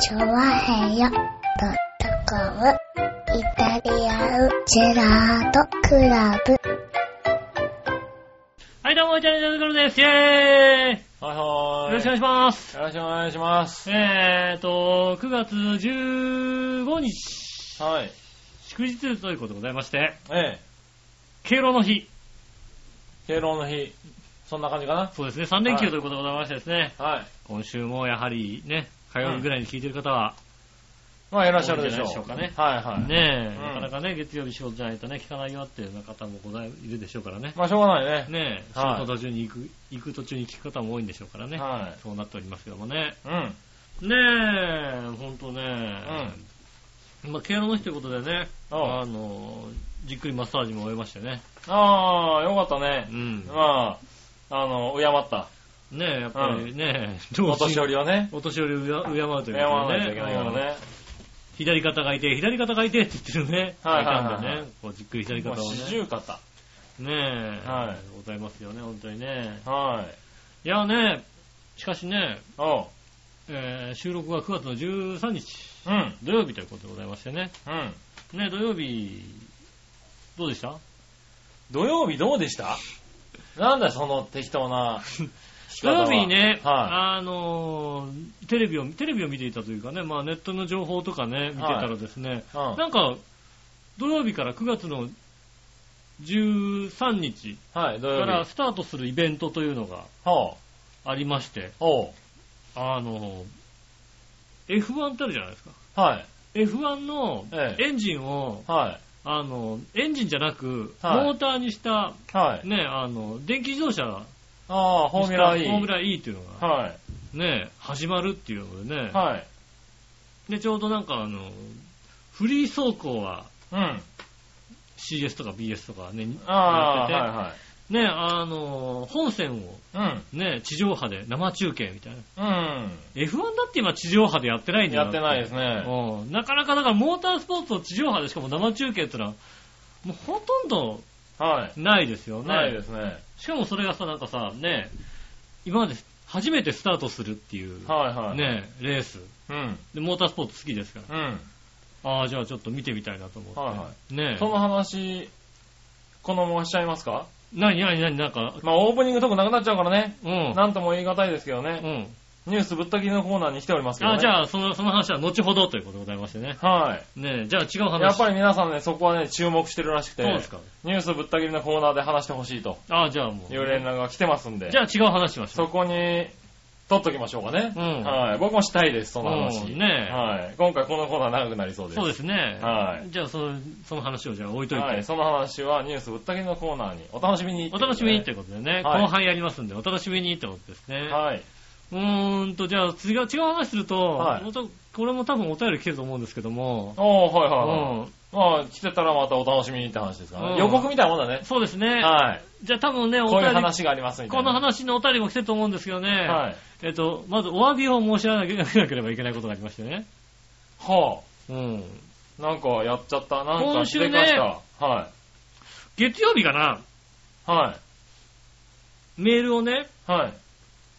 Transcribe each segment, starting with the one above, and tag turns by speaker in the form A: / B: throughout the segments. A: チョワヘヨドットコムイタリアンジェラートクラブ。
B: はい、どうも、チャレンジャーズグルです。イェーイよ
C: はいはーい。
B: ろしくお願いします。
C: よろしくお願いします。
B: えーと、9月15日、
C: はい。
B: 祝日ということでございまして、
C: ええ、
B: 敬老の日。
C: 敬老の日。そんな感じかな
B: そうですね、3連休ということでございましてですね、
C: はい。
B: 今週もやはりね、火曜日ぐらいに聞いてる方は、
C: まあ、いらっしゃるでしょう。
B: 多いんじゃないでしょう
C: はいはい。
B: ねえ、
C: うん
B: なかなかね、月曜日仕事じゃないとね、聞かないよっていうような方もございいるでしょうからね。
C: まあ、しょうがないね。
B: ねえ、仕
C: はい
B: 事途中に行く、行く途中に聞く方も多いんでしょうからね。
C: は
B: そうなっておりますけどもね。
C: い。うん。
B: ねえ、ほんとね。まあ、敬老の日ということでね、
C: あ
B: あの、じっくりマッサージも終えましてね。
C: ああ、よかった
B: う
C: ね。
B: ん。
C: まあ、あの、敬った。
B: ねえ、やっぱりね、
C: お年寄
B: り。
C: りをね。
B: お年寄りを敬うということで
C: 敬
B: ね。
C: わないといけないからね。
B: うん左肩が痛い、左肩が痛いって言ってるね。
C: はいはいはいはい
B: たんでね、こうじっくり左
C: もう
B: 肩を
C: 四
B: ね。
C: 十肩。
B: ねえ、
C: は
B: ございますよね、本当にね。
C: はい。
B: いやね、しかしね、
C: おう。
B: えー収録が9月の13日、
C: うん。
B: 土曜日ということでございましてね。
C: うん。
B: ね、土曜日、どうでした
C: 土曜日どうでしたなんだその適当 な。
B: 土曜日ね、
C: は
B: あのーテレビを、テレビを見ていたというかね、まあネットの情報とかね、見てたらですね、
C: うん。は
B: なんか、土曜日から9月の13日
C: い、土
B: か
C: 曜
B: ら
C: 日。
B: スタートするイベントというのが
C: ほう。
B: ありまして、
C: おう。
B: あのー F1 ってあるじゃないですか。
C: はい。
B: F1 の
C: ええ
B: エンジンを、
C: はい。
B: あの、エンジンじゃなく、
C: はい
B: モーターにした、
C: はい。
B: ね、あの、電気自動車にした
C: ああ、フォーミュラー E。
B: フォーミュラ E っていうのが、
C: は
B: ね、始まるっていうのでね、
C: い。はい。
B: で、ちょうどなんかあの、フリー走行は
C: うん。
B: CS とか BS とかね、
C: ああー、
B: やって
C: は
B: て、ね、あの、本線を
C: いはい。
B: ね、地上波で生中継みたいな。
C: うん。
B: F1 だって今地上波でやってない
C: うんん。
B: だよ。
C: やってないですすね。
B: うん。なかなかだからモータースポーツを地上波でしかも生中継ってのは、もうほとんど
C: は
B: ないですよ
C: い。
B: ね。
C: ないですね。はい
B: しかもそれがさ、なんかさ、ね、今まで初めてスタートするっていう、
C: はい。。
B: ね、レース。
C: うん。
B: で、モータースポーツ好きですから。
C: うん。
B: ああ、じゃあちょっと見てみたいなと思って。
C: はいは
B: ね
C: その話、このまましちゃいますか
B: なになになになんか、
C: まあ、オープニングとかなくなっちゃうからね。
B: うん。
C: なんとも言い難いですけど
B: う
C: ね。
B: ん。
C: ニュースぶった切りのコーナーに来ておりますけどね。
B: あじゃあ、その、その話は後ほどということでございましてね。
C: あ。はい。
B: ねえ、じゃあ違う話。
C: やっぱり皆さんね、そこはね、注目してるらしくて。
B: そうですか。
C: ニュースぶった切りのコーナーで話してほしいと
B: ああ、じゃあもう。
C: いう連絡が来てますんで。
B: じゃあ違う話しましょ。
C: そうこに、取っときましょうかね。
B: うん
C: はい。僕もしたいです、その話。
B: うんねえ
C: はい。今回このコーナー長くなりそうです。
B: そうですね。
C: はい。
B: じゃあその、その話をじゃあ置いといて。
C: はい。その話はニュースぶったけのコーナーにお楽しみに。
B: お楽しみにということでね、
C: はい
B: 後半やりますんで、お楽しみにってことですね。
C: はい。
B: うーんと、じゃあ、違う、違う話すると、
C: はい
B: 本当これも多分お便り来てると思うんですけども、
C: おー、はい
B: うん
C: はいはい。まあ、来てたらまたお楽しみにって話ですから
B: うん
C: ね。予告みたいなもんだね。
B: そうですね。
C: はい。
B: じゃあ多分ね、お
C: こういう
B: 便り、
C: 話がありますみた
B: こ
C: いな。
B: の話のお便りも来てると思うんですけどね、
C: はい。
B: えっと、まずお詫びを申し上げなければいけないことがありましてね。
C: は
B: うん。
C: あ。なんかやっちゃった。なんか
B: 今
C: し
B: 週
C: で
B: ね
C: かした。は。
B: 月曜日かない
C: は
B: メールをね、
C: い。はい。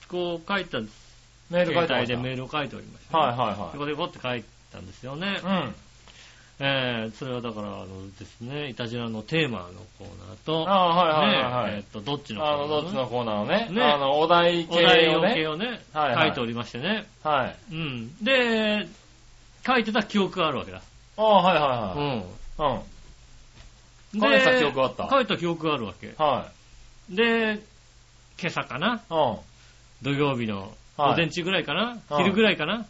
B: こう書いた、
C: メール書いて
B: 携
C: ま
B: 帯
C: した。
B: で
C: はい
B: メールを書いておりました、い。
C: は
B: ここでこって書いたんですよね
C: い。はい。
B: えー、それはだから、あのですね、イタジラのテーマのコーナー
C: う
B: と、
C: ん。ああ、はいはいはい
B: ね
C: は
B: え
C: い
B: っ。と、どっちの
C: あの、どっちのコーナーをね。
B: ね
C: あの、お題
B: お
C: 系
B: 題
C: を
B: を系
C: ね。
B: をね、
C: はいは
B: 書
C: い
B: いておりましてね。
C: は
B: う
C: い。
B: ん。で、書いてた記憶があるわけだ。
C: ああ、はいうは
B: ん。
C: いはい。うん。書
B: で
C: いてた記憶あった。
B: 書いた記憶があるわけ。
C: は。
B: で、今朝かない
C: うん。
B: 土曜日の
C: はい
B: 午前中ぐらいかな、
C: うん
B: 昼ぐらいかな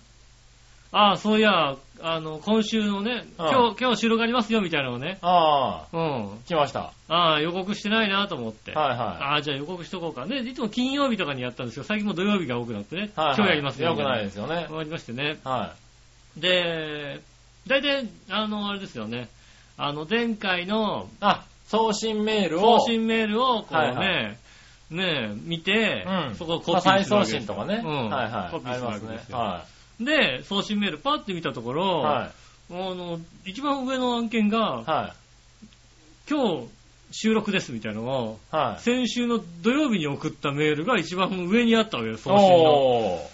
B: ああ、そういや、あの、今週のね、
C: うん
B: 今日、今日収録ありますよみたいなのをね。
C: ああ、
B: うん。
C: 来ました。は
B: ああ、予告してないなと思って。
C: いは
B: ああ、じゃあ予告しとこうか。ね、いつも金曜日とかにやったんですけど、最近も土曜日が多くなってね。
C: い。はいはい。
B: 今日やりますよ。
C: よくない
B: で。
C: ですすよね。
B: わかりましてね。
C: は
B: で、大体、あの、あれですよね。あの、前回の
C: い。あ、送信メールを。
B: 送信メールを、こうね、
C: はいは
B: ねえ、見て、
C: うん。
B: そこをコ
C: ま
B: ピ
C: あ
B: ー
C: 再
B: するわ
C: 送
B: けです
C: 信とかね。
B: うん、
C: はいはい。
B: コピーするわけ
C: あり
B: で
C: ますすね。
B: よ。
C: は
B: で、送信メールパッて見たところ、
C: い。は
B: あの、一番上の案件が、
C: い。はい。
B: 今日収録ですみたいなのを、
C: はい。
B: 先週の土曜日に送ったメールが一番上にあったわけです、送信の。
C: お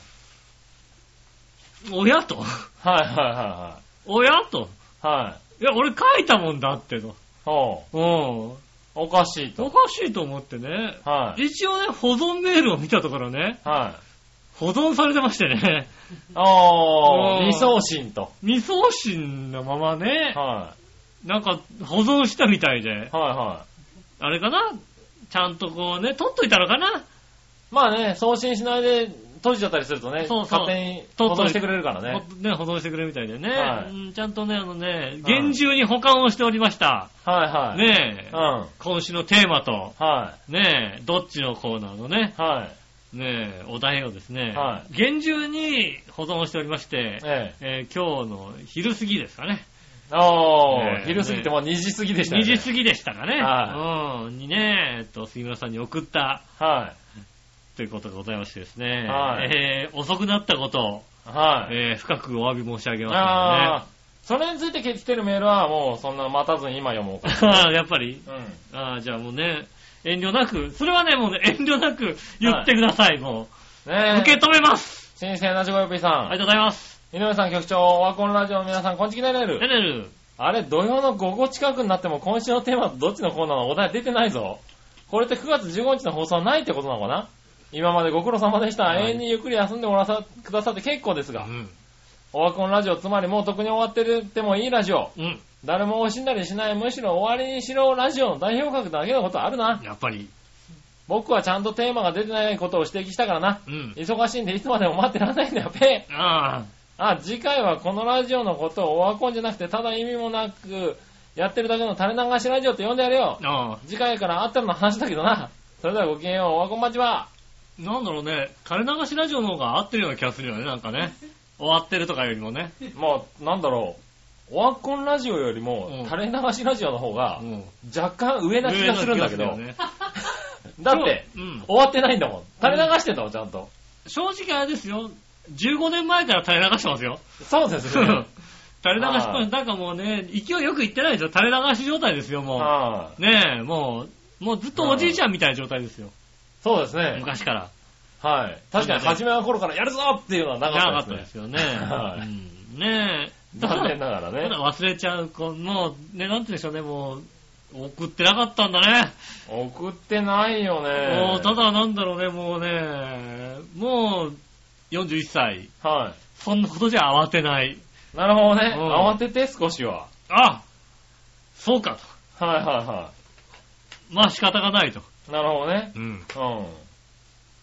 C: ー。
B: 親と。
C: はいはいは
B: 親と。
C: いはい。はい。
B: いや、俺書いたもんだっての。
C: ほ
B: うん。
C: う。おかしい
B: お
C: と。
B: かしいと思ってね。
C: はい。
B: 一応ね、保存メールを見たところね、
C: はい。
B: 保存されてましてね、
C: あ
B: うん
C: ー、理想心と。
B: 未送信のままね、
C: は
B: なんか保存したみたいで
C: い。、はいは。
B: あれかなちゃんとこうね、取っといたのかない
C: まあね、送信しないで閉じちゃったりするとね、
B: そうそう
C: 勝手に
B: と
C: 保
B: っとい
C: 存してくれるからね。
B: ほね保存してくれるみたいでね、
C: はい
B: うんちゃんとね、あのね、
C: はい
B: 厳重に保管をしておりました。
C: はいはい。。
B: ねえ、
C: うん。は
B: 今週のテーマと、
C: い。は
B: ねえ、どっちのコーナーのね、
C: い。
B: ねえ、お題をですね、
C: は
B: 厳重に保存しておりまして、
C: ええ。
B: えー今日の昼過ぎですかね。
C: あ
B: ね
C: ー、昼過ぎてもう2時過ぎでした
B: 2
C: ね。
B: 時過ぎでしたかね。
C: は
B: うん。にね、えっと、杉村さんに送った
C: は
B: ということがございましてですね。
C: はい
B: えー、遅くなったことを、
C: い。はい。
B: えー、深くお詫び申し上げ
C: あ
B: ま
C: ー、それについて来てるメールはもうそんな待たずに今読もうか
B: すのでね。 やっぱり、
C: な。うん。
B: あーじゃあもうね、遠慮なく、それはね、もうね、遠慮なく言ってください、もう。
C: ねえ。
B: 受け止めます、
C: 新鮮なジゴヨピーさん。
B: ありがとうございます。
C: 井上さん局長、オワコンラジオの皆さん、こんちきなれ
B: ね
C: る。
B: ねる。
C: あれ、土曜の午後近くになっても今週のテーマとどっちのコーナーのお題出てないぞ。これって9月15日の放送はないってことなのかな今までご苦労様でした。
B: はい
C: 永遠にゆっくり休んでもらさくださって結構ですが
B: う。ん。
C: オワコンラジオ、つまりもう特に終わってるってもいいラジオ。
B: うん。
C: 誰も惜しんだりしない、むしろ終わりにしろラジオの代表格だけのことあるな。
B: やっぱり、
C: 僕はちゃんとテーマが出てないことを指摘したからな。
B: うん。
C: 忙しいんでいつまでも待ってられないんだよ、ペ
B: あ
C: あ、次回はこのラジオのことをオワコンじゃなくて、ただ意味もなく、やってるだけの垂れ流しラジオって呼んでやれよ
B: あ、。ああ。
C: 次回からあったの話だけどな。それではごきげんよう、オワコン待ちは。
B: なんだろうね、垂れ流しラジオの方が合ってるような気がするよね、なんか ね。終わってるとかよりもね。
C: まあ、なんだろう。オワコンラジオより
B: う
C: も
B: ん、
C: 垂れ流しラジオの方が
B: う、ん。
C: 若干上な気がするんだけど。
B: ね
C: だって、
B: そううん
C: 終わってないんだもん。垂れ流してたもん、ちゃんと。
B: 正直あれですよ、15年前から垂れ流してますよ。
C: そうですね。はい、
B: 垂れ流しっぱなし、なんかもうね、勢いよく言ってないですよ。垂れ流し状態ですよ、もう。ねえ、もう、もうずっとおじいちゃんみたいな状態ですよ。
C: そうですね。
B: 昔から。
C: はい。確かに、初めの頃からやるぞっていうのはな
B: なか
C: かっ
B: った
C: た
B: で
C: です
B: すよね。
C: は
B: う
C: い
B: んねえ。
C: ね。
B: だ
C: 残念
B: か
C: ながら
B: ら、
C: ね。
B: 忘れちゃう、こうもう、ね、なんて言うんでしょうね、もう、送ってなかったんだね。
C: 送ってないよ
B: も
C: ね
B: う。ただなんだろうね、もうね、もう、41歳。
C: は
B: そんなことじゃ慌てない。
C: い。なるほどね。
B: うん
C: 慌てて少しは。
B: あそうかと。
C: はいはいは
B: まあ仕方がないと。
C: い。なるほどね。
B: うん。
C: う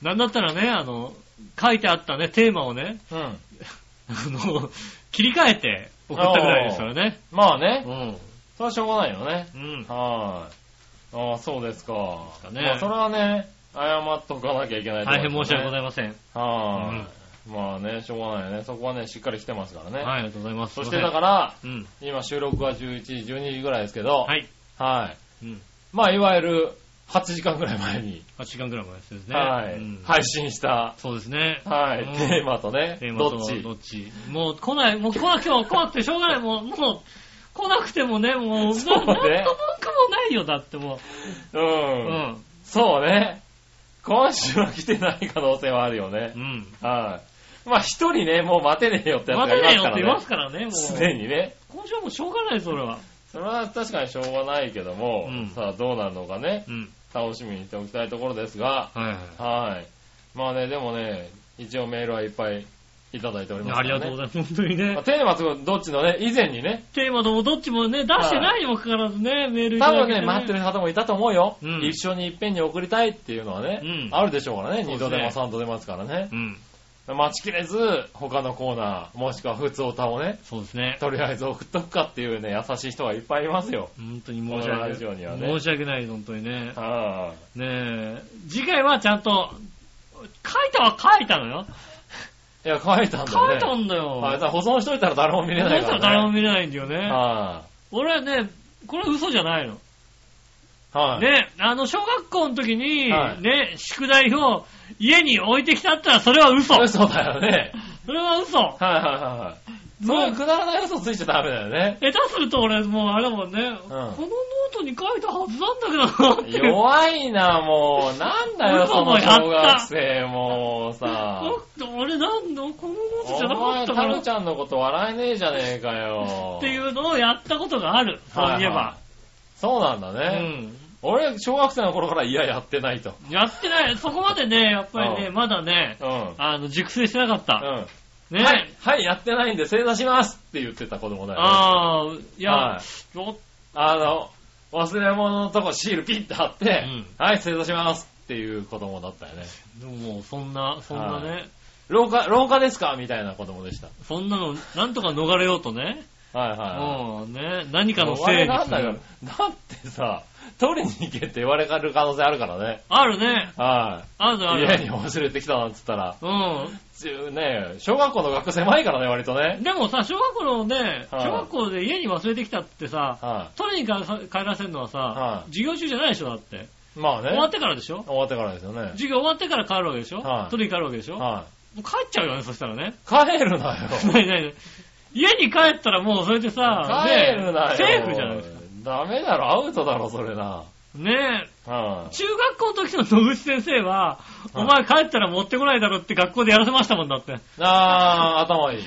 B: なんだったらね、あの、書いてあったね、テーマをね、
C: ん。うん。
B: あの、切り替えて送ったぐらいですからね。
C: まあ
B: う
C: ね。
B: ん。
C: それはしょうがないよね。
B: うん。
C: はい。ああ、そうですか。
B: すかね
C: まあそれはね、謝っとかなきゃいけない
B: 大変申し訳ござ
C: い
B: いません。
C: ません。はい。まあね、しょうがないよね。そこはね、しっかり来てますからね。
B: はい、ありがとうございます。
C: そしてだ
B: ら、
C: から、
B: うん。
C: 今収録は11時、12時ぐらいですけど、。
B: はいい。
C: はい。
B: うん。
C: まあ、いわゆる8時間ぐらい前に、
B: 8時間ぐらい前ですね。
C: はい、
B: うん
C: 配信した、
B: そうですね。
C: はい、
B: うん
C: テーマとね、
B: テーマと
C: どっち
B: どっちもう来ない、もう来な、今日来なくてしょうがない、もう、もう、来なくてもね、もう、
C: そうね
B: なんと文句もないよ、だっても
C: う。
B: う。うんん。
C: そうね。今週は来てない可能性はあるよね
B: う。ん。
C: はい。まあ、一人ね、もう待てねえよってやつ
B: 待
C: が
B: て
C: い
B: な
C: ま
B: いよ
C: す
B: っ
C: から
B: て
C: ね。
B: 言いますからね、もう。
C: すでにね。
B: 今週はもうしょうがない、それは。
C: それは確かにしょうがないけども、
B: うん
C: さあどうなるのかね、
B: うん。
C: 楽しみにしておきたいところですが、
B: はい
C: はい。まあね、でもね、一応メールはいっぱいいただいております
B: あ
C: か
B: り
C: らね。
B: がとうございます。本当に
C: まあ
B: ね。
C: テーマとどっちのね、以前にね、
B: テーマどもどっちもね、出してないにもかかわらずね、メールい
C: 多
B: ただい
C: 分
B: て
C: ね、待って
B: る。
C: る方もいたと思うよ。
B: うん
C: 一緒にいっぺんに送りたいっていうのはね、
B: うん
C: あるでしょうからね、
B: そうですね
C: 二度でも三度でもですからね
B: う。ん。
C: 待ちきれず、他のコーナー、もしくは普通歌をね、
B: そうですね。
C: とりあえず送っとくかっていうね、優しい人がいっぱいいますよ。
B: 本当に申し
C: このラジ
B: 訳
C: オ
B: な。
C: にはいね
B: 申し訳ない、本当にね。
C: は
B: ねえ、次回はちゃんと、書いたは書いたのよ。
C: い。いや、書いたんだよ
B: 書
C: ね。
B: いたんだよ。
C: はい、だから保存しといたら誰も見れないから、ね。
B: 誰も見れないんだよね。
C: は
B: 俺はね、これは嘘じゃないの。
C: い。はい。
B: ね、あの、小学校の時に、
C: はい
B: ね、宿題を家に置いてきたったらそれは嘘。
C: 嘘だよね。
B: それは嘘。
C: はいはいはいはい。そういうくだらない嘘ついちゃダメだよね。
B: 下手すると俺もうあれだもんね、このノートに書いたはずなんだけどなって。
C: 弱いな、もう。なんだよ、
B: 嘘
C: そ
B: も
C: の
B: やった
C: 小学生、もうさ。
B: あれなんだこのノートじゃな
C: お
B: かっ
C: 前、
B: たか
C: タ
B: ら
C: ル
B: っ
C: ちゃんのこと笑えねえじゃねえかよ。
B: ていうのをやったことがある。そういえば。
C: そうなんだ
B: う
C: ね。
B: ん。
C: 俺、小学生の頃からいや、やってないと。
B: やってない。そこまでね、やっぱりね、
C: う
B: まだね、
C: うん。うん。
B: あの、熟成してなかった。ね。
C: はい、はい、やってないんで正座しますって言ってた子供だよ、ね。
B: ああ、い
C: い
B: や、
C: はい、
B: よ
C: あの、忘れ物のとこシールピッて貼っ
B: う
C: て、
B: ん
C: はい、正座しますっていう子供だったよね。
B: でももうそんな、そんな
C: は
B: ね、
C: 廊下、廊下ですかみたいな子供でした。
B: そんなの、なんとか逃れようとね、
C: はいは
B: もうね、何
C: い。
B: かの
C: お
B: せ
C: 前
B: いに
C: なん
B: す
C: だよ。
B: る。
C: だってさ、取りに行けって言われる可能性あるからね。
B: あるね、
C: はい。
B: あるあ
C: 家
B: る
C: に。忘れてきたなんつったら、
B: う
C: つゆね、小学校の学校狭いからね、割とね
B: ん。。でもさ、小学校のね、
C: はい
B: 小学校で家に忘れてきたってさ、
C: は
B: 取りにか帰らせるのはさ
C: は、
B: 授業中じゃないでしょ、だって。
C: い。まあね。
B: 終わってからでしょ
C: 終わってからですよね。
B: 授業終わってから帰るわけでしょ
C: はい
B: 取りに帰るわけでしょも
C: は
B: う帰っちゃうよね、そしたらね。
C: い。帰るなよ。
B: ないないない家に帰ったらもうそれでさ、
C: 帰るなよ。
B: ねセーフじゃないですか。。
C: ダメだろ、アウトだろ、それな。
B: ねえ、
C: うん。
B: 中学校の時の野口先生は、お前帰ったら持ってこないだろって学校でやらせましたもんだって。
C: あー、頭いい。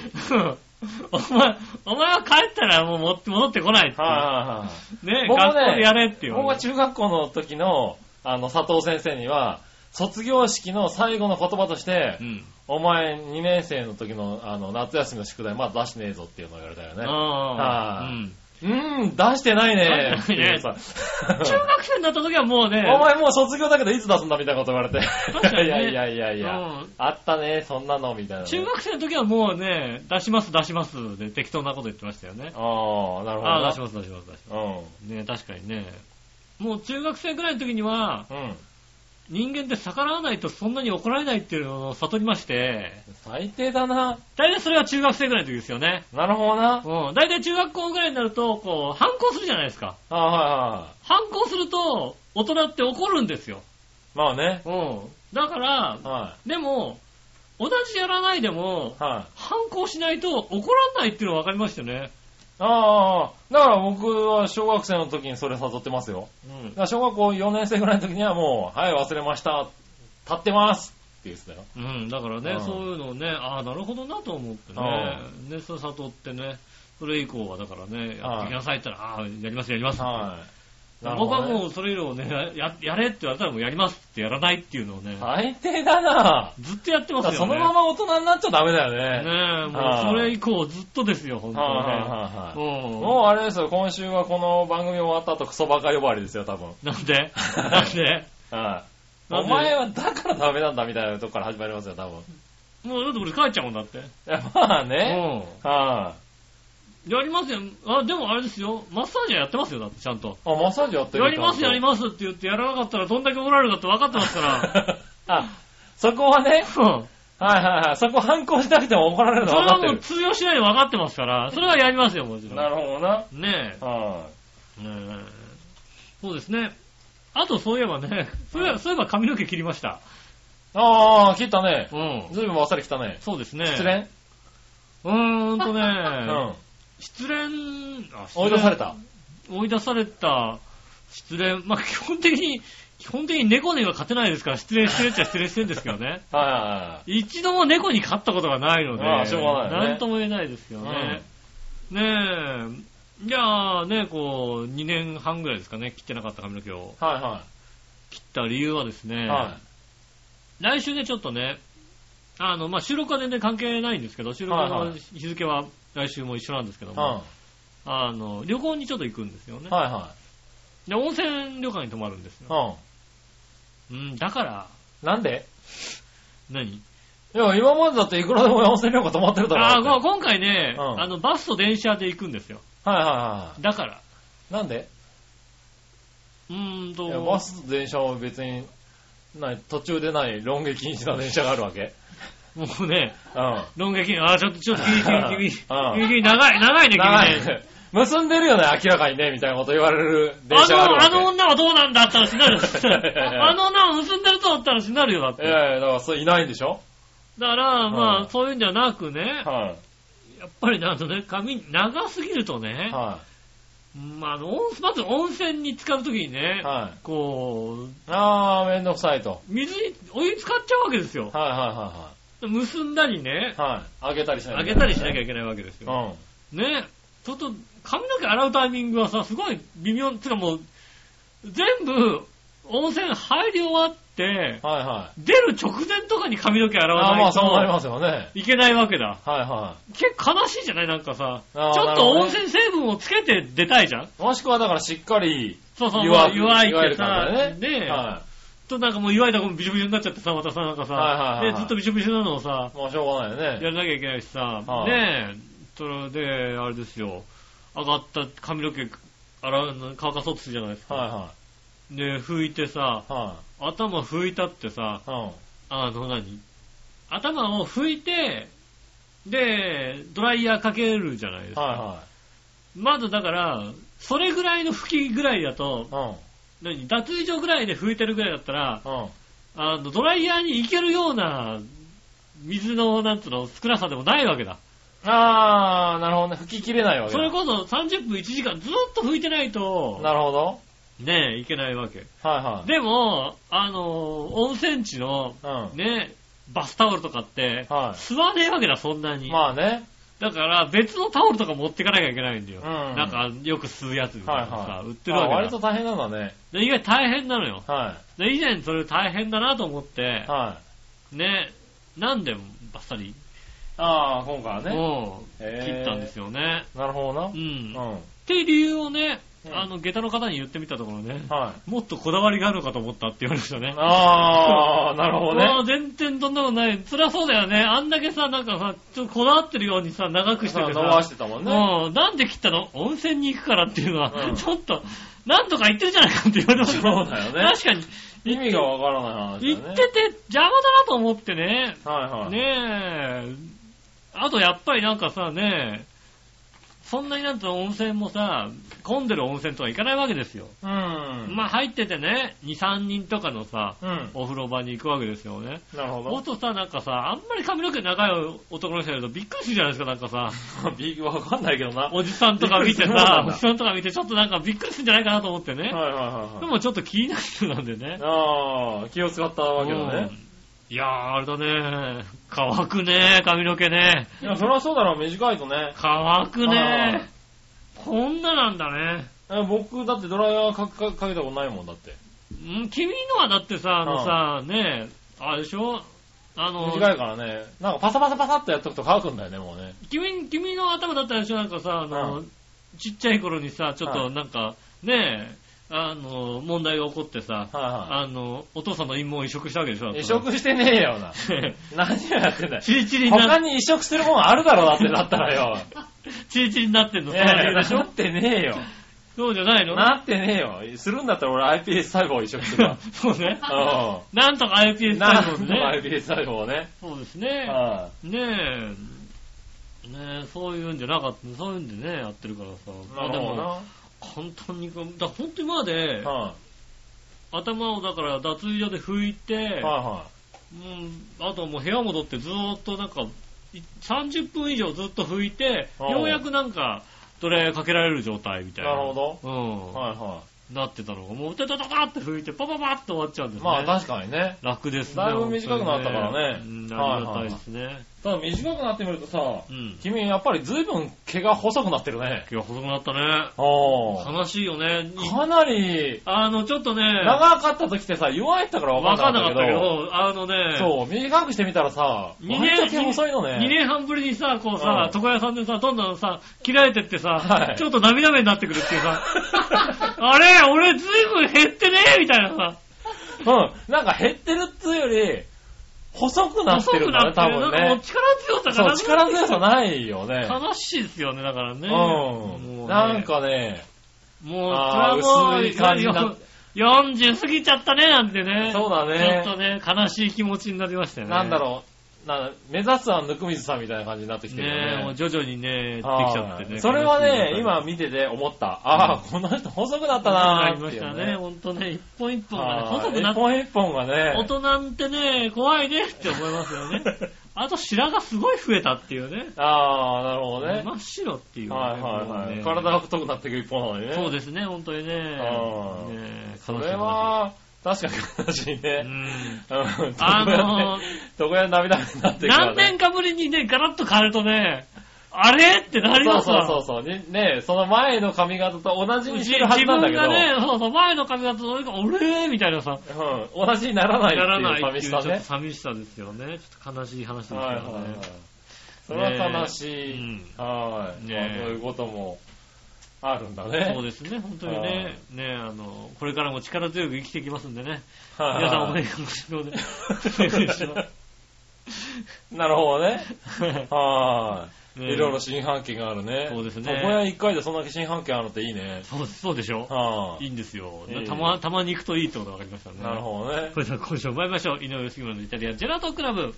B: お前、お前は帰ったらもう持って戻ってこないって。
C: は
B: ね、
C: 僕ね
B: 学校でやれって
C: いはいは
B: 言わ
C: い。僕は
B: れて。
C: 中学校の時の、あの、佐藤先生には、卒業式の最後の言葉として、
B: うん。
C: お前2年生の時の、あの、夏休みの宿題まだ出してねえぞっていうのを言われたよね。
B: あーうん
C: うーん、出してないね。
B: 出してないね
C: ってうさ
B: 中学生になった時はもうね、
C: お前もう卒業だけどいつ出すんだみたいなこと言われて。
B: 確かにね
C: いやいやいやいや、
B: うん
C: あったね、そんなの、みたいなね。
B: 中学生の時はもうね、出します出しますで適当なこと言ってましたよね。
C: ああ、なるほどな。
B: ああ、出します出します出しま
C: う
B: す。ね、確かにね。もう中学生ぐらいの時には、
C: ん。うん。
B: 人間って逆らわないとそんなに怒られないっていうのを悟りまして、
C: 最低だな。
B: 大体それは中学生ぐらいの時ですよね。
C: なるほどな。
B: うん。大体中学校ぐらいになると、こう、反抗するじゃないですか。
C: あはいはいはい。
B: 反抗すると、大人って怒るんですよ。
C: まあね。
B: うん。だから、
C: は
B: でも、同じやらないでも
C: い。、はい。
B: 反抗しないと怒らないっていうのは分かりましたよね。
C: ああ、だから僕は小学生の時にそれ誘ってますよ。
B: うん
C: だか。ら小学校4年生ぐらいの時にはもう、はい、忘れました。立ってますって言ってたよ。
B: うん、だからね
C: う、ん
B: そういうのをね、ああ、なるほどなと思ってね、ね、それ悟ってね、それ以降はだからね、やってきなさいって言ったら、ああ、やりますやります。
C: はい。
B: 僕はも
C: う、
B: うそれ以上ね、や、やれって言われたらもうやりますってやらないっていうのをね、
C: 最低だな。
B: ずっとやってま
C: だ
B: す
C: か
B: よ
C: ら
B: ね。
C: そのまま大人になっちゃダメだよね。
B: ねえ、もう
C: はい
B: それ以降ずっとですよ、本当
C: はいはいはいはい。
B: にね。うん。
C: もうあれですよ、今週はこの番組終わった後クソバカ呼ばわりですよ、多分。
B: なんで なんで
C: はい。
B: なん
C: お
B: で
C: 前はだからダメなんだみたいなとこから始まりますよ、多分。い
B: もうだって俺帰っちゃうもんだって。
C: や、まあ
B: う
C: ね。
B: ん。
C: はい。
B: やりますよ。あ、でもあれですよ。マッサージはやってますよ、だってちゃんと。
C: あ、マッサージやってる
B: やります、やりますって言ってやらなかったらどんだけ怒られるかって分かってます から。
C: あ、そこはね、
B: うん。
C: はいはいはい、そこ反抗しなくても怒られるの
B: それ
C: 分か
B: は
C: って
B: もう
C: る。
B: 通用しないで分かってますから、それはやりますよ、もちろん。
C: なるほどな。
B: ね
C: は
B: え。ねえそうですね。あとそういえばね、そういえばそういえば髪の毛切りました。
C: い。ああ、切ったね。
B: うん。
C: ずいぶんばっさり切ったね。
B: そうですね。
C: 失。恋
B: うーんとね、
C: うん。
B: 失恋、あ
C: 追い出され。た。
B: 追い出された、失恋。まあ、基本的に、基本的に猫には勝てないですから、失恋してるっちゃ失恋してるんですけどね。
C: はいは
B: 一度も猫に勝ったことがないので、
C: ああしょうがないよね
B: んとも言えないですよね。ねえ、じゃあね、こう、2年半ぐらいですかね、切ってなかった髪の毛を
C: いはい。は
B: 切った理由はですね、
C: いは
B: 来週ね、ちょっとね、あの、まあ、収録は全然関係ないんですけど、収録
C: はい
B: の
C: はい
B: 日付は来週も一緒なんですけど
C: い。
B: も、
C: は
B: あの、旅行にちょっと行くんですよね
C: い。は
B: で、温泉旅館に泊まるんです
C: い。
B: よ。
C: は
B: うん、だから、
C: い。なんで
B: 何
C: いや、今までだっていくらでも温泉旅館泊まってるだろ。
B: ああ、
C: だ
B: ご
C: って
B: 今回ね、
C: うん
B: あの、バスと電車で行くんですよ。
C: はいはいは
B: だから、
C: い。なんで
B: うーん
C: い
B: と、
C: やバスと電車は別に、ない、途中でない、ロン毛禁止な電車があるわけ。
B: もうね、
C: うん。
B: ロン毛金、ああ、ちょっと、ちょっと、君、君、君、
C: うん
B: 君、君、長い、長いね、
C: 長
B: 君ね。
C: い。結んでるよね、明らかにね、みたいなこと言われる 電
B: あ
C: 車がある
B: の、
C: わ
B: あ
C: け。
B: の女はどうなんだったらし なる
C: いやい。や
B: あの女を結んでると思ったらしなるよ、だっ
C: い
B: て。
C: やいや、だからそれいないんでしょ
B: だから、ま
C: う
B: あ、
C: ん
B: そういうんじゃなくね、
C: はい。
B: やっぱりなんとね、髪長すぎるとね、
C: は
B: まあ、あの温まず温泉に浸かるときにね、
C: い。はい。
B: こ
C: あー、めんどくさいと。
B: う、水に、お湯使っちゃうわけですよ。
C: はいは
B: 結んだりね
C: いはい、はい。はい。あげたりしなきゃ
B: あ
C: い
B: げ
C: け
B: た
C: ない
B: りしなきゃいけないわけですよ。
C: うん。
B: ね。ちょっと、髪の毛洗うタイミングはさ、すごい微妙、つうかもう、全部、温泉入り終わって、
C: はいはい。
B: 出る直前とかに髪の毛洗
C: あ
B: わ
C: ー、ま
B: な
C: あ
B: いと
C: そうなりますよね。
B: いけないわけだ。
C: はいは
B: 結構悲しいじゃないなんかさ、ち
C: あー
B: ょっと温
C: な
B: 泉成分をつけて出たいじゃん
C: い。もしくはだからしっかり、
B: そう そう、
C: 弱い
B: 弱いっ
C: 弱
B: て
C: い
B: さ
C: 感、じだね
B: ね
C: は
B: となんかもう弱いとこもびしょびしょになっちゃってさ、またさ、なんかさ、
C: はいはいはいはい
B: でずっとびしょびしょなのをさ、
C: い。もうしょうがないよ
B: や
C: ね。
B: らなきゃいけないしさ、
C: はい
B: ねえ、それで、あれですよ、上がった髪の毛洗うの、乾かそうとするじゃないですか。
C: は
B: で、拭いてさ、
C: いは
B: 頭拭いたってさ、
C: い。はい。
B: あの何頭を拭いて、で、ドライヤーかけるじゃないです
C: うん。
B: か。
C: は
B: まずだから、それぐらいの拭きぐらいだと
C: い、は
B: 何脱衣所ぐらいで拭いてるぐらいだったら、
C: い。うん。うん。
B: あの、ドライヤーに行けるような、水の、なんつうの、少なさでもないわけだ。
C: あー、なるほどね。吹き切れないわけ
B: そ
C: だ。
B: れこそ30分1時間ずっと拭いてないと、
C: なるほど。
B: ねえ、いけないわけ。
C: はいはい。
B: でも、あの、温泉地の、
C: う
B: ねえ、バスタオルとかって、
C: ん。は
B: 吸わねえわけだ、そんなに。
C: い。まあね。
B: だから、別のタオルとか持っていかなきゃいけないんだよ。
C: うん
B: なんか、よく吸うやつみたいなのさ、
C: はいはい
B: 売って
C: あ
B: るわけ
C: 割
B: だ
C: と。大変なんだね。
B: で意外と大変なのよ。
C: は
B: で以前それ大変だなと思って
C: い。、はい。
B: ねえ、なんでバッサリ、
C: ああ、今回はね。
B: うん切ったんです
C: よ。
B: よね。
C: なるほどな。
B: う。
C: うん
B: っ
C: ん。
B: ていう理由をね、
C: うん
B: あの、下駄の方に言ってみたところね、
C: はい。
B: もっとこだわりがあるのかと思ったって言われましたね。
C: ああ、なるほど
B: も
C: ね。
B: う全然そんなことない。辛そうだよね。あんだけさ、なんかさ、ちょっとこだわってるようにさ、長くして
C: さ
B: て
C: 伸
B: さ。
C: ばしてたもんね。は
B: うん。なんで切ったの温泉に行くからっていうのは、
C: うん
B: ちょっと、なんとか言ってるじゃないかって言われました。
C: そうだよね
B: 確かに。
C: 意味がわからない話
B: 行
C: だ
B: っ
C: ね。
B: てて邪魔だなと思ってね。
C: はいはい。
B: ねえ。あとやっぱりなんかさ、ねえ、そんなになんと温泉もさ、混んでる温泉とか行かないわけですよ。
C: うん。
B: まあ入っててね、2、3人とかのさ、
C: うん。
B: お風呂場に行くわけですよね。
C: なるほ
B: もっとさ、なんかさ、あんまり髪の毛長い男の人やるとびっくりするじゃないですか、なんかさ、
C: ど。ビーグわかんないけどな。はい
B: おじさんとか見て
C: びっくりするもんな
B: さ
C: ん、
B: お
C: だ
B: じさんとか見てちょっとなんかびっくりするんじゃないかなと思ってね。
C: はいはい。
B: でもちょっと気になる人なんでね。
C: ああ、気を使ったわけだね。
B: うんいやー、あれだね。乾くね、髪の毛ね。
C: いや、そりゃそうだろ、短いとね。
B: 乾く
C: は
B: ね
C: い。
B: こんななんだね。
C: え僕、だってドライヤーかかかけたことないもんだって。
B: うん君のはだってさ、あのさ、ねあれでしょあの、
C: 短いからね。なんかパサパサパサっとやっとくと乾くんだよね、もうね。
B: 君、君の頭だったらでしょなんかさ、あの、
C: う
B: ちっちゃい頃にさ、ちょっ
C: は
B: と
C: い
B: なんか、ねえ、あの、問題が起こってさ、
C: は
B: あの、お父さんの陰謀を移植したわけでしょだ
C: い
B: っ
C: はい。
B: て
C: 移植してねえよな。何をやってんだ よ。
B: チリチリにな
C: 他
B: っ
C: に移植するもんあるだろうだってなった らよ。
B: チリチリになってんの、
C: ね
B: その理
C: え、
B: 由でし
C: な
B: ょ
C: ってねえよ。
B: そうじゃないの
C: なってねえよ。するんだったら俺 iPS 細胞を移植するわ。
B: そうね。
C: う
B: なんとか iPS
C: ん。 な
B: 対応
C: ん
B: で
C: とも
B: ね。
C: iPS 細胞をね。
B: そうです
C: う
B: ね。
C: ん
B: ねえ。ねえ、そういうんじゃなかった。そういうんでね、やってるからさ。
C: なるほどな。
B: 簡単に、だから本当に今まで、
C: は
B: 頭をだから脱衣所で拭い
C: い
B: て、
C: は
B: うん、あともう部屋戻ってずーっとなんか、い30分以上ずっと拭いて、
C: ああ
B: ようやくなんか、ドライヤーかけられる状態みたいな。
C: なるほ
B: ど。
C: い。
B: うん。
C: はいは
B: なってたのが、もう、てたたたって拭いて、パパパって終わっちゃうんで
C: い。
B: すね。
C: まあ確かにね。
B: 楽ですね。
C: だいぶ短くなったからね
B: 本当にうんありがたいですね。
C: ただ短くなってみるとさ、
B: うん。
C: 君やっぱり随分毛が細くなってるね。
B: 今日細くなったね。
C: おー
B: 悲しいよね。い
C: かなり、
B: あの、ちょっとね、
C: 長かった時ってさ、弱いったから
B: わ
C: 分
B: か
C: か
B: ん
C: ん
B: な
C: な
B: か
C: か
B: っ
C: った
B: け
C: たけど。
B: ど、あのね、
C: そう、短くしてみたらさ、
B: 二
C: 二
B: 年
C: 年毛細いのね。
B: 2年半ぶりにさ、こうさ
C: う、ん
B: 床屋さんでさ、どんどんさ、切られてってさ、
C: はい
B: ちょっと涙目になってくるっていう さ、あれ俺ずいぶん減ってねみたいなさ、
C: うん。なんか減ってるっつうより、細くなってるんだね、多
B: な
C: 分
B: んかもう
C: ね。
B: 力強さ
C: そ
B: が
C: う、力強さないよね。
B: 悲しいですよね、だからね。もう
C: う。
B: んね
C: なん、かね、
B: もう、
C: あー
B: それはもう
C: 薄い感じになっ
B: 40過ぎちゃったね、なんてね。
C: そうだね
B: ちょっとね、悲しい気持ちになりましたよね。
C: なんだろう、な目指すはぬくみずさんみたいな感じになってきてるよ
B: ねえ、もう徐々にね、できちゃって
C: は
B: ね。
C: いそれは
B: 悲し、
C: ね
B: いな
C: 今見てて思った。ああ、この人細くなった
B: な
C: な
B: り
C: ーっ
B: ま
C: て
B: し
C: いう
B: たね。。ほんとね、一本一本がね、
C: はい
B: 細くなっ
C: 一本一本がね
B: 大、人ってね、怖いねって思いますよね。あと白髪すごい増えたっていうね。
C: ああ、なるほどね。
B: 真っ白っていうね、
C: はいはいはい。
B: もうね
C: 体が太くなってくる一方なのにね。
B: そうですね、本当にね。
C: あー
B: ね
C: それ、は、確かに悲しいうね。
B: ん。
C: うん
B: あのー、
C: 床屋涙目になっていくから
B: 何
C: ね
B: 年かぶりにね、ガラッと変わるとね、あれってなりますわ。
C: そうそうそうそう。ね、ねその前の髪型と同じに
B: 自
C: してるはず
B: 自
C: なん
B: 分
C: だけど、
B: がね、そうそう、前の髪型と俺が、俺みたいなさ、
C: うん、同じにならない
B: ならない
C: ってい
B: ってい
C: う寂し
B: うちょ
C: さ
B: っと
C: ね。
B: 寂しさですよね。ちょっと悲しい話ですよね。
C: はいはいはい。それは悲しい。
B: ねえ
C: はい。
B: ね
C: まあ
B: え
C: そういうこともあるんだ
B: そ
C: ね
B: う。ですね、本当にね。ねあの、これからも力強く生きていきますんでね。
C: はい
B: 皆さんお願いします ので。お願いします
C: なるほどね。はい。
B: ね
C: いろいろ新版権があるね。
B: そうですね
C: 床屋一回でそんだけ新版権あるっていいね。
B: そうそうでしょ
C: はい
B: いんですよ
C: ええ。
B: たま、たまに行くといいってことが分かりましたね。
C: なるほどね
B: そ。れでは今週も参りましょう。井上杉村のイタリアンジェラートクラブ。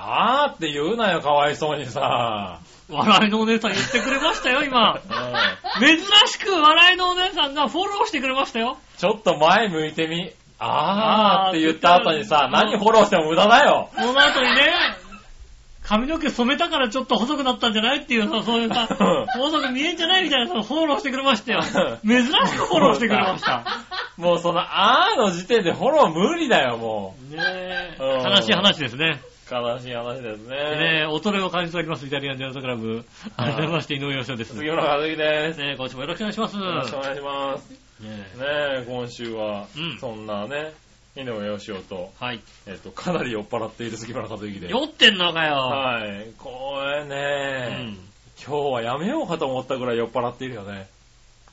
C: あーって言うなよ、かわいそうにさ。
B: 笑いのお姉さん言ってくれましたよ、 今。
C: うん
B: 珍しく笑いのお姉さんがフォローしてくれましたよ。
C: ちょっと前向いてみ。あーって言った後にさ
B: う、ん
C: 何フォローしても無駄だよ。
B: その後にね、髪の毛染めたからちょっと細くなったんじゃないっていうさ、そういうさ、
C: う
B: 細く見えんじゃないみたいなそのフォローしてくれま したよ。珍しくフォローしてくれました。
C: もうそのあーの時点でフォロー無理だよ、もう。
B: ねえ、
C: うん
B: 悲しい話ですね。
C: 悲しい話ですね。
B: ねえ、恐れを感じております、イタリアンジェラートクラブ。
C: はい
B: 改めまして、井上洋です。
C: 杉村和樹です。よ
B: ねえ、今週もよろしくお願いします。
C: ろしくお願いします。
B: ねえ
C: ねえ、今週は
B: うん、
C: そんなね、井上義雄と、
B: はい。
C: えっと、かなり酔っ払っている杉村和之で。
B: 酔ってんのかよ。
C: はい。これ
B: う
C: ね、
B: ん
C: 今日はやめようかと思ったぐらい酔っ払っているよね。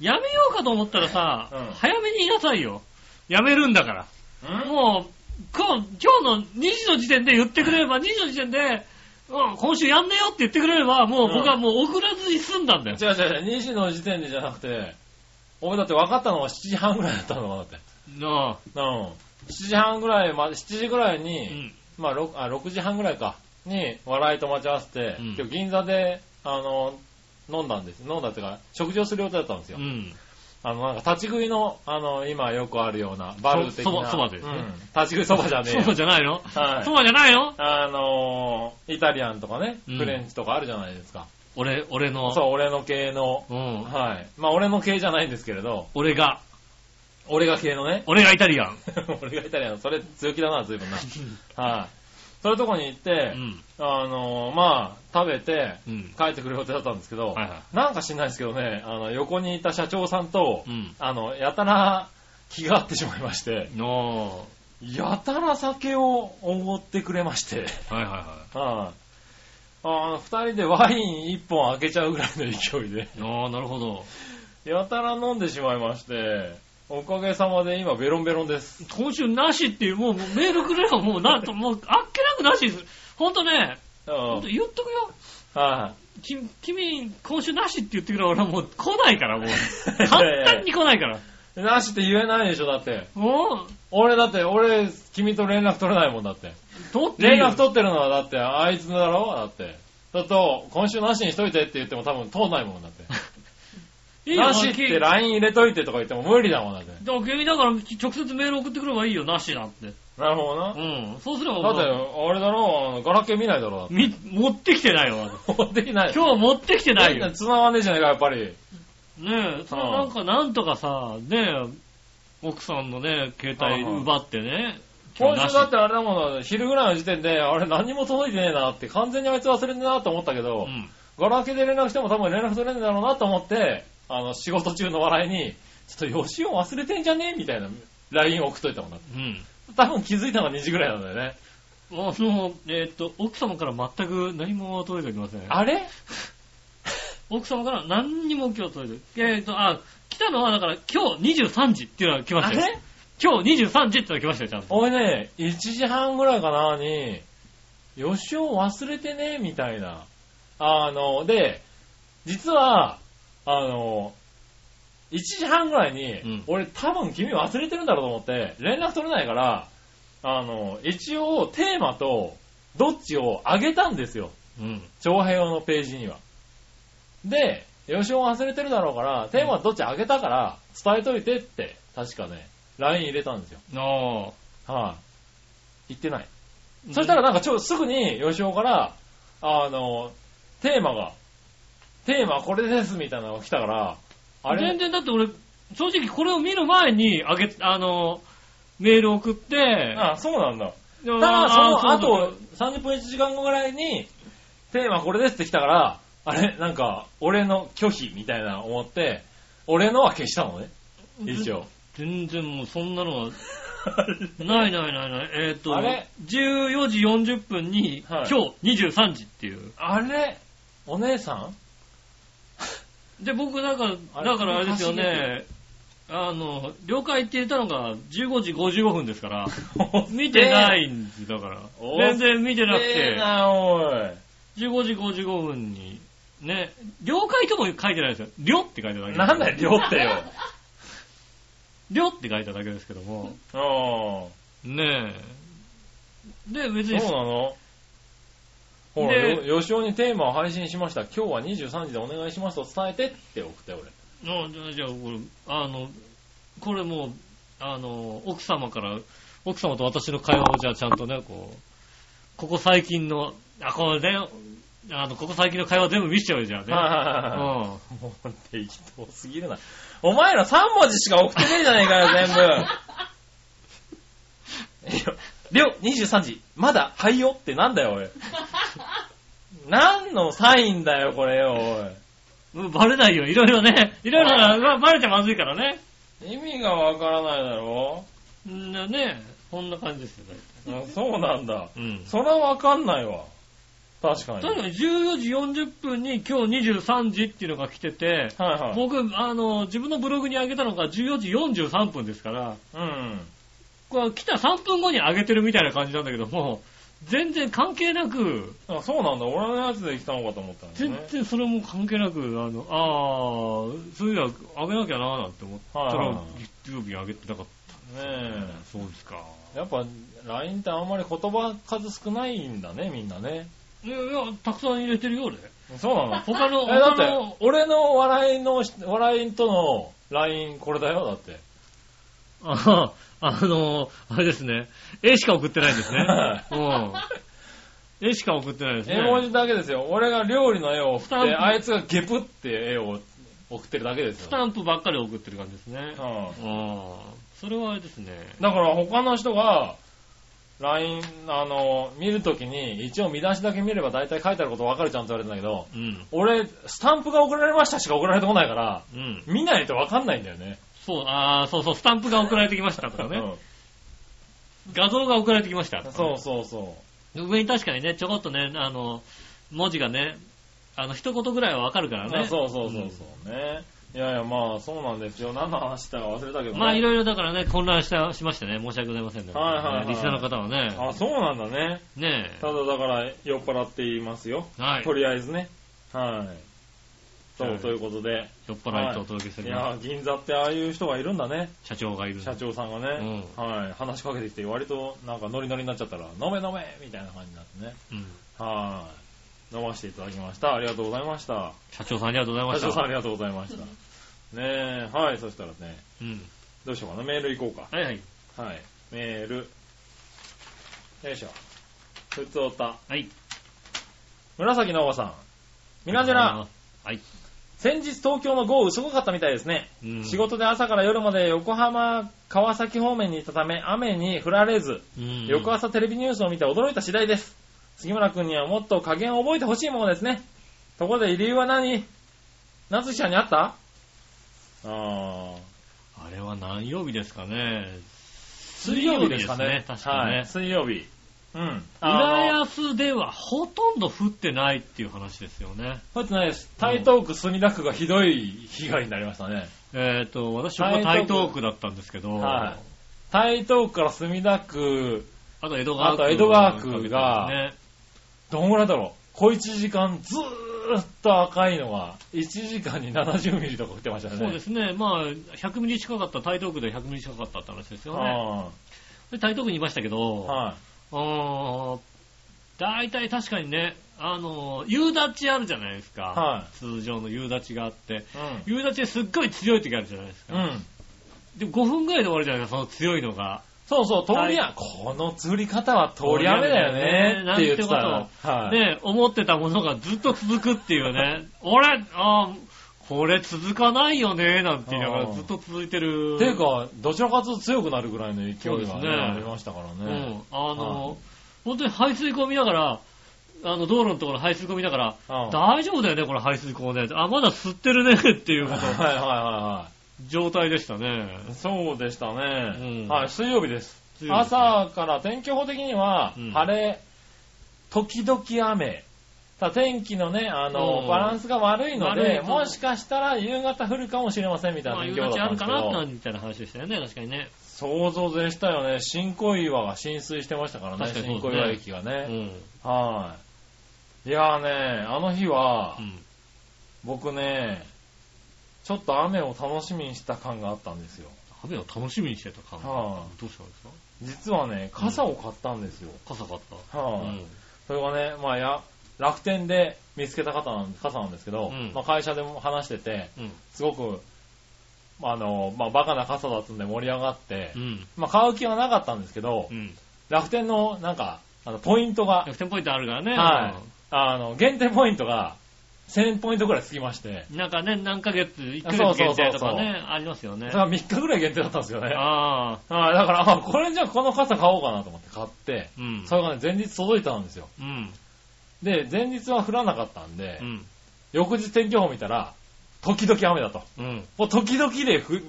B: やめようかと思ったらさ、
C: うん
B: 早めに言いなさいよ。やめるんだから。もう、今日、今日の2時の時点で言ってくれれば、2時の時点で、うん今週やんねえよって言ってくれれば、もう僕はもう送らずに済んだんだよ。
C: 違う違う違う、2時の時点でじゃなくて、俺だって分かったのが7時半ぐらいだったのかだって。
B: なあ
C: うん。7時半ぐらいまで、7時ぐらいうに、
B: ん。
C: まあ 6, あ6時半ぐらいか、に笑いと待ち合わせて、
B: うん
C: 今日銀座で、あの、飲んだんです。飲んだっていうか、食事をする予定だったんですよ。
B: うん。
C: あの、なんか立ち食いの、あの、今よくあるような、バル的な。
B: そそばそばですね
C: うん立ち食いそばじゃねえ
B: そう
C: よ。
B: じゃないの
C: はい
B: そうじゃないの
C: あのイタリアンとかね、
B: うん
C: フレンチとかあるじゃないですか。
B: 俺、俺の。
C: そう、俺の系の、
B: うん。
C: はい。まあ俺の系じゃないんですけれど、
B: 俺が、
C: 俺が系のね、
B: 俺がイタリアン。
C: 俺がイタリアン、それ強気だな、随分 な。はい。そういうとこに行って、
B: うん。
C: あのまあ、食べて、
B: うん。
C: 帰ってくる予定だったんですけど、
B: はいは
C: なんか知んないですけどね、あの、横にいた社長さんと、
B: い。うん。
C: あの、やたら気が合ってしまいまして、
B: の
C: やたら酒をおごってくれまして、
B: はいはいは
C: はいあの、二人でワイン一本開けちゃうぐらいの勢いで、
B: い。ああ、なるほど。
C: やたら飲んでしまいまして、おかげさまで今ベロンベロンです。
B: 今週なしっていう、もうもうメールくれよ、もう なんと、もうあっけなくなしです。ほんとね、
C: うん
B: ほんと言っとくよ。
C: は
B: き君、今週なしって言ってくれば俺はもう来ないから、 もう。簡単に来ないから。
C: い。なしって言えないでしょ、だって。
B: もう、
C: 俺だって、俺、君と連絡取れないもんだって。
B: 取っていい
C: 連
B: よ
C: 絡取ってるのはだって、あいつだろだって。だと、今週なしにしといてって言っても多分通んないもんだって。
B: いいよ
C: なしって
B: 君
C: LINE 入れといてとか言っても無理だもんだって。
B: でも君だから直接メール送ってくればいいよ、なしだって。
C: なるほどな。だ
B: うん。そうすれば
C: って、あれだろあのガラケー見ないだろだって。
B: み持ってきてないわ。
C: 持ってきない。
B: 今日持ってきてないよ。
C: 繋がんねえじゃねえか、やっぱり。
B: ねえ、それなんか、なんとかさ、ねえ、奥さんのね、携帯奪ってね、
C: 今週だってあれだもんな、昼ぐらいの時点で、あれ何も届いてねえなって、完全にあいつ忘れてんなと思ったけ
B: う
C: ど、
B: ん、
C: ガラケーで連絡しても多分連絡取れねえだろうなと思って、あの、仕事中の笑いに、ちょっと吉尾忘れてんじゃねえみたいな LINE 送っといたもんな。
B: うん。
C: 多分気づいたのが2時ぐらいなんだよね。
B: もう、その、えーっと、奥様から全く何も届いておりません。
C: あれ
B: 奥様から何にも今日届いてえーっと、あ、来たのはだから今日23時っていうのが来ま
C: あ
B: したよ
C: れ。
B: 今日23時ってのが来ましたよ、ちゃんと。
C: 俺ね、1時半ぐらいかなに、吉尾忘れてね、みたいな。あの、で、実は、あの、1時半ぐらいに、
B: うん
C: 俺多分君忘れてるんだろうと思って、連絡取れないから、あの、一応テーマと、どっちを上げたんですよ。
B: うん。
C: 長平用のページには。で、吉尾忘れてるだろうから、テーマどっち上げたから、伝えといてって、確かね、LINE 入れたんですよ。
B: ああ。
C: はい、言ってない。そしたらなんかちょ、すぐに吉尾から、あの、テーマが、テーマこれですみたいなのが来たから、あ
B: 全
C: れ
B: 然だって俺、正直これを見る前に、あげ、あの、メール送って、
C: あ、そうなんだ。
B: た
C: ただ、その後、30分1時間後ぐらいに、テーマこれですって来たから、あれなんか、俺の拒否みたいな思って、俺のは消したのね。一応。
B: 全然もうそんな のは、ないないないない。えっ、と
C: あれ、
B: 14時40分に、
C: はい
B: 今日23時っていう。
C: あれお姉さ ん
B: で、僕なんか、
C: あれ。
B: だからあれですよね、あの、了解って言ったのが15時55分ですから、見てないいんです、だから。
C: お
B: 全然見て
C: 見
B: なく
C: て
B: て、
C: な、おい。
B: 15時55分に、ね、了解とも書いてないですよ。了って書いてただけ。
C: なんだよ、量ってよ。
B: 了って書いただけですけども、
C: あ
B: ねえ。で、別
C: あ。
B: に
C: そうなのほら、
B: で
C: よ、吉尾にテーマを配信しました。今日は23時でお願いしますと伝えてって送って、俺。
B: あじゃあ、じゃあ、これ、あの、これもう、あの、奥様から、奥様と私の会話をじゃあちゃんとね、こう、ここ最近の、あ、これね、あの、ここ最近の会話全部見せちゃうよじゃあね。
C: はいは
B: うん。
C: い もう適当すぎるな。お前ら3文字しか送ってねえじゃねえかよ、全 部。りょ、りょ、23時、まだ、はいよってなんだよ、お い。何のサインだよ、これよ、
B: うんバレないよ、いろいろね。いろいろな、まあバレちゃまずいからね。
C: おい。意味がわからないだろ
B: んなね、こんな感じですよね。
C: あそうなんだ。
B: うん。
C: そらわかんないわ。確かに。
B: とにかく14時40分に今日23時っていうのが来てて、
C: はいはい。
B: 僕、あの、自分のブログに上げたのが14時43分ですから、
C: うん。
B: これ来た3分後に上げてるみたいな感じなんだけども、全然関係なく、
C: あそうなんだ。俺のやつで来たのかと思ったんだ
B: 全
C: ね。
B: 然それも関係なく、あの、あー、そういうの上げなきゃなーなんて思った
C: はい
B: ら
C: は、
B: 月曜日上げてなかっ
C: ね
B: た。そうですか。
C: え。やっぱ、LINE ってあんまり言葉数少ないんだね、みんなね。
B: いやいや、たくさん入れてるようで。
C: そうなの
B: 他の、
C: え、だ
B: 他
C: って
B: の、、
C: 俺の笑いのし、笑いとの LINE これだよ、だって。
B: ああの、あれですね。絵しか送ってないんですね
C: は。
B: うん。絵しか送ってないですね。
C: 絵文字だけですよ。俺が料理の絵を送っ
B: ス
C: て、
B: タンプ
C: あいつがゲプって絵を送ってるだけです
B: ス
C: よ。
B: タンプばっかり送ってる感じですね。あ
C: うん
B: あ。それはあれですね。
C: だから他の人が、LINE、あの、見るときに、一応見出しだけ見れば大体書いてあることわかるじゃんって言われたんだけど、
B: うん。
C: 俺、スタンプが送られましたしか送られてこないから、
B: うん。
C: 見ないとわかんないんだよね。
B: そう、ああ、そうそう、スタンプが送られてきましたとかね。画像が送られてきました
C: う
B: と
C: ん
B: かね、。
C: そうそうそう
B: 上に確かにね、ちょこっとね、あの、文字がね、あの、一言ぐらいはわかるから
C: う。
B: ね。
C: そうそうそうそうね。いやいや、まあ、そうなんですよ。何の話したか忘れたけどね。
B: まあ、いろいろだからね、混乱した、しましてね、申し訳ございませんね。
C: はいはいはい
B: リスナーの方はね。
C: あ、そうなんだね。
B: ね
C: ただだから酔っ払って言いますよ。
B: え。はい
C: と。りあえずね。はい。そ
B: は
C: う、
B: い
C: ということで。
B: 酔っ払いとお届けしてお
C: い
B: ります。
C: やー、銀座ってああいう人がいるんだね。
B: 社長がいる。
C: 社長さんがね。はい。話しかけてきて、割となんかノリノリになっちゃったら、飲め飲めみたいな感じになってね。
B: うん。
C: はい。飲ませていただきました。ありがとうございました。
B: 社長さんありがとうございま
C: 社
B: した。
C: 長さんありがとうございました。ねえ、はい。そしたらね、
B: うん。
C: どうしようかな。メール行こうか。
B: はいはい。
C: はい。メール。よいしょ。ふつおた。
B: はい。
C: 紫のおばさん。みなじら、。
B: はい。
C: 先日東京の豪雨すごかったみたいですね。
B: うん
C: 仕。事で朝から夜まで横浜、川崎方面にいたため、雨に降られず、
B: うん
C: 翌朝テレビニュースを見て驚いた次第です。杉村君にはもっと加減を覚えてほしいものですね。ところで理由は何夏希ちゃんにあったあー
B: あれは何曜日ですかね。
C: 水曜日ですかね。
B: 水曜日ですね確かね
C: はい、水曜日。うん。
B: 浦
C: あの
B: 安ではほとんど降ってないっていう話ですよね。
C: 降ってないです。台東区墨田区がひどい被害になりましたね。
B: えっ、と、私は
C: 台
B: 台
C: 東区
B: 東区だったんですけど、
C: はい台東区から墨田区、
B: あと江戸川区。
C: あと江戸川区が
B: ね、
C: どんぐらいだろう小1時間ずーっと赤いのが、1時間に70ミリとか降ってましたね。
B: そうですすね。まあ、100ミリ近かった、台東区で100ミリ近かったって話ですよね。
C: は
B: で台東区にいましたけ
C: い。
B: ど、
C: は
B: あー大体確かにね、あの、夕立ちあるじゃないですか。
C: は
B: 通常の夕立ちがあって。
C: う
B: 夕立ちですっごい強い時あるじゃないですか。
C: ん。うん。
B: で、5分ぐらいで終わるじゃないですか、その強いのが。
C: そうそう、通りや、この釣り方は通り雨だよねって言ってた
B: なん
C: ら
B: て。
C: はい。
B: ね、思ってたものがずっと続くっていうね。俺、あーこれ続かないよね、なんて言いなが
C: あ
B: ら
C: ー
B: ずっと続いてる。
C: っていう、か、どちらかというと強くなるぐらいの勢い
B: そ
C: が
B: う
C: ね
B: ですね
C: ありましたから
B: うん
C: ね。。
B: あの、
C: はい
B: 本当に排水口見ながら、あの、道路のところ排水口見ながら、
C: うん
B: 大丈夫だよね、これ排水口ね。あ、まだ吸ってるね、っていうこ
C: はい
B: と
C: はいはいは
B: 状態でしたね。
C: い。そうでしたね
B: うん
C: はい、水曜日です。
B: 強いですね
C: 朝から天気予報的には
B: うん、
C: 晴れ、時々雨。ただ天気のね、あ
B: う
C: の、
B: ん
C: バランスが悪いの
B: 悪い
C: で、
B: と
C: もしかしたら夕方降るかもしれませんみたい
B: ま
C: な
B: あ、夕
C: 天気予報
B: 立
C: だ
B: あ
C: ったん
B: るかなって
C: ですけど
B: なみたいな話でしたよね、確かにね。
C: 想像でしたよね。新小岩が浸水してましたからね、
B: 確かに
C: 新
B: そ
C: 小
B: うですね
C: 岩駅が
B: う
C: ね。
B: ん。
C: はい。いやーね、あの日は
B: う、ん。
C: 僕ね、ちょっと雨を楽しみにした感があったんですよ。
B: 雨を楽しみにしてた感
C: はあ
B: どうしたんですか
C: 実はね、傘を買ったんですよ。
B: 傘買った。
C: は
B: う
C: い
B: ん。
C: それがね、まあや、楽天で見つけた傘なん傘なんですけど、
B: うん
C: まあ会社でも話してて、
B: うん。
C: すごく、まああの、まあバカな傘だったんで盛り上がって、
B: うん。
C: まあ買う気はなかったんですけど、
B: うん。
C: 楽天のなんか、あの、ポイント が、
B: 楽天ポイントあるからね。
C: はいあの、限定ポイントが1000ポイントくらいつきまして、
B: なんかね、何ヶ月、1ヶ
C: そう
B: 月
C: そうそう
B: 限
C: そ
B: 定
C: う
B: とかね、ありますよね
C: だ。から3日くらい限定だったんですよね。
B: ああ、
C: はい、だから、あこれじゃあこの傘買おうかなと思って買って、
B: うん。
C: それがね、前日届いたんですよ。
B: うん。
C: で、前日は降らなかったんで、
B: うん。
C: 翌日天気予報見たら、時々雨だと。
B: うん。
C: もう時々でふ、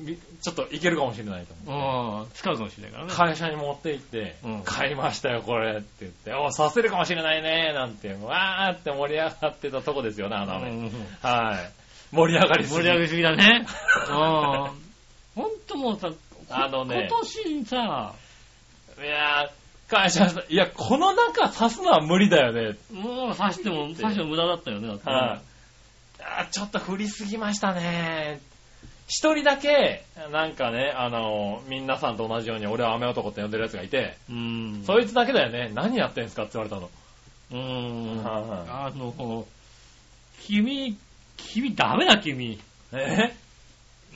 C: ちょっといけるかもしれないと思って。
B: うん。使うかもしれないからね。
C: 会社に持って行って、
B: うん
C: 買いましたよ、これって言って、お、させるかもしれないね、なんて、わーって盛り上がってたとこですよね、あの雨。
B: うん
C: はい。盛り上がりすぎ
B: 盛り上げすぎだね。 うん。ほんともうさ、
C: あのね
B: 今年さ、
C: いやー、感謝した。いや、この中刺すのは無理だよね。
B: もう刺しても、刺しても無駄だったよね、だってね
C: はい、あー。ちょっと振りすぎましたね。一人だけ、なんかね、あのー、みんなさんと同じように俺は雨男って呼んでるやつがいて、
B: うん。
C: そいつだけだよね、何やってんすかって言われたの。
B: うん。
C: はいはい
B: あの、君、君ダメだ、君。
C: え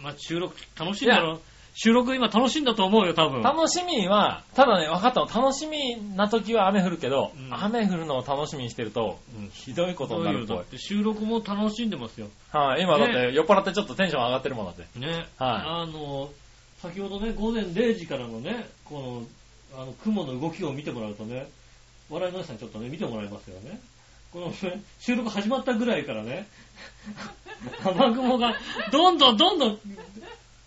B: まあ、収録、楽しいんだろ。収録今楽しいんだと思うよ、多分。
C: 楽しみは、ただね、分かったの、楽しみな時は雨降るけど、
B: うん
C: 雨降るのを楽しみにしてると、
B: うん
C: ひどいこと
B: そ
C: に
B: う
C: な
B: いうの
C: るっぽい。
B: だって収録も楽しんでますよ。
C: はい、今だって酔っ払ってちょっとテンション上がってるもんだって。
B: ね。あの、先ほどね、午前0時からのね、この、あの、雲の動きを見てもらうとね、笑いのさんにちょっとね、見てもらいますよね。このね、収録始まったぐらいから ね、雨雲が、どんどんどんどん、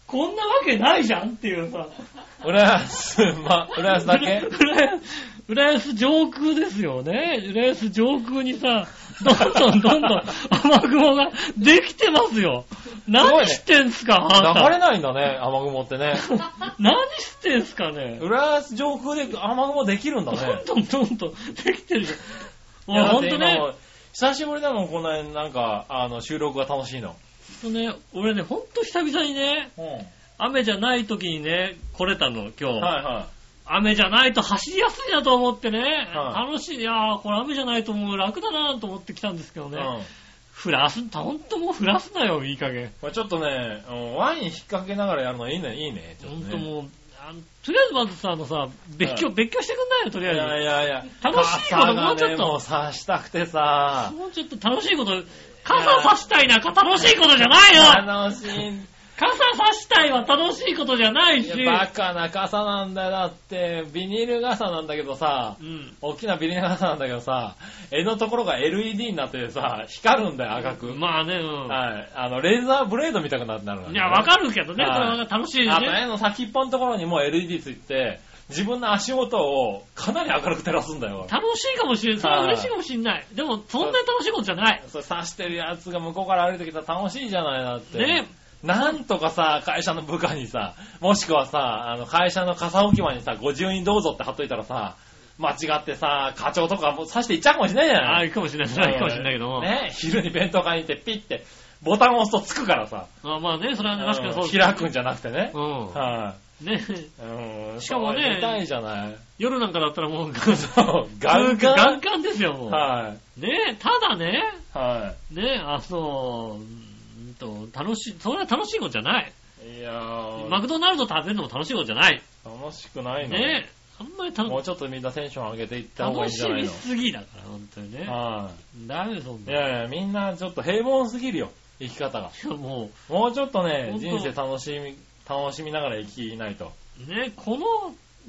B: こんなわけないじゃんっていうさ、
C: 浦安、ま、浦安 だけ
B: 浦安浦安上空ですよね。浦安上空にさ、どんどんどんどん雨雲ができてますよ。
C: ごい
B: 何
C: ね
B: してんすか、あな
C: 流
B: た
C: れないんだね、雨雲っ てね。
B: 何してんすかね。
C: 浦安上空で雨雲できるんだ
B: ど
C: ね
B: ん。どんどんどんできてるじゃん。
C: い
B: もう
C: や
B: ほんとね、
C: だって今久しぶりだもん、こんな、なんか、あの、収録が楽しいの。
B: ほんとね、俺ね、ほんと久々にね、
C: うん。はい
B: 雨じゃない時にね、来れたの、今日。
C: は
B: 雨じゃないと走りやすいなと思ってね、
C: はい
B: 楽しい。いやー、これ雨じゃないともう楽だなと思ってきたんですけど
C: い。
B: ね。
C: うん。
B: ふらす、ほんともうふらすなよ、いい加減。
C: これちょっとね、うんワイン引っ掛けながらやるのいいね、いいね。ちょっ
B: ほ
C: と
B: ん
C: ね
B: ともう、あのとりあえずまずさ、あのさ、別居、
C: は
B: 別居してくんないよ、とり
C: いや
B: あえ
C: いやいや。
B: 楽しいこと
C: 傘がね
B: もうちょっと
C: もう刺したくてさ
B: ず。。もうちょっと楽しいこと、傘差したいなんか楽しいことじゃないよ
C: 楽しい。
B: 傘差したいは楽しいことじゃないし。
C: いやバカな傘なんだよ、だって。ビニール傘なんだけどさ
B: う。ん。
C: 大きなビニール傘なんだけどさ、柄のところが LED になっててさ、光るんだよ、赤く。
B: まあね、う
C: はい。あの、レーザーブレードみたくなるなる、
B: ん。いや、わ
C: る
B: かるけどね、これ
C: はい
B: は楽しい
C: あと、
B: ね。
C: 絵の先っぽのところにもう LED ついて、自分の足元をかなり明るく照らすんだよ。
B: 楽しいかもしれん。それは嬉しいかもしれない。でも、そんなに楽しいことじゃない。
C: それ刺してるやつが向こうから歩いてきたら楽しいじゃないなって。
B: ね。
C: なんとかさ、会社の部下にさ、もしくはさ、あの、会社の傘置き場にさ、50人どうぞって貼っといたらさ、間違ってさ、課長とかもう刺していっちゃうかもしれないじゃ
B: ああ、
C: ない
B: いいかもしれない。それはいいかもしれないけども。
C: ね。昼に弁当買いに行ってピッて、ボタンを押すとつくからさ。
B: まあまあね、それは確かにそうです。
C: 開くんじゃなくてね。
B: うん。
C: は
B: ね、
C: うん。
B: しかもね
C: そう見たいじ ゃない。
B: 夜なんかだったら もう、
C: そう、ガンガ
B: ガン
C: ン。
B: ガンですよ、もう。
C: は
B: ねただね、
C: い。は
B: ねあの、うんと、楽しい、それは楽しいことじゃない。
C: い。いやー、
B: マクドナルド食べるのも楽しいことじゃない。
C: 楽しくないの
B: ねあんまり楽
C: もうちょっとみんなテンション上げていった方が
B: 楽
C: いいんじ
B: し
C: ゃない
B: み
C: の
B: すぎだから、本当にね。
C: は
B: ダメです、ほん
C: い。
B: と
C: い
B: に。い
C: やいや、みんなちょっと平凡すぎるよ、生き方が。
B: やも
C: もうちょっとね
B: 本、当
C: 人生楽しみ、楽しみながら生きないと。
B: う、ねこの、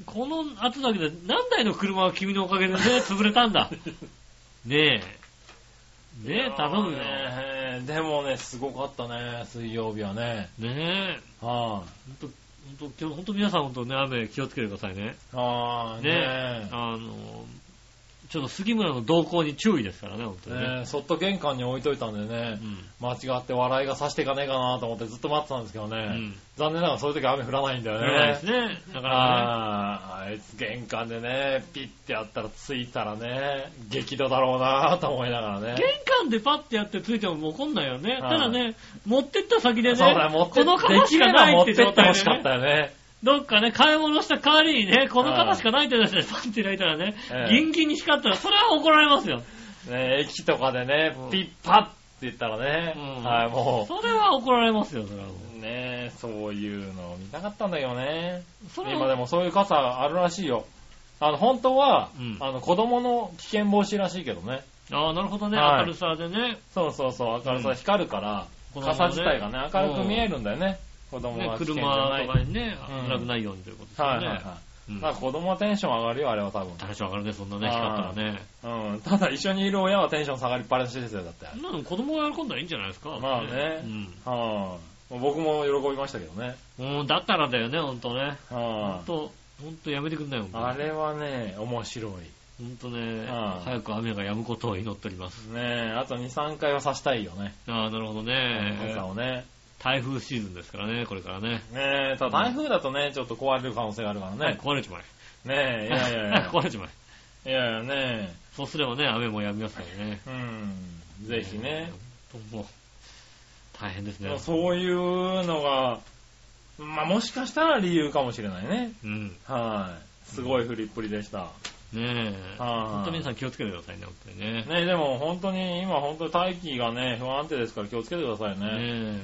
B: この後だけで何台の車は君のおか げでね、潰れたんだ。ねえ。ねえ、頼むよ。ね
C: ねでもね、すごかったね、水曜日はね。
B: え。
C: は
B: ほんと、ほんと、今日ほんと皆さんほんとね、雨気をつけてくださいね。
C: い。は
B: ね
C: い。
B: え
C: ね。
B: あの、ちょっと杉村の動向に注意ですからね、ほんと
C: え。
B: にね。
C: ねえ、そっと玄関に置いといたんでね
B: う、ん。
C: 間違って笑いがさしていかねえかなと思ってずっと待ってたんですけどね。
B: うん。
C: 残念ながらそういう時雨降らないんだよ
B: そうで
C: ね
B: す。ね。だからね。
C: あーあいつ玄関でね、ピッてやったら着いたらね、激怒だろうなと思いながらね。
B: 玄関でパッてやってついてももう怒んないよね。
C: は
B: た
C: い
B: だね、持ってった先でね、
C: そうだよ、持って
B: この方
C: で
B: し
C: き
B: か
C: れば
B: ない
C: 持
B: っ
C: って
B: て
C: って
B: 状
C: ほ
B: 態
C: し
B: で
C: かっ
B: ね
C: た。よね。
B: どっかね、買い物した代わりにね、この方しかないって出して、パッて開いたらね
C: え、え
B: ギンギンに光ったら、それは怒られますよ。
C: ね駅とかでね
B: うん、
C: ピッパッって言ったらね、
B: うん
C: はい、も
B: それは怒られますよ、それはも
C: う、ねそういうのを見たかったんだけどね。
B: う。それは
C: 今でもそういう傘あるらしいよ。あの、本当は、
B: うん
C: あの、子供の危険防止らしいけどね。
B: ああ、なるほどね、
C: はい
B: 明るさでね。
C: そうそうそう、明るさ
B: うん
C: 光るから、
B: 子供のね
C: 傘自体がね、明るく見えるんだよね。子供
B: ね
C: が危険じゃな
B: 車
C: い。
B: とかにね、
C: うん
B: 危なくないようにということです
C: はい
B: よ
C: はいはい。
B: ね。うん
C: だから子供はテンション上がるよ、あれは多分。
B: 大将上がるね、そんなね、光ったらね。
C: うん。ただ一緒にいる親はテンション下がりっぱなしですよ、だって。
B: そんなの子供が喜んだらいいんじゃないですか。
C: まあね
B: うん
C: はい、僕も喜びましたけどね。
B: もうだったらだよね、ほんとね。ほ
C: は
B: ん
C: い、
B: と、ほんとやめてくんないよ、ほんと
C: あ。れはね、面白い。
B: ほんとね、
C: はい
B: 早く雨が止むことを祈っております。
C: ねえ、あと2、3回は刺したいよね。
B: ああ、なるほどね
C: 傘。をね。
B: 台風シーズンですからね、これからね。
C: ねえ、ただ台風だとね、ちょっと壊れる可能性があるから
B: はい
C: ね。
B: 壊れちまえ。
C: ねえ、い やいやいや。
B: 壊れちまえ。
C: いやいやね
B: そうすればね、雨も止みますからね。
C: え。うん。ぜひね。。
B: もう、大変です
C: ま
B: ね
C: あ。そういうのが、まあもしかしたら理由かもしれないね。
B: うん。
C: はい。すごい振りっぷりでした。
B: ねえ。
C: はい
B: 本当皆さん気をつけてくださいね、本当にね。ね
C: ねえ、でも本当に今本当に大気がね、不安定ですから気をつけてくださいね。
B: え。
C: ね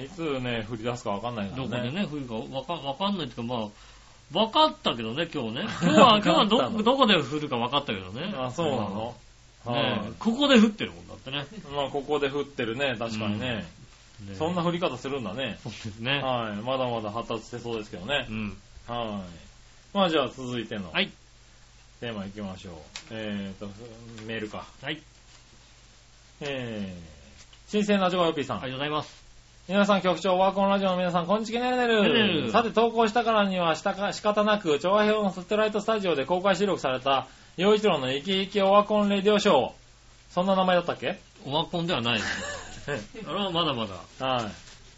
C: え、いつね、降り出すかわかんないから
B: ど
C: ね。
B: こでね、冬かわかわかんないっていうか、まあ、わかったけどね、今日 ね。今日は、今日は
C: わかった
B: ど
C: の
B: どこで降るかわかったけどね。
C: あ、そうなの、
B: うん
C: はい
B: ねえここで降ってるもんだってね。
C: まあ、ここで降ってるね、確かにね。
B: ね
C: そんな降り方するんだね。
B: そうですね。
C: はい。まだまだ発達してそうですけどね
B: う。ん。
C: はい。まあ、じゃあ続いての
B: はい。
C: テーマいきましょう。えーと、メールか。
B: はい。
C: えー、新鮮なジョコヨッピーさ
B: あ
C: ん。
B: りがとうございます。
C: 皆さん局長、ワーコンラジオの皆さん、こんにちは、ねるね
B: ねるね
C: る。
B: る
C: さて、投稿したからにはしたか仕方なく、調和表のサテライトスタジオで公開収録された、洋一郎のイキイキオワコンレディオショー。そんな名前だった っけ
B: オワコンではないです。あれはまだまだ。
C: はい。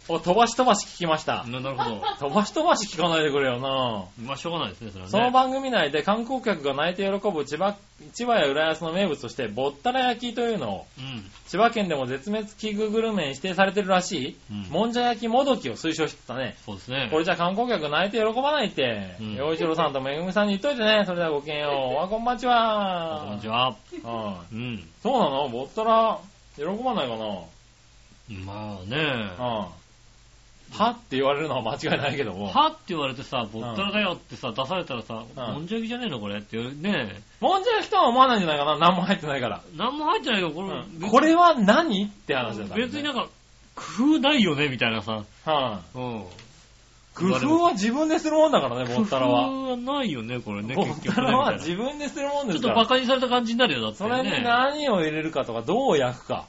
C: お、飛ばし飛ばし聞きました。
B: ななるほど。
C: 飛ばし飛ばし聞かないでくれよな
B: まあ、しょうがないですね、それはね。
C: その番組内で観光客が泣いて喜ぶ千葉、千葉や浦安の名物として、ぼったら焼きというのを、
B: うん。
C: 千葉県でも絶滅危惧グルメに指定されてるらしい、
B: うん
C: もんじゃ焼きもどきを推奨してたね。
B: そうですね。
C: これじゃ観光客泣いて喜ばないって
B: うん、
C: 洋、一郎さんとめぐみさんに言っといてね。それではごきげんよう。わ、こんばんちは。
B: こんにちは。
C: は
B: うん
C: い。。そうなのぼったら、喜ばないかな。
B: まあね。
C: うん。はって言われるのは間違いないけども。
B: はって言われてさ、ぼったらだよってさ、出されたらさ、もんじゃ焼きじゃねえのこれって言うね
C: もんじゃ焼きとは思わないんじゃないかな何も入ってないから。
B: え、なんも入ってないよ、これ。
C: うんこれは何って話だった、
B: 別になんか、工夫ないよね、みたいなさ。
C: は
B: うん。
C: い工夫は自分でするもんだからね、ぼったらは。
B: 工夫はないよね、これね、
C: ぼ
B: 結
C: っ
B: 局ね。
C: たらは
B: みたい
C: 自分でするもん
B: な
C: で
B: ちょっと
C: すから。
B: 馬鹿にされた感じになるよ、だって
C: そ
B: ね。
C: れに何を入れるかとか、どう焼くか。はい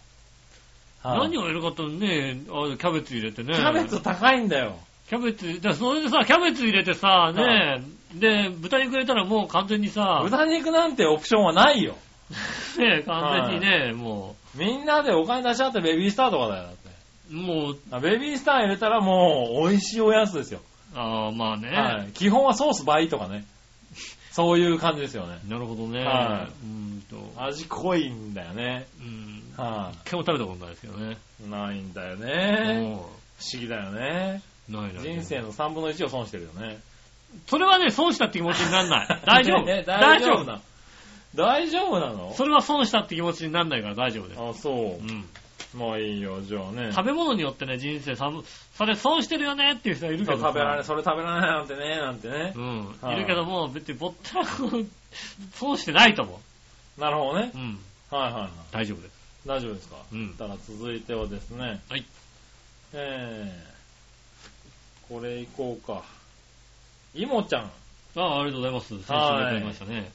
B: 何をやるかとね、あキャベツ入れてね。
C: キャベツ高いんだよ。
B: キャベツ、だそれでさ、キャベツ入れてさ、
C: は
B: ねで、豚肉入れたらもう完全にさ、
C: 豚肉なんてオプションはないよ。
B: ね完全にね、も
C: みんなでお金出し合ってベビースターとかだよ、だって。
B: う、もう、
C: あベビースター入れたらもう美味しいおやつですよ。
B: ああ、まあね。
C: はい。基本はソース倍とかね。そういう感じですよね。
B: なるほどね。
C: は
B: うーんと、
C: 味濃いんだよね。
B: うん。
C: は
B: 一回も食べたことないですけどね。
C: い。ないんだよね。
B: も
C: 不思議だよね。
B: うないない。
C: 人生の3分の1を損してるよね。
B: それはね、損したって気持ちになら ない。大丈夫。
C: ね
B: 大
C: 大
B: 丈
C: 丈
B: 夫
C: 夫な。大丈夫なの
B: それは損したって気持ちにならないから大丈夫です。
C: あ、そう
B: う。ん。
C: まあいいよ、じゃあね。
B: 食べ物によってね、人生さ、それ損してるよねっていう人はいるけどさ。
C: 食べられ、それ食べられないなんてね、なんてね
B: う。ん。
C: はい
B: いるけども、別にぼったく、損してないと思
C: なるほどね
B: う。。うん。
C: はいはいはい。
B: 大丈夫です。
C: 大丈夫ですか
B: うん
C: たら続いてはですね。
B: はい。
C: えー、これいこうか。いもちゃん、
B: ああ、ありがとうございます。先週もいただきましたね。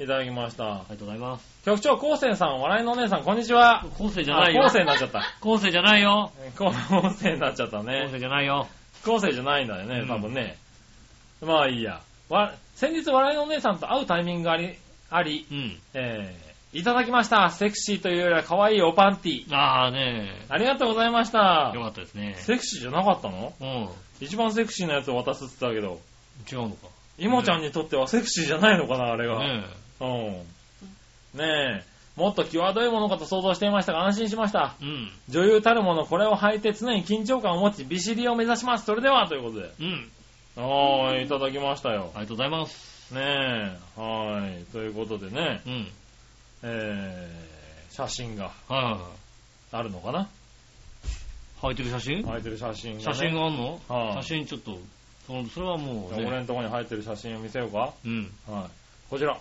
C: いただきました
B: あ。りがとうございます。
C: 局長、高生さん、笑いのお姉さん、こんにちは。
B: 後世じゃないよ。
C: あ生になっちゃった。
B: 後世じゃないよ。
C: えー高生になっちゃった
B: 後
C: ね。
B: 世じゃないよ。
C: 高生じゃないんだよね
B: う、ん
C: 多分ね。まあいいや。わ、先日笑いのお姉さんと会うタイミングがあり、あり、
B: うん。
C: えー、いただきました。セクシーというよりは可愛いおパンティ。
B: ああね
C: ありがとうございました
B: よ。かったですね。
C: セクシーじゃなかったの
B: うん。
C: 一番セクシーなやつを渡すって言ってたけど、
B: 違うのか。
C: イモちゃんにとってはセクシーじゃないのかな、あれが。
B: ね
C: うん。ねえ。もっと際どいものかと想像していましたが安心しました。
B: え。うん。
C: 女優たるものこれを履いて常に緊張感を持ち、ビシリを目指します。それでは、ということで。
B: うん。
C: ああ、いただきましたよ。
B: ありがとうございます。
C: ねえ。はい。ということでね、
B: うん。
C: えー、写真が
B: はいはいは。
C: あるのかない
B: 履いてる写真
C: 履いてる写真が、
B: 写
C: ね。
B: 真があんの
C: はい
B: 写真ちょっと、そのそれはもう
C: じゃあ俺
B: ね。
C: のとこに入ってる写真を見せようか。
B: うん。
C: はい。こちら。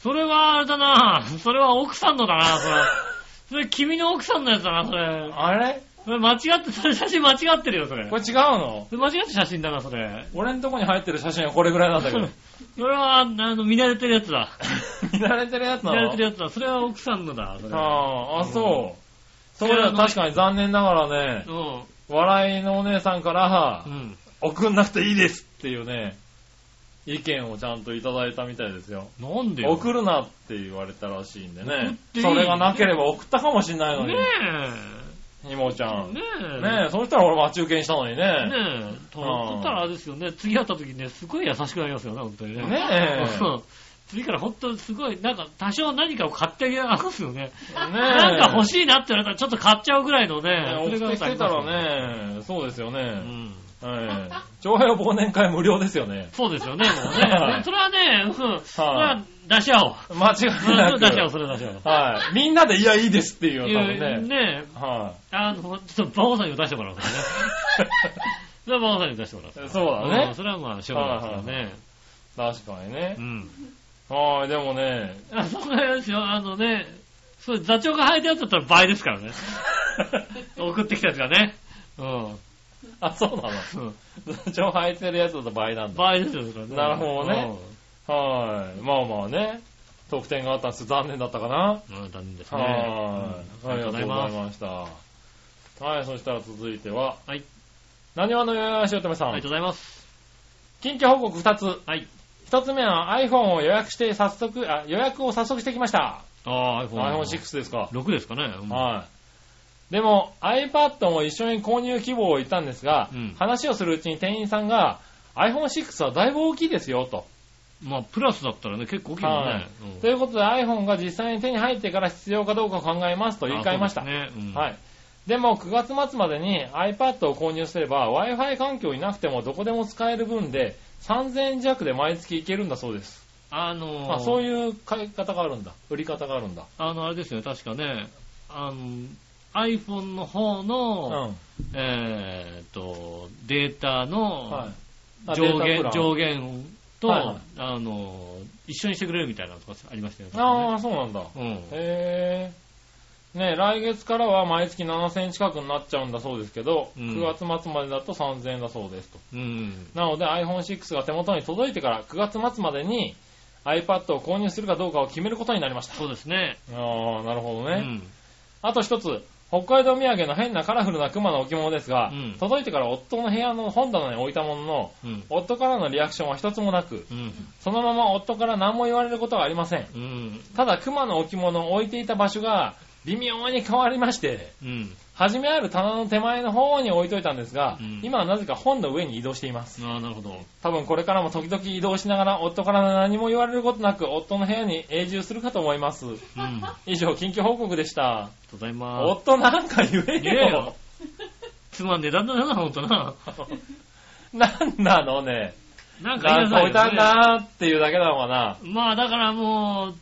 B: それはあれだなそれは奥さんのだなそれ。 それ君の奥さんのやつだな、それ。
C: あれ
B: それ間違って、それ写真間違ってるよ、それ。
C: これ違うの
B: それ間違って写真だな、それ。
C: 俺んとこに入ってる写真はこれぐらいなんだけど。
B: それは、あの、見慣れてるやつだ。
C: 見慣れてるやつ
B: 見
C: な
B: 慣れ
C: の
B: てるやつだ。それは奥さんのだ、それ。
C: あーあ、そう。そ
B: ん
C: れは確かに残念ながらね
B: う、ん。
C: 笑いのお姉さんから
B: う、ん。
C: 送んなくていいですっていうね、意見をちゃんといただいたみたいですよ。
B: なんでよ
C: 送るなって言われたらしいんで
B: 送っ
C: ね。
B: ていい
C: それがなければ送ったかもしんないの
B: ね
C: に、ひもちゃ
B: え。
C: ん。
B: ね
C: ね
B: え。
C: え、そうしたら俺待ち受けにしたのに
B: え。
C: ね。
B: ねえ。と思ったらあれですよね。次会った時ね、すごい優しくなりますよね、本当にね。
C: ねえ。
B: うん次から本当にすごい、なんか多少何かを買ってあげますよね。
C: ねえ。
B: なんか欲しいなって言われたらちょっと買っちゃうぐらいの
C: ね
B: ね。
C: 送ってき
B: ね。
C: てたらね、そうですよ
B: う
C: ね。
B: ん。
C: ええ長平忘年会無料ですよね。
B: そうですよね、もう
C: は
B: ね。
C: い
B: それはね、うん。それは出し合おう。
C: 間違い
B: う
C: な
B: ん
C: く。
B: 出し合おう、それは出し合おう。
C: はい。みんなで、いや、いいですっていう
B: い
C: よ、多
B: う
C: 分ね。
B: ね
C: は
B: あの、ちょっと馬王さんにも出してもらおう からね。それは馬王さんに出してもらおう。
C: い。そうだ
B: うん
C: ね。
B: それはまあ、しょうがないですよ
C: はい
B: ね。
C: 確かにね
B: う。ん。
C: はい、でもね、
B: あ、そこらですよ、あのね、そう、座長が履いたやつだったら倍ですから ね。送ってきたやつがね。うん。
C: あ、そうなの。 座長履いてるやつだと倍なんだ。
B: 倍ですよ、それはね
C: なるほどね。はい。まあまあね。得点があったんですけど残念だったかな。
B: うんうん、残念ですね。
C: は
B: う
C: い。
B: ん
C: あ
B: ありが
C: りが
B: とう
C: と
B: ござ
C: うござ
B: い
C: い
B: ます。
C: ました。はい、そしたら続いては、
B: はい。
C: なにわのよよよしおとめさ
B: ありが
C: ん
B: とう。ございます。
C: 近況報告2つ。
B: はい。
C: 1つ目は iPhone を予約して早速、あ、予約を早速してきました。
B: ああ、iPhone。
C: iPhone6 ですか。
B: 6ですかね。うん
C: はい。でも iPad も一緒に購入希望を言ったんですが、
B: うん
C: 話をするうちに店員さんが iPhone6 はだいぶ大きいですよと。
B: まあ、プラスだったらね、結構大きいもん
C: は
B: ね
C: い。ということで iPhone が実際に手に入ってから必要かどうかを考えますと
B: うん
C: 言い換えました。
B: あそうですね。うん
C: はい。でも9月末までに iPad を購入すれば Wi-Fi 環境いなくてもどこでも使える分で3000円弱で毎月いけるんだそうです。
B: あのー、
C: あ、そういう買い方があるんだ。売り方があるんだ。
B: あの、あれですよね、確かね、あの、iPhone の方の、
C: ん。
B: えーっと、データの
C: はいあ。
B: 上
C: デー
B: 限、
C: タプラン
B: 上限と、
C: はいはい
B: あの、一緒にしてくれるみたいなのとかありましたよね。
C: ああ、そうなんだ。
B: うん。
C: へえ。ね来月からは毎月7000円近くになっちゃうんだそうですけど、
B: うん
C: 9月末までだと3000円だそうですと。
B: うん。
C: なので iPhone6 が手元に届いてから9月末までに iPad を購入するかどうかを決めることになりました。
B: そうですね。
C: ああ、なるほどね。
B: うん。
C: あと一つ、北海道土産の変なカラフルな熊の置物ですが、
B: うん
C: 届いてから夫の部屋の本棚に置いたものの、
B: うん。
C: 夫からのリアクションは一つもなく、
B: うん。
C: そのまま夫から何も言われることはありません。
B: うん。
C: ただ、熊の置物を置いていた場所が微妙に変わりまして、
B: うん。
C: 初めある棚の手前の方に置いといたんですが、
B: うん
C: 今はなぜか本の上に移動しています。
B: ああ、なるほど。
C: 多分これからも時々移動しながら夫から何も言われることなく夫の部屋に永住するかと思います。
B: うん。ありが
C: 以上、緊急報告でした。
B: とうございます。
C: 夫なんか言えよ。
B: 言えよ つまんねえだんだな、ほんとな。
C: なんなのね。
B: なんか言いな
C: なんか
B: さ
C: 置
B: い
C: いた
B: よ、
C: ん
B: ね。
C: だーっていうだけなのかな。
B: まあだからも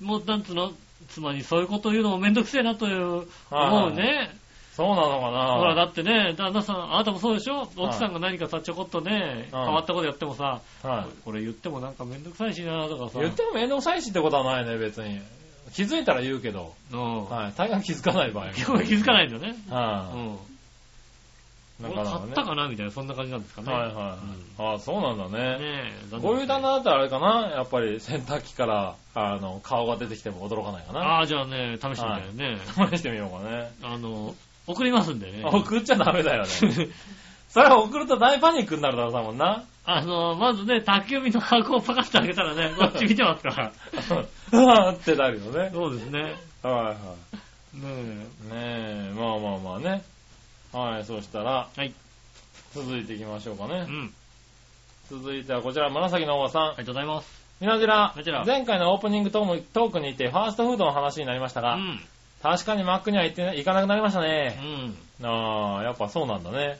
B: う、もうなんつうの、妻にそういうこと言うのもめんどくせえなという思うね。
C: そうなのかな。
B: ほら、だってね、旦那さん、あなたもそうでしょ奥さんが何かさ、ちょこっとね、変わったことやってもさ、
C: はい
B: これ言ってもなんかめんどくさいしなとかさ。
C: 言っても面倒くさいしってことはないね、別に。気づいたら言うけど。
B: うん。
C: はい。大概気づかない場合。
B: 結構気づかないんだよね。う
C: は
B: ん。
C: い。
B: 俺買ったかなみたいな、そんな感じなんですかね。
C: はいはい。ああ、そうなんだね。
B: ねえ、
C: こういう旦那だったらあれかなやっぱり洗濯機から、あの、顔が出てきても驚かないかな。
B: ああ、じゃあね、試してみたいよね。
C: 試してみようかね。
B: あの、送りますんでね。
C: 送っちゃダメだよね。 それ送ると大パニックになるだろうだもんな。
B: あの、まずね、宅急便の箱をパカッと開けたら ね、こっち見てますから。
C: うわーってなるよね。
B: そうですね。
C: はいは
B: ねえ。
C: い。ねえ、まあまあまあね。はい、そしたら、
B: はい。
C: 続いていきましょうか
B: う
C: ね。
B: ん。
C: 続いてはこちら、紫のおばさん
B: あ。りがとうございます。
C: みなじら
B: みなじら、
C: 前回のオープニングトークトークにてファーストフードの話になりました
B: う
C: が、
B: ん。
C: 確かにマックには行ってな行かなくなりました
B: う
C: ね。
B: ん。
C: ああ、やっぱそうなんだね。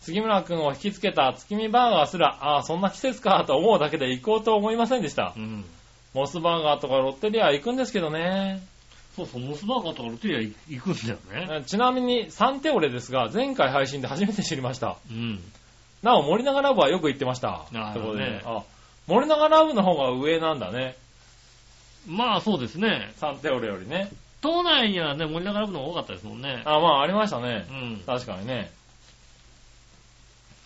C: 杉村くんを引きつけた月見バーガーすら、ああ、そんな季節かと思うだけで行こうと思いませんでした
B: う。ん。
C: モスバーガーとかロッテリア行くんですけどね。
B: そうそう、モスバーガーとかロテリア行くんだよね。
C: ちなみに、サンテオレですが、前回配信で初めて知りました。
B: うん。
C: なお、森永ラブはよく行ってました。
B: なるほどね
C: ってことであ森永ラブの方が上なんだね。
B: まあそうですね。
C: サンテオレよりね。
B: 島内にはね、森永ラブの方が多かったですもんね。
C: あ、まあ、ありましたね
B: う。ん。
C: 確かにね。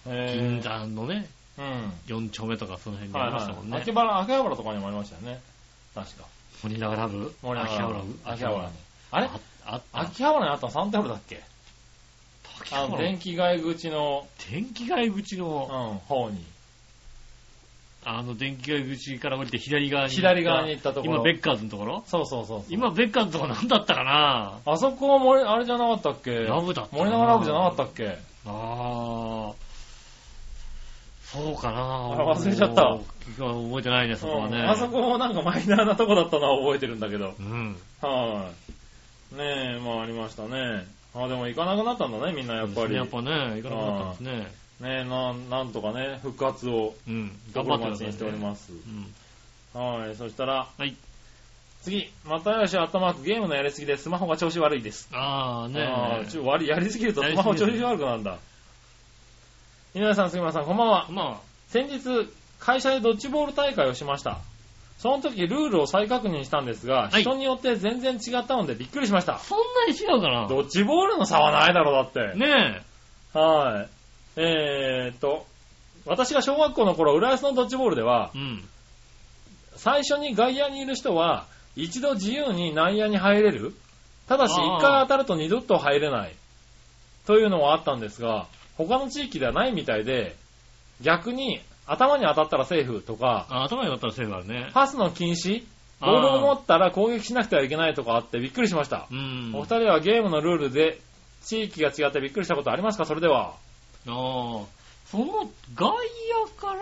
C: えー
B: 銀。座のね、
C: うん。
B: 4丁目とかその辺にあ
C: はい
B: りました
C: は
B: もん
C: い。
B: ね。
C: 秋葉原、秋葉原とかにもありましたよね。確か。
B: 森永ラブ
C: 森永
B: 秋葉原
C: 秋葉原に。あ
B: あ
C: れ
B: ああった。
C: 秋葉原にあったのサンテオレだっけ
B: 秋
C: あ
B: 葉
C: の、
B: 原
C: 電気街口の、
B: 電気街口
C: うん、
B: の、
C: 方に。
B: あの、電気街口から降りて左側に。
C: 左側に行ったところ
B: 今、ベッカーズのところ
C: そうそうそうそう。
B: 今、ベッカーズのところ何だったかな
C: あそこは森、あれじゃなかったっけ
B: ラブだったな
C: 森永ラブじゃなかったっけ
B: あー。そうかな
C: あ忘れちゃった
B: もう結局は覚えてないね、そこはね。
C: うんあそこもなんかマイナーなとこだったのは覚えてるんだけど。
B: うん。
C: はい。ねえ、まあありましたね。あ、でも行かなくなったんだね、みんなやっぱり。
B: やっぱね、行かなかったんですね。
C: ねえ、なん、なんとかね、復活を
B: うん。
C: 頑
B: 頑
C: 張
B: 張
C: っ
B: っててほ
C: ほし
B: し
C: い
B: いですす
C: でね
B: ね
C: しております。
B: うん。
C: はい、そしたら、
B: はい。
C: 次、又吉頭くゲームのやりすぎでスマホが調子悪いです。
B: あー
C: あ
B: ね
C: ーちょ割りやりすぎるとスマホ調子悪くなるんだ。皆さん、杉村さん、こんばんは。
B: ま
C: 先日、会社でドッジボール大会をしました。その時、ルールを再確認したんですが、
B: はい
C: 人によって全然違ったのでびっくりしました
B: あ、。そんなに違うかな
C: ドッジボールの差はないだろ、だって。
B: ね
C: はい。えーっと、私が小学校の頃、浦安のドッジボールでは、
B: え。うん。
C: 最初に外野にいる人は、一度自由に内野に入れる。ただし、
B: あー
C: 一回当たると二度と入れない。というのはあったんですが、他の地域ではないみたいで、逆に頭に当たったらセーフとか、
B: あ頭に当たらセーフあるね。
C: パスの禁止ボールを持ったら攻撃しなくてはいけないとかあってびっくりしました。
B: うん。
C: お二人はゲームのルールで地域が違ってびっくりしたことありますかそれでは。
B: ああ、その外野から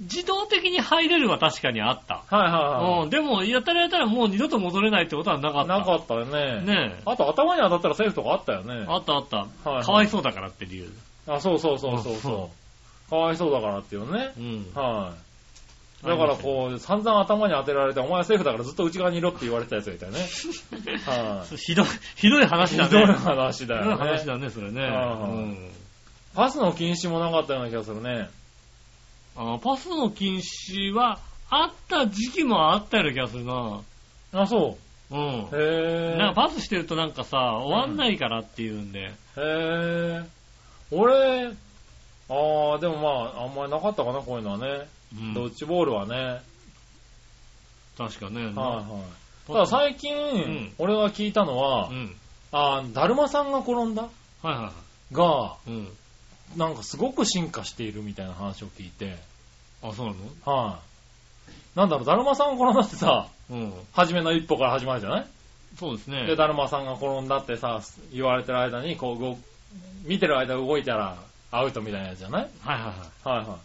B: 自動的に入れるは確かにあった。
C: はいは
B: うん、でも、やたらやたらもう二度と戻れないってことはなか
C: いは
B: っ
C: い。
B: た。
C: なかったよね。
B: ねえ
C: あと頭に当たったらセーフとかあったよね。
B: あったあった、
C: はいはい
B: かわいそうだからって理由。
C: あ、そうそうそうそう
B: うん
C: そう。かわいそうだからっていうね。
B: うん。
C: はい。だからこう、散々頭に当てられて、お前はセーフだからずっと内側にいろって言われてたやつがいたよね。はい。
B: ひどい、ひどい話
C: ひ
B: だね。
C: どい話だ
B: ひ
C: よ
B: どい
C: ね。
B: 話だね、それね。
C: はいはい
B: うん
C: パスの禁止もなかったような気がするね。
B: あーパスの禁止はあった時期もあったような気がするな。
C: あ、そうう。へ
B: ん。
C: ー。
B: なんかパスしてるとなんかさ、終わんないからっていうんで。
C: へえ。俺、ああ、でもまあ、あんまりなかったかな、こういうのはね。
B: うん
C: ドッジボールはね。
B: 確かね。
C: はいはい。ただ最近、
B: ん
C: 俺が聞いたのは、
B: うん。
C: あーだるまさんが転んだ
B: はいは
C: が、
B: い。うん。
C: なんかすごく進化しているみたいな話を聞いて、
B: あ、そうなの
C: はい。なんだろう、だるまさんが転んだってさ、
B: うん。
C: 初めの一歩から始まるじゃない
B: そうですね。
C: で、だるまさんが転んだってさ、言われてる間に、こう動、見てる間動いたらアウトみたいなやつじゃない
B: はいは
C: はいは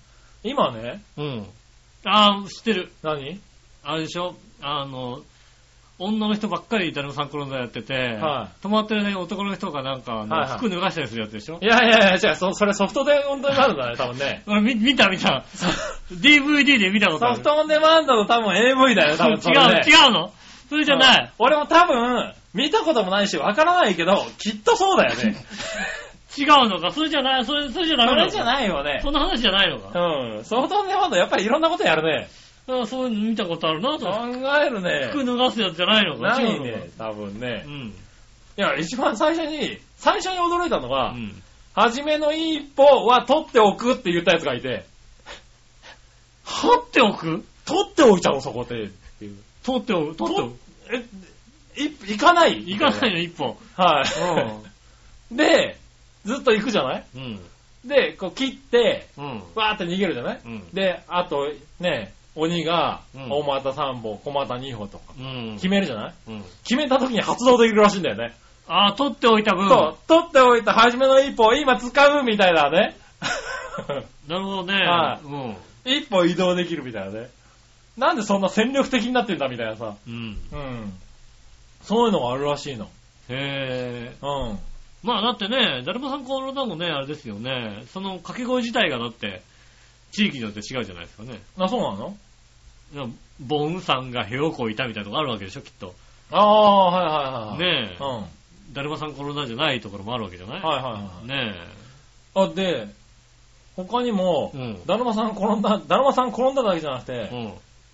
C: い。今ね、
B: いはい。うん。ああ、知ってる。
C: 何
B: あれでしょあの、女の人ばっかり誰もサンコロの座やってて、
C: は
B: 泊まってるね、男の人がなんかあの、
C: はいはい
B: 服脱がしたりするやつでしょ
C: いやいやいや、違う、そそれソフトでオンデマンドだね、多分 ね。
B: 俺見見た見た。DVD で見たことある。
C: ソフトオンデマンドの多分 AV だよ、多分そ
B: 違
C: れね、
B: う、違うのそれじゃな
C: うん
B: い。
C: 俺も多分、見たこともないし、わからないけど、きっとそうだよね。
B: 違うのかそれじゃない、それ、それじゃダメ
C: そ
B: な
C: れ
B: の
C: じゃ
B: か
C: ない よね
B: そ。んな話じゃないのか
C: うん。ソフトオンデマンド、やっぱりいろんなことやるね。
B: うんそういうの見たことあるなと
C: 考
B: 思って。
C: えるね。
B: 服脱がすやつじゃないのか
C: な
B: 違う
C: い
B: のか
C: ね、多分ね
B: う。ん。
C: いや、一番最初に、最初に驚いたの
B: う
C: は、
B: ん。
C: 初めの一歩は取っておくって言ったやつがいて、
B: 取っておく
C: 取っておいたの、そこで。っていう
B: 取っておく、取っておく。
C: え、い、行かない
B: 行かないの、一歩。
C: はい。で、ずっと行くじゃない
B: うん。うん。
C: で、こう切って、
B: うん。
C: わーって逃げるじゃない
B: うん。
C: で、あと、ね、鬼が、
B: うん
C: 大股3歩、小股2歩とか、
B: うん。
C: 決めるじゃない
B: うん。
C: 決めた時に発動できるらしいんだよね。
B: ああ、取っておいた分。
C: そう、取っておいた初めの一歩を今掴むみたいな ね。
B: なるほどね。
C: は
B: うん。
C: 一歩移動できるみたいなね。なんでそんな戦力的になってんだみたいなさ。
B: うん。
C: うん。そういうのがあるらしいの。
B: へえ。
C: うん。
B: まあだってね、だるまさんこの歌もね、あれですよね。その掛け声自体がだって、地域によって違うじゃないですかね。
C: あ、そうなの
B: ボンさんがへをこいたみたいなとこあるわけでしょ、きっと。
C: ああ、はいはいはいはい。
B: ね
C: うん。
B: え。
C: は
B: だるまさんこの歌じゃないところもあるわけじゃない
C: いはいはい。
B: ね
C: あ、で、他にも
B: え。う、ん。
C: だるまさん転んだ、だるまさん転んだだけじゃなく
B: う
C: て、
B: ん。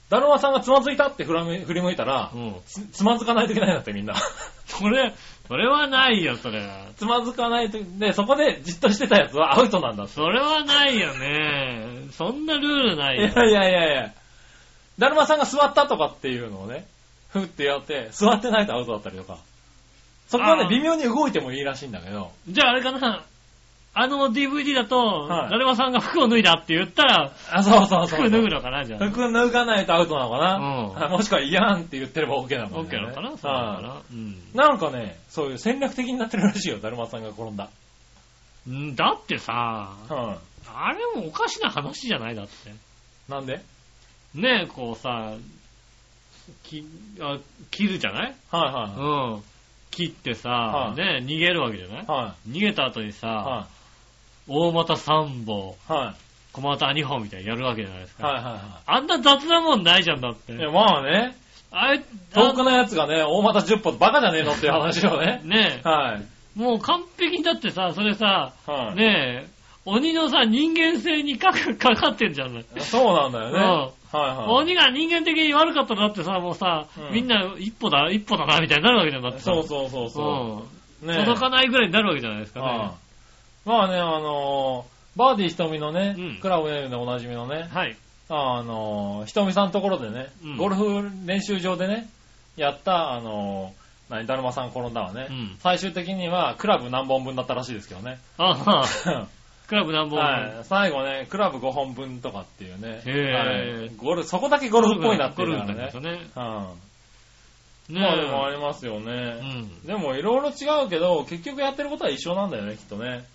C: だるまさんがつまずいたって振らめ振り向いたら、
B: うん。
C: つつまずかないといけないんだってみんな。
B: それ、それはないよ、それ。
C: つまずかないと、で、そこでじっとしてたやつはアウトなんだって。
B: それはないよね。そんなルールない
C: い
B: よ。
C: やいやいやいや。だるまさんが座ったとかっていうのをね、ふってやって、座ってないとアウトだったりとか。そこは
B: あ
C: ね、
B: ー
C: 微妙に動いてもいいらしいんだけど。
B: じゃああれかな。あの DVD だと、
C: はい
B: だるまさんが服を脱いだって言ったら、
C: あ、そうそうそう。
B: 服脱ぐのかな、じゃあ。
C: 服脱がないとアウトなのか
B: うん
C: な、あもしくは嫌んって言ってれば OK なのかな、
B: オッケーなのかなそうなのかなうん
C: な。なんかね、そういう戦略的になってるらしいよ、だるまさんが転んだ。
B: うん。だってさ、
C: うん。
B: あれもおかしな話じゃないだって。
C: なんで
B: ねえ、こうさ、きあ切るじゃない
C: はいうは
B: ん。切ってさ、
C: はい
B: ねえ逃げるわけじゃない
C: い。は
B: 逃げた後にさ、
C: い。は
B: 大股三本、
C: い。はい。
B: 小股二本みたいにやるわけじゃないですか。
C: はいは
B: あんな雑なもんないじゃんだっ
C: いはい。いや、
B: て。
C: まあね、
B: あれ、
C: 遠くのやつがね、大股10歩バカじゃねえのっていう話を
B: あ
C: ね。
B: ね
C: はい。
B: え、もう完璧にだってさ、それさ、
C: はい。
B: ねえ、鬼のさ、人間性にかか かかってんじゃん。
C: そうなんだよね。
B: うん
C: はいはい。
B: 鬼が人間的に悪かったらだってさ、もうさ、
C: うん
B: みんな一歩だ、一歩だな、みたいになるわけじゃん、だってさ。
C: そうそうそうそうう。
B: ん届か
C: ね
B: ないぐらいになるわけじゃないです
C: え
B: かね。
C: うんまあね、あのー、バーディーひとみのね、
B: うん
C: クラブネームでおなじみのね、
B: はい。
C: あのー、ひとみさんのところでね、
B: うん
C: ゴルフ練習場でね、やった、あのー、何、だるまさん転んだわね、
B: うん
C: 最終的にはクラブ何本分だったらしいですけどね。
B: ああ、クラブ何本
C: はい、最後ね、クラブ5本分とかっていうね、
B: へー
C: はいゴルフそこだけゴルフっぽいなって
B: ゴ
C: いう
B: ル
C: か
B: フ
C: ら
B: にな
C: ね
B: って。ね。
C: うん
B: ね
C: まあでもありますよ
B: え。う
C: ね。
B: ん。
C: でもいろいろ違うけど、結局やってることは一緒なんだよね、きっとね。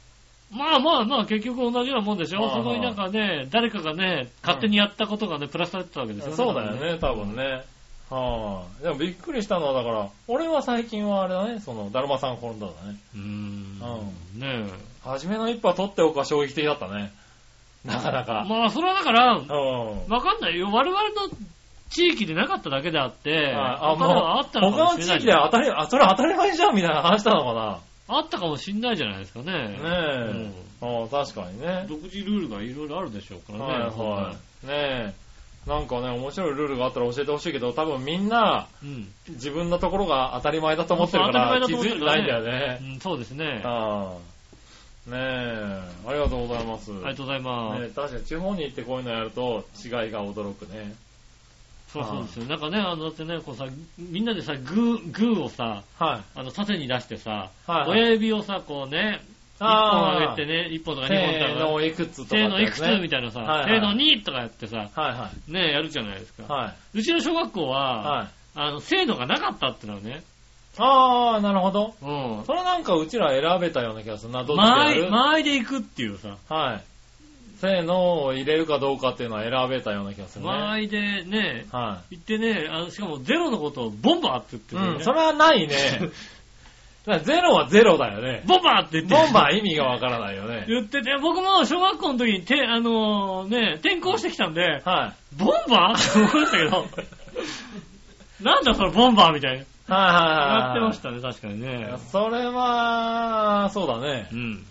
B: まあまあまあ、結局同じようなもんでしょ。
C: はいはい
B: そこになんかね、誰かがね、勝手にやったことがね、プラスされてたわけですよ
C: そうだよね、多分ね。はあ、でもびっくりしたのは、だから、俺は最近はあれだね、その、だるまさん転んだだね。
B: うーん。ねえ。
C: 初めの一歩は取っておくは衝撃的だったね。なかなか。
B: まあ、それはだから、
C: うん。
B: わかんないよ。我々の地域でなかっただけであって、
C: あ、あ、
B: 他のはあ
C: もう、
B: ったのか
C: 他
B: もし
C: の
B: れ
C: 地
B: ない
C: 域では当たり、あ、それ当たり前じゃんみたいな話なのかな。
B: あったかもしんないじゃないですかね。
C: ねえ。うん、確か
B: うん
C: にね。
B: 独自ルールがいろいろあるでしょうからね。
C: はいはい。ねえ。なんかね、面白いルールがあったら教えてほしいけど、多分みんな、
B: うん
C: 自分のところが当たり前だと思ってるから、
B: そう
C: 気
B: 当たり前だと思って
C: づい
B: る
C: て
B: からね
C: ないんだよね。
B: うんそうですね。あ
C: ああ。ねえ、ありがとうございます。
B: りがとうございます。
C: ねえ確かに地方に行ってこういうのやると違いが驚くね。
B: そうそうですよ。なんかね、あの、だってね、こうさ、みんなでさ、グー、グーをさ、
C: はい。
B: あの、縦に出してさ、
C: はいはい
B: 親指をさ、こうね、一本上
C: ああ、
B: げてね、一本とか二本
C: せ
B: と
C: ー
B: か、
C: のいくつとか、
B: せーのいくつみ
C: た
B: たいなさ、
C: はいはい
B: せーのにとかやってさ、
C: いな。はいは
B: ね、やるじゃないですか。
C: い。は
B: うちの小学校
C: い。
B: は、
C: はい。
B: あの、せーのがなかったってのはね、
C: ああ、なるほど。
B: うん。
C: それなんかうちら選べたような気がするな、どっちでや
B: 間合い、
C: る
B: 間合いで行くっていうさ、
C: はい。せーのを入れるかどうかっていうのは選べたような気がするね。
B: 間合いでね、
C: は
B: 行ってね、あのしかもゼロのことをボンバーって言って
C: い。
B: るよ
C: う
B: ね
C: ん、それはない ね。だからゼロはゼロだよね。
B: ボンバーって言って
C: ボンバー意味がわからないよね。
B: 言ってて、僕も小学校の時にて、あのね、転校してきたんで、
C: は
B: ボンバーって思いましたけ ど、なんだそのボンバーみたい
C: い。はいはいはい。
B: な。やってましたね、確かにね。
C: それは、そうだね
B: う。ん。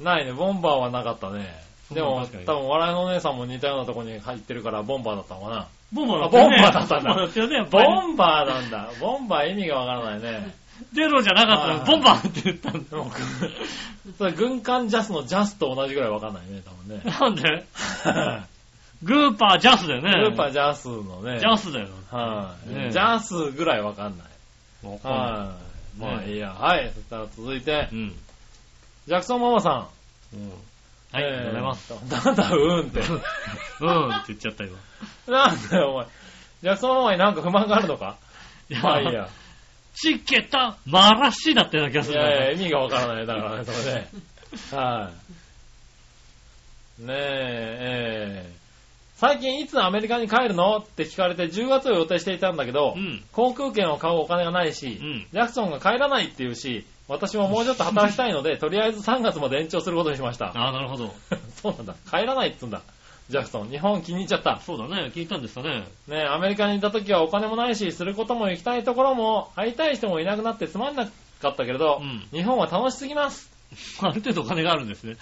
C: ないね。ボンバーはなかったね。で
B: うん
C: も、
B: 確かに
C: 多分、笑いのお姉さんも似たようなとこに入ってるから、ボンバーだったのかな。
B: ボンバーだったよね。
C: あボンバーだったん
B: ボ
C: だ
B: ンバーだったよね、やっぱりね
C: ボンバーなんだ。ボンバー意味がわからないね。
B: ゼロじゃなかった
C: は
B: ら、
C: い
B: ボンバーって言ったん
C: でも それ軍艦ジャスのジャスと同じぐらいわかんないね、多分ね。
B: だ。なん でグーパージャスだよね。
C: ルーパージャスのね。
B: ジャスだよ。
C: はい、
B: ねえ
C: ジャスぐらいわかんない。
B: わかんない
C: はい、まあ
B: ねえ
C: いいや。はい。そしたら続いて
B: う、ん。
C: ジャクソンママさん。
B: はい、あ
C: えー
B: りがとうござ います。。
C: なんだ、うんって。
B: うんって言っちゃった今。
C: なんだよ、お前。ジャクソンママになんか不満があるのかまあいいや。
B: チケタ、マラシだったような気がす
C: い
B: るな。
C: やいや、意味がわからない。だからね、それ ね。はい。ねえ、ええ最近いつアメリカに帰るのって聞かれて10月を予定していたんだけど、
B: うん。
C: 航空券を買うお金がないし、
B: うん
C: ジャクソンが帰らないっていうし、私ももうちょっと働きたいので、とりあえず3月まで延長することにしました。
B: ああ、なるほど。
C: そうなんだ。帰らないっつうんだ。ジャクソン、日本気に入っちゃった。
B: そうだね、聞いたんですかね。
C: ねえアメリカにいた時はお金もないし、することも行きたいところも、会いたい人もいなくなってつまんなかったけれど、
B: うん
C: 日本は楽しすぎます。
B: ある程度お金があるんですね。
C: ね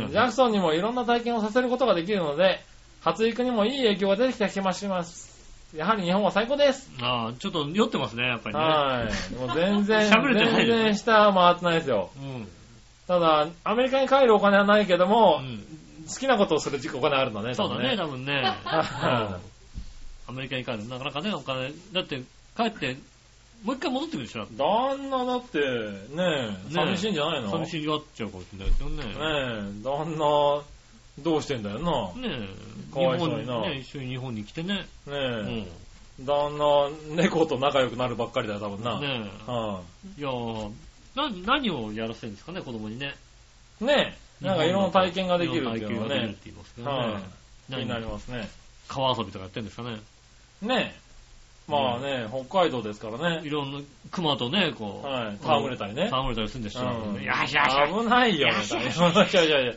C: え、ジャクソンにもいろんな体験をさせることができるので、発育にもいい影響が出てきた気がします。やはり日本は最高です。
B: ああ、ちょっと酔ってますね、やっぱりね。
C: はい。もう全 然、
B: 喋れてない
C: 全
B: よね
C: 然下回ってないですよ。
B: うん。
C: ただ、アメリカに帰るお金はないけども、
B: うん
C: 好きなことをするお金はあるんだね。
B: そうだね、
C: 多
B: 多分ね。
C: 分 ね。
B: アメリカに帰る。なかなかね、お金。だって、帰って、もう一回戻ってくるでしょ。
C: 旦那だって、ねえ、寂しいんじゃないの
B: 寂
C: い。
B: しがっちゃうかもしれないですよね。
C: ねえ、旦那、どうしてんだよな。
B: ねえ。
C: かわいそうにな
B: 日本ね、一緒に日本に来てね。う
C: ね
B: ん。
C: え、旦那、猫と仲良くなるばっかりだよ、多分な。
B: ね
C: うん
B: え。いやーな、何をやらせるんですかね、子供にね。
C: ねえ、なんかいろんな体験ができるっていうの
B: いろんな体験
C: は
B: ができるっ
C: ね
B: て、言いますけど
C: は
B: ね
C: い。、気
B: 何
C: になりますね。
B: 川遊びとかやってんですかね。
C: ねえ、まあね、北海道ですから
B: い
C: ね、
B: ろんな熊とね、こう。
C: はい、戯れたりね。
B: 戯れたりするんでしょ。
C: うん
B: よしよしよし
C: 危ないよね、 多分。いやいやいや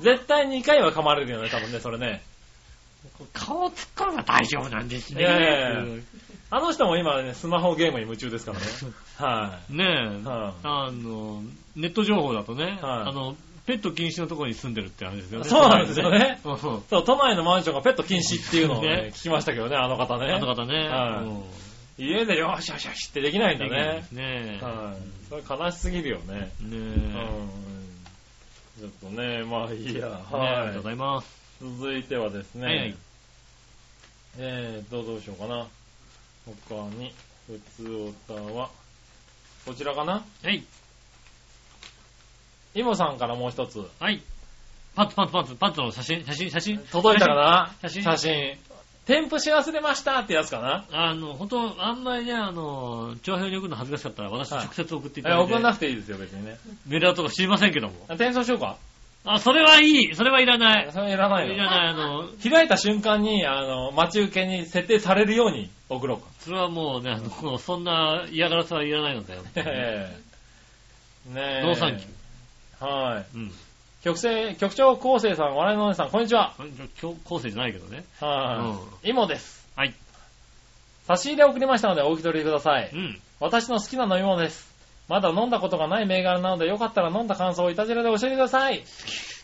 C: 絶対2回は噛まれるよね、多分ね、それね。
B: 顔突っ込めば大丈夫なんですね。
C: いやいやいあの人も今ね、スマホゲームに夢中ですから ね。は
B: ねえ、
C: はい
B: あの、ネット情報だとね、
C: はい
B: あの、ペット禁止のところに住んでるって話ですよね。
C: そうなんですよね
B: そうそう。
C: い。そう、都内のマンションがペット禁止っていうのをね
B: ね、
C: 聞きましたけどね、あの方ね。
B: あの方ね、
C: はい
B: うん
C: 家でよしよしよしってできないんだ
B: できないで
C: ね
B: す。ね。
C: はい。それ悲しすぎるよね。
B: ね
C: うん。ちょっとね、まあいいや。
B: え、ねえありがとうご
C: は
B: ざいます。
C: い。続いてはです
B: はいはい
C: ね、えーと、どうしようかな。他に、普通おたは、こちらかな
B: はい、
C: イモさんからもう一つ。
B: はい。パンツパンツパンツ、パンツの写真、写真、写真。
C: 届いたかな
B: 写真
C: 写真。添付し忘れましたってやつかな
B: あの、本当あんまりね、あの、長編に送るの恥ずかしかったら、私に
C: はい
B: 直接送っていた
C: え、
B: だいて、
C: 送んなくていいですよ、別にね。
B: メールだとか知りませんけども。
C: あ転送しようか。
B: あ、それはいいそれはいらない。
C: それいらないい
B: ら
C: の。
B: ない、あの、
C: 開いた瞬間に、あの、待ち受けに設定されるように送ろうか。
B: それはもうね、あの、もうそんな嫌がらせはいらないのだよ。
C: ええねえ。
B: 農産機。
C: はい。
B: うん。
C: 局長、局長構成さん、笑いのお姉さん、こんにちは。
B: これ今日、構成じゃないけどね。
C: はい。イモです。
B: はい。
C: 差し入れ送りましたのでお受け取りください。
B: うん。
C: 私の好きな飲み物です。まだ飲んだことがない銘柄なので、よかったら飲んだ感想をいたずらで教えてください。
B: 好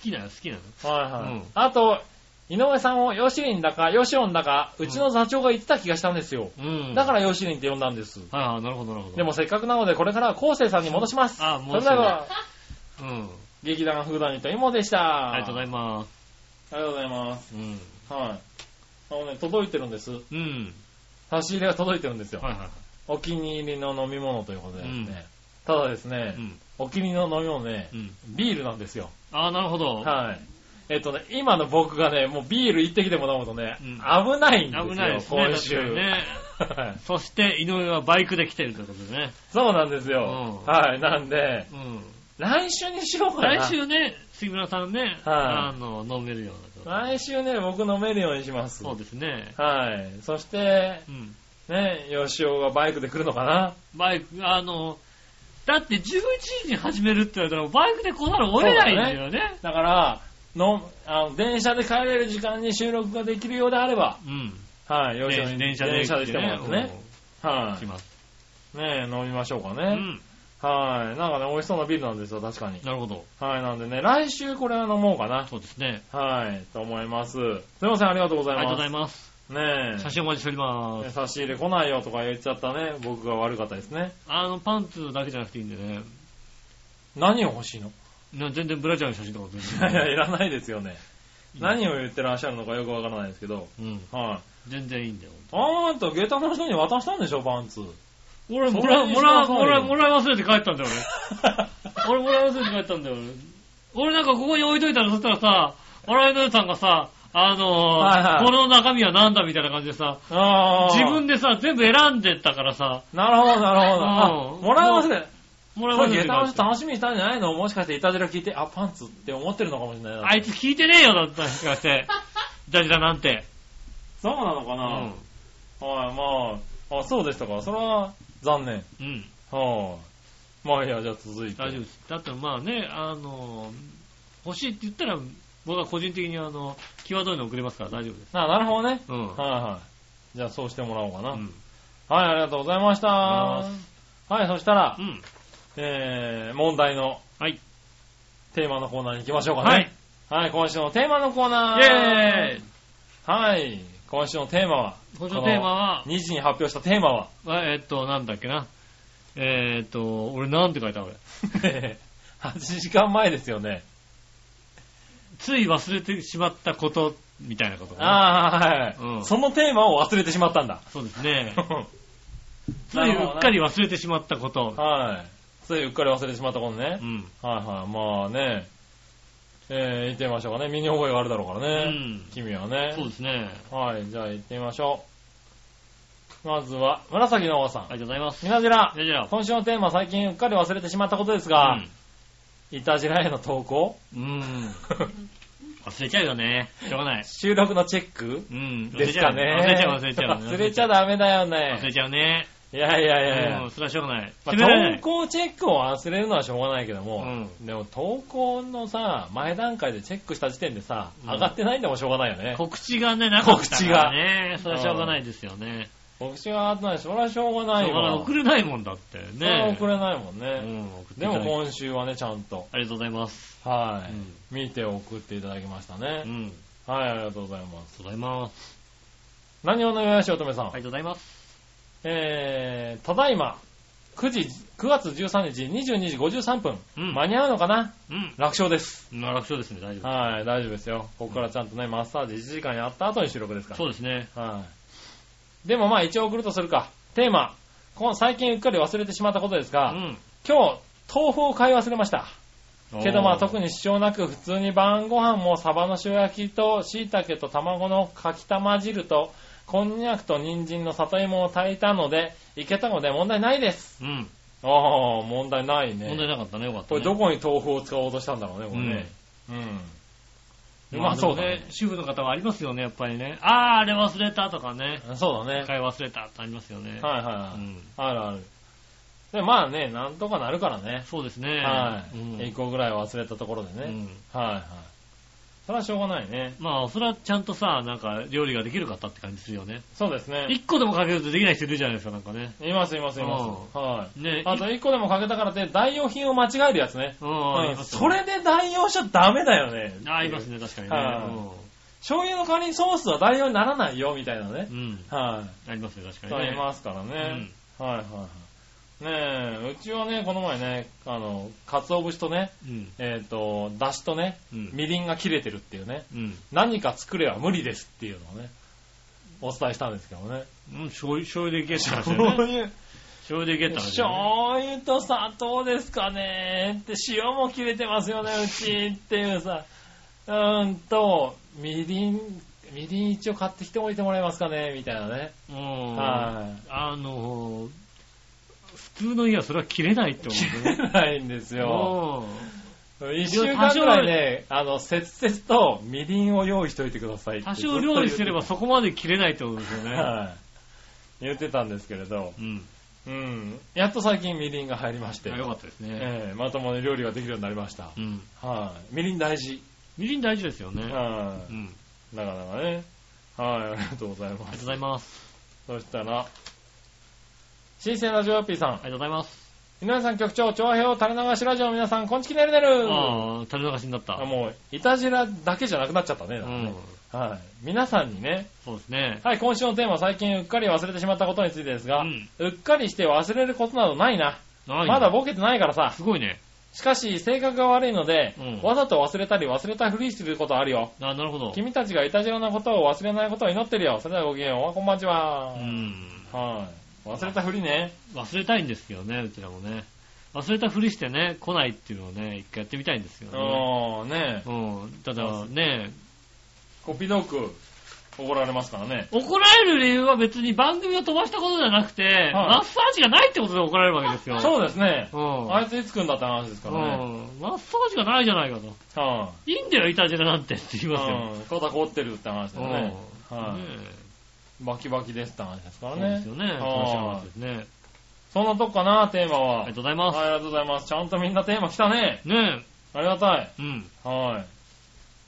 B: きなの好きなの
C: はいはい。
B: うん
C: あと、井上さんをヨシリンだか、ヨシオンだか、うちの座長が言ってた気がしたんですよ。
B: うん。、
C: だかららヨシリンって呼んだんです。
B: はいはい、なるほど、なるほど。
C: でも、せっかくなので、これからは昴生さんに戻します。
B: あ
C: それでは、
B: うん。
C: 劇団風団にとイモでした。
B: ありがとうございます。
C: ありがとうございます。
B: うん。
C: はい。あのね、届いてるんです。
B: うん。
C: 差し入れが届いてるんですよ。
B: はいは
C: お気に入りの飲み物ということでですね。
B: うん
C: ただです
B: い。
C: ね、
B: うん。
C: お気に入りの飲み物ね
B: う、ん。
C: ビールなんですよ。
B: ああ、なるほど。
C: はい。えっとね、今の僕がね、もうビール一滴でも飲むとね、
B: うん
C: 危ないんですよ、
B: 危ないですね。
C: 今
B: 確か
C: 週。
B: にね。
C: はい
B: そして、井上はバイクで来てるということでね。
C: そうなんですよ。
B: うん
C: はい。なんで、
B: うん。
C: 来週にしようかな。
B: 来週ね、杉村さんね、
C: は
B: あの、飲めるような
C: 毎週ね、僕飲めるようにします。
B: そうですね。
C: はい。そして、
B: うん。
C: ね、吉尾がバイクで来るのかな
B: バイク、あの、だって11時に始めるって言われたら、バイクで来ざるを得ないんだよね。
C: だから、の、あの、電車で帰れる時間に収録ができるようであれば、
B: うん。
C: はい、吉尾に
B: 電車で
C: 電車で来てもらってね。。は
B: します。
C: い。ね飲みましょうか
B: う
C: ね。
B: ん。
C: はい。なんかね、美味しそうなビールなんですよ、確かに。
B: なるほど。
C: はい、なんでね、来週これは飲もうかな。
B: そうですね。
C: はい、と思います。すいません、ありがとうござ
B: あ
C: い
B: りがとうご
C: ま
B: ざい
C: す。
B: ます。
C: ねえ
B: 写真お待ちしておりま
C: ね
B: す。
C: 差し入れ来ないよとか言っちゃったね、僕が悪かったですね。
B: あの、パンツだけじゃなくていいんでね。
C: 何を欲しいの
B: な全然ブラジャーの写真とか
C: い
B: 全
C: やいや、
B: 然。
C: いらないですよね。
B: うん
C: 何を言ってらっしゃるのかよくわからないですけど。
B: うん。
C: はい。
B: 全然いいんだよ。
C: あんた、下駄の人に渡したんでしょ、パンツ。
B: 俺、
C: そ
B: も
C: れ
B: ら、
C: に
B: もら、
C: しなさいよ
B: もら、もらい忘れて帰ったんだよ、俺。俺、もらい忘れて帰ったんだよ、俺。俺なんかここに置いといたら、そしたらさ、笑いのお姉さんがさ、あ
C: はいは
B: のー、
C: い
B: この中身はなんだみたいな感じでさ、
C: ああ。
B: 自分でさ、全部選んでったからさ、
C: なるほど、なるほど。あ
B: うん
C: もらい忘れ。
B: もらい
C: こ
B: 忘
C: れ
B: れて
C: 下駄の
B: 帰っ
C: 人
B: た。
C: 楽しみにしたんじゃないのもしかしていたずら聞いて、あ、パンツって思ってるのかもしれないな。
B: あいつ聞いてねえよ、だったらしかして。ジャジラなんて。
C: そうなのか
B: う
C: な、
B: ん。
C: はい、まあ、あ、そうでしたか。それは、残念。
B: うん。
C: はい、まあ、いいや、じゃあ続いて。
B: 大丈夫です。だってまあね、あのー、欲しいって言ったら、僕は個人的にあの、際どいの送れますから大丈夫です。
C: あ、なるほどね。
B: うん。
C: はい、はい。じゃあ、そうしてもらおうかな。
B: うん。
C: はい、ありがとうございました。
B: ありがとう
C: はい、そしたら
B: う、ん。
C: えー、問題の
B: はい。
C: テーマのコーナーに行きましょうかね。
B: はい。
C: はい、今週のテーマのコー
B: イ
C: ナー。
B: ェーイ
C: はい、今週のテーマは、
B: 今週のテーマは、
C: 2時に発表したテーマは、
B: えーっと、なんだっけな。えーっと、俺なんて書いた俺。
C: 8時間前ですよね。
B: つい忘れてしまったこと、みたいなことかな。
C: ああ、はい、
B: うん
C: そのテーマを忘れてしまった んだ。
B: そうですね。つ
C: ないるほどな
B: うっかり忘れてしまったこと。
C: はい。ついうっかり忘れてしまったことね
B: う。ん。
C: はいはい。まあね、えー、行ってみましょうかね。身に覚えがあるだろうからね。
B: うん
C: 君はね。
B: そうですね。
C: はい、じゃあ行ってみましょう。まずは、紫のおばさん。
B: ありがとうございます。
C: みなじら
B: じ、ゃあじゃあ。
C: 今週のテーマ、最近うっかり忘れてしまったことですが、
B: うん
C: いたじらへの投 稿
B: うん。忘れちゃうよね。しょうがない。
C: 収録のチェック
B: うん。忘れ
C: です
B: ちゃ
C: か
B: う
C: ね。
B: 忘れちゃう、忘れちゃう。
C: 忘れちゃ
B: だ。
C: ダメだよ
B: 忘れ
C: ね。
B: ちゃうね。
C: いやいやいやいや
B: うん、。それはしょうがない。
C: ま
B: 決められない。
C: あ投稿チェックを忘れるのはしょうがないけども、
B: う
C: でも投稿のさ、前段階でチェックした時点でさ、
B: うん
C: 上がってないんでもしょうがないよね。
B: 告知がね、なかったからね。それはしょうがないですよね。
C: 告知が上がってないし、それはしょうがない
B: だから
C: わ。
B: 送れないもんだって
C: それは
B: ね。
C: 送れないもん
B: う
C: ね。
B: ん、送ってい
C: で
B: ただい
C: も
B: て
C: 今週はね、ちゃんと。
B: ありがとうございます。
C: は
B: うん
C: い。見て送っていただきました
B: う
C: ね。
B: ん。ありが
C: はい、ありがとうございます。
B: とうございます。
C: 何をのよやしおとめさ
B: あ
C: ん
B: り。がとうございます。
C: えー、ただいま、9時、9月13日、22時53分。
B: うん
C: 間に合うのかな
B: うん。
C: 楽勝です。
B: まあ楽勝ですね、大丈
C: はい、大丈夫ですよ。ここからちゃんとね、マッサージ1時間やった後に収録ですか
B: 夫。
C: ら。
B: そうですね。
C: はい。でもまあ一応送るとするか。テーマ。この最近うっかり忘れてしまったことです
B: う
C: が、
B: ん。
C: 今日、豆腐を買い忘れました。けどまあ特
B: に。
C: に支障なく普通に晩ご飯もサバの塩焼きと椎茸と卵のかきたま汁と、こんにゃくと人参の里芋を炊いたので、いけたので問題ないです。
B: うん。
C: ああ、問題ないね。
B: 問題なかったね、よかったね。
C: これどこに豆腐を使おうとしたんだろうね、これね。うんうまそうだね。
B: 主婦の方はありますよね、やっぱりね。あー、あれ忘れたとかね。
C: そうだね。
B: 買い忘れたってありますよね。
C: はいはいはい。
B: うん
C: あるある。で、まあね、なんとかなるからね。
B: そうですね。
C: はい。
B: うん
C: 1個ぐらい忘れたところでね。
B: うん
C: はいはい。それはしょうがないね。
B: まあ、それはちゃんとさ、なんか、料理ができる方って感じするよね。
C: そうですね。
B: 一個でもかけるとできない人いるじゃないですか、なんかね。
C: いますいますいます。はい。
B: ね、
C: あと1個でもかけたからって代用品を間違えるやつね。
B: うん、あり
C: うん
B: ます
C: それで代用しちゃダメだよね。
B: ありますね、確かにね。
C: は醤油の代わりにソースは代用にならないよ、みたいなね
B: う。ん。うん
C: は
B: ありますね、確か
C: い。
B: に
C: あ
B: ね。
C: りますからね。はいはいはい。ねえ、うちはね、この前ね、あの、鰹節とね、
B: うん。
C: えっ、と、だしとね、
B: うん
C: みりんが切れてるっていうね、
B: うん。
C: 何か作れば無理ですっていうのをね、お伝えしたんですけどね。
B: うん。醤油、醤油でいけって話だよね。
C: 油、
B: 醤油でいけって話だよね。
C: 醤油と砂糖ですかねって、塩も切れてますよね、うちっていうさ、うーんと、みりん、みりん一応買ってきておいてもらえますかね、みたいなね。
B: うん。
C: はい。
B: あのー、普通の家はそれは切れないって思
C: 切れないんです
B: う
C: よ。
B: よ。
C: 一週間ぐらいね、あの、節々とみりんを用意しといてくださいって
B: 多少料理してれば
C: ずっと
B: そこまで切れないってことですよ
C: 言って
B: ね。
C: たはい。言ってたんですけれど、
B: うん。
C: うん。やっと最近みりんが入りまして、
B: あよかったですね。
C: ええまともに料理ができるようになりました。
B: うん。
C: はい。みりん大事。
B: みりん大事ですよね。
C: は
B: うん。
C: い。なかなかね。はい、ありがとうござい
B: ありが
C: ま
B: とう
C: す
B: ご。ざいます。
C: そしたら、新鮮ラジオアッピーさん
B: あ、りがとうございます。
C: 皆さん局長、長平を垂れ流しラジオの皆さん、こんちきねるねる
B: ああ、垂れ流しになった。
C: あもう、いたじらだけじゃなくなっちゃったね。だ
B: う
C: からね
B: ん。
C: はい。皆さんにね、
B: そうですね。
C: はい、今週のテーマは最近うっかり忘れてしまったことについてですが、
B: うん
C: うっかりして忘れることなどないな。
B: 長いね
C: まだボケてないからさ。
B: すごいね。
C: しかし、性格が悪いので、
B: うん
C: わざと忘れたり忘れたふりすることあるよ。
B: あなるほど。
C: 君たちがいたじらなことを忘れないことを祈ってるよ。それではごきげんよう。こんばんちは。
B: うん。
C: はい。忘れたふりね。
B: 忘れたいんですけどね、うちらもね。忘れたふりしてね、来ないっていうのをね、一回やってみたいんですよね。
C: あーね
B: うん。ただね、
C: コピドーク怒られますからね。
B: 怒られる理由は別に番組を飛ばしたことじゃなくて、マッサージがないってことで怒られるわけですよ。
C: そうですね。
B: うん。
C: あいついつ来んだって話ですからね。
B: うん。マッサージがないじゃないかと。
C: はい
B: いんだよ、イタジラなんてって言い
C: い。う
B: ますよ。
C: ん。肩凍ってるって話です
B: うん
C: ね。はい
B: ね
C: バキバキですって話ですか
B: え
C: ら
B: そうです。よね。
C: ね
B: 楽しい話ですね。
C: そんなとこかな、テーマは。
B: あ
C: は
B: りが
C: い、
B: とうございます。
C: ありがとうございます。ちゃんとみんなテーマ来たね。
B: ね
C: ありがたい。
B: え。うん。
C: はい。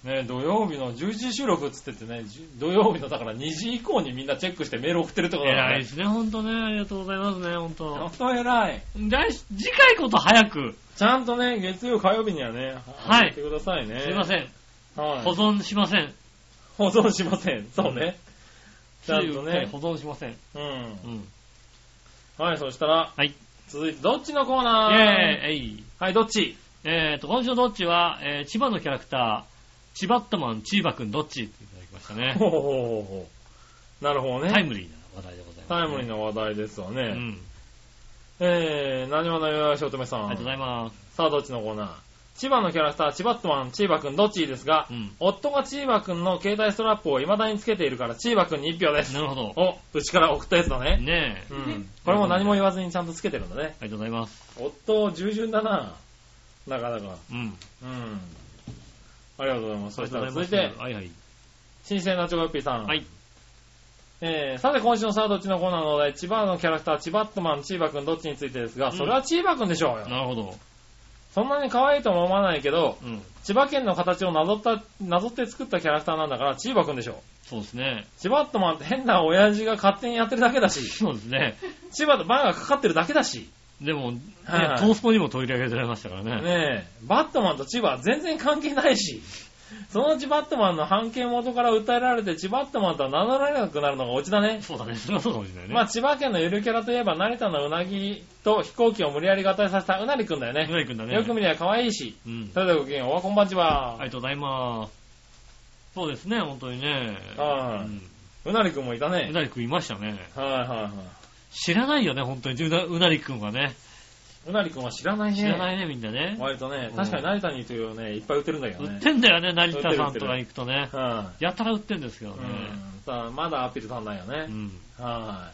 C: ね土曜日の11時収録っつってってね、じゅ土曜日のだから2時以降にみんなチェックしてメール送ってるってことだか
B: 偉
C: ら
B: いで
C: ね。
B: すね、ほんとね。ありがとうございますね、ほん
C: ちゃ
B: と。
C: んと偉い。
B: 来次回こそ早く。
C: ちゃんとね、月曜、火曜日にはね、
B: はい
C: 送ってくださいね。
B: すいません。
C: ん。はい
B: 保。存しません。
C: 保存しません。そうね。ちゃんとね
B: 保。存しません。
C: うん。
B: うん。
C: はい、そしたら、
B: はい。
C: 続いて、どっちのコー
B: イェー
C: ナー
B: イえい
C: はい、どっち
B: えーと、今週のどっちは、えー千葉のキャラクター、千葉ットマン、千葉くんどっちっていただきました ね。
C: ほうほうほうほう。なるほどね。
B: タイムリーな話題でございます、
C: タイムリー
B: な。
C: な話題ですわね。
B: うん。
C: えー、何話のよしおとめさん。
B: ありがとうございます。
C: さあ、どっちのコーナー千葉のキャラクター、千葉ットマン、千葉くん、どっちですが、
B: うん
C: 夫が千葉くんの携帯ストラップを未だにつけているから、千葉くんに1票です。
B: なるほど。
C: お、うちから送ったやつだね。
B: ねえ。
C: うん。これも何も言
B: わ
C: わずにちゃんとつけてるんだね。
B: ありがとうございます。
C: 夫、従順だな。なかなか。
B: うん。
C: うん。ありがとうございます。そしたら続い
B: あり
C: て
B: がとうご、ざいますはいはい。
C: 新鮮なチョコヨッピーさん。
B: はい。
C: えー、さて今週のさあどっちのコーナーのお題、千葉のキャラクター、千葉ットマン、千葉くんどっちについてですが、
B: うん
C: それは千葉くんでしょうよ。
B: なるほど。
C: そんなに可愛いとも思わないけど、
B: うん。
C: 千葉県の形をなぞった、なぞって作ったキャラクターなんだから、千葉くんでしょう。
B: そうですね。
C: 千葉ットマンって変な親父が勝手にやってるだけだし、
B: そうですね。
C: 千葉とバーがかかってるだけだし、
B: でも、ね、ト
C: はい
B: ースポにも取り上げられましたから ね。
C: ねえ、バットマンと千葉は全然関係ないし、そのうちバットマンの判権元から訴えられて、千葉ットマンとは名乗られなくなるのがオチだね。
B: そうだね。それはそうかもしれないね。
C: まあ、千葉県のゆるキャラといえば、成田のうなぎと飛行機を無理やり合体させたうなりくんだよね。
B: うなりくんだね
C: よく見りゃ可愛いし。
B: うん。
C: それではごきげんようおはこんばんち
B: あ
C: は。
B: りがとうございます。そうですね、本当にね。
C: はいううなりくんもいた
B: んう
C: ね。
B: なりくんいましたね。
C: はいはいはい。
B: 知らないよね、本当に。うなうなりくんはね。
C: うなりくんは知らないね。
B: 知らないね、みんなね。
C: 割とね
B: う、ん
C: 確かに成田にというね、いっぱい売ってるんだけど
B: 売
C: ね。
B: ってんだよね、成田さ
C: 売っ
B: ん
C: てる
B: とか行くとね。
C: は
B: やたら売ってんですけど
C: い。
B: ね。
C: うん。さあ、まだアピール足んないよ
B: う
C: ね。
B: ん。
C: は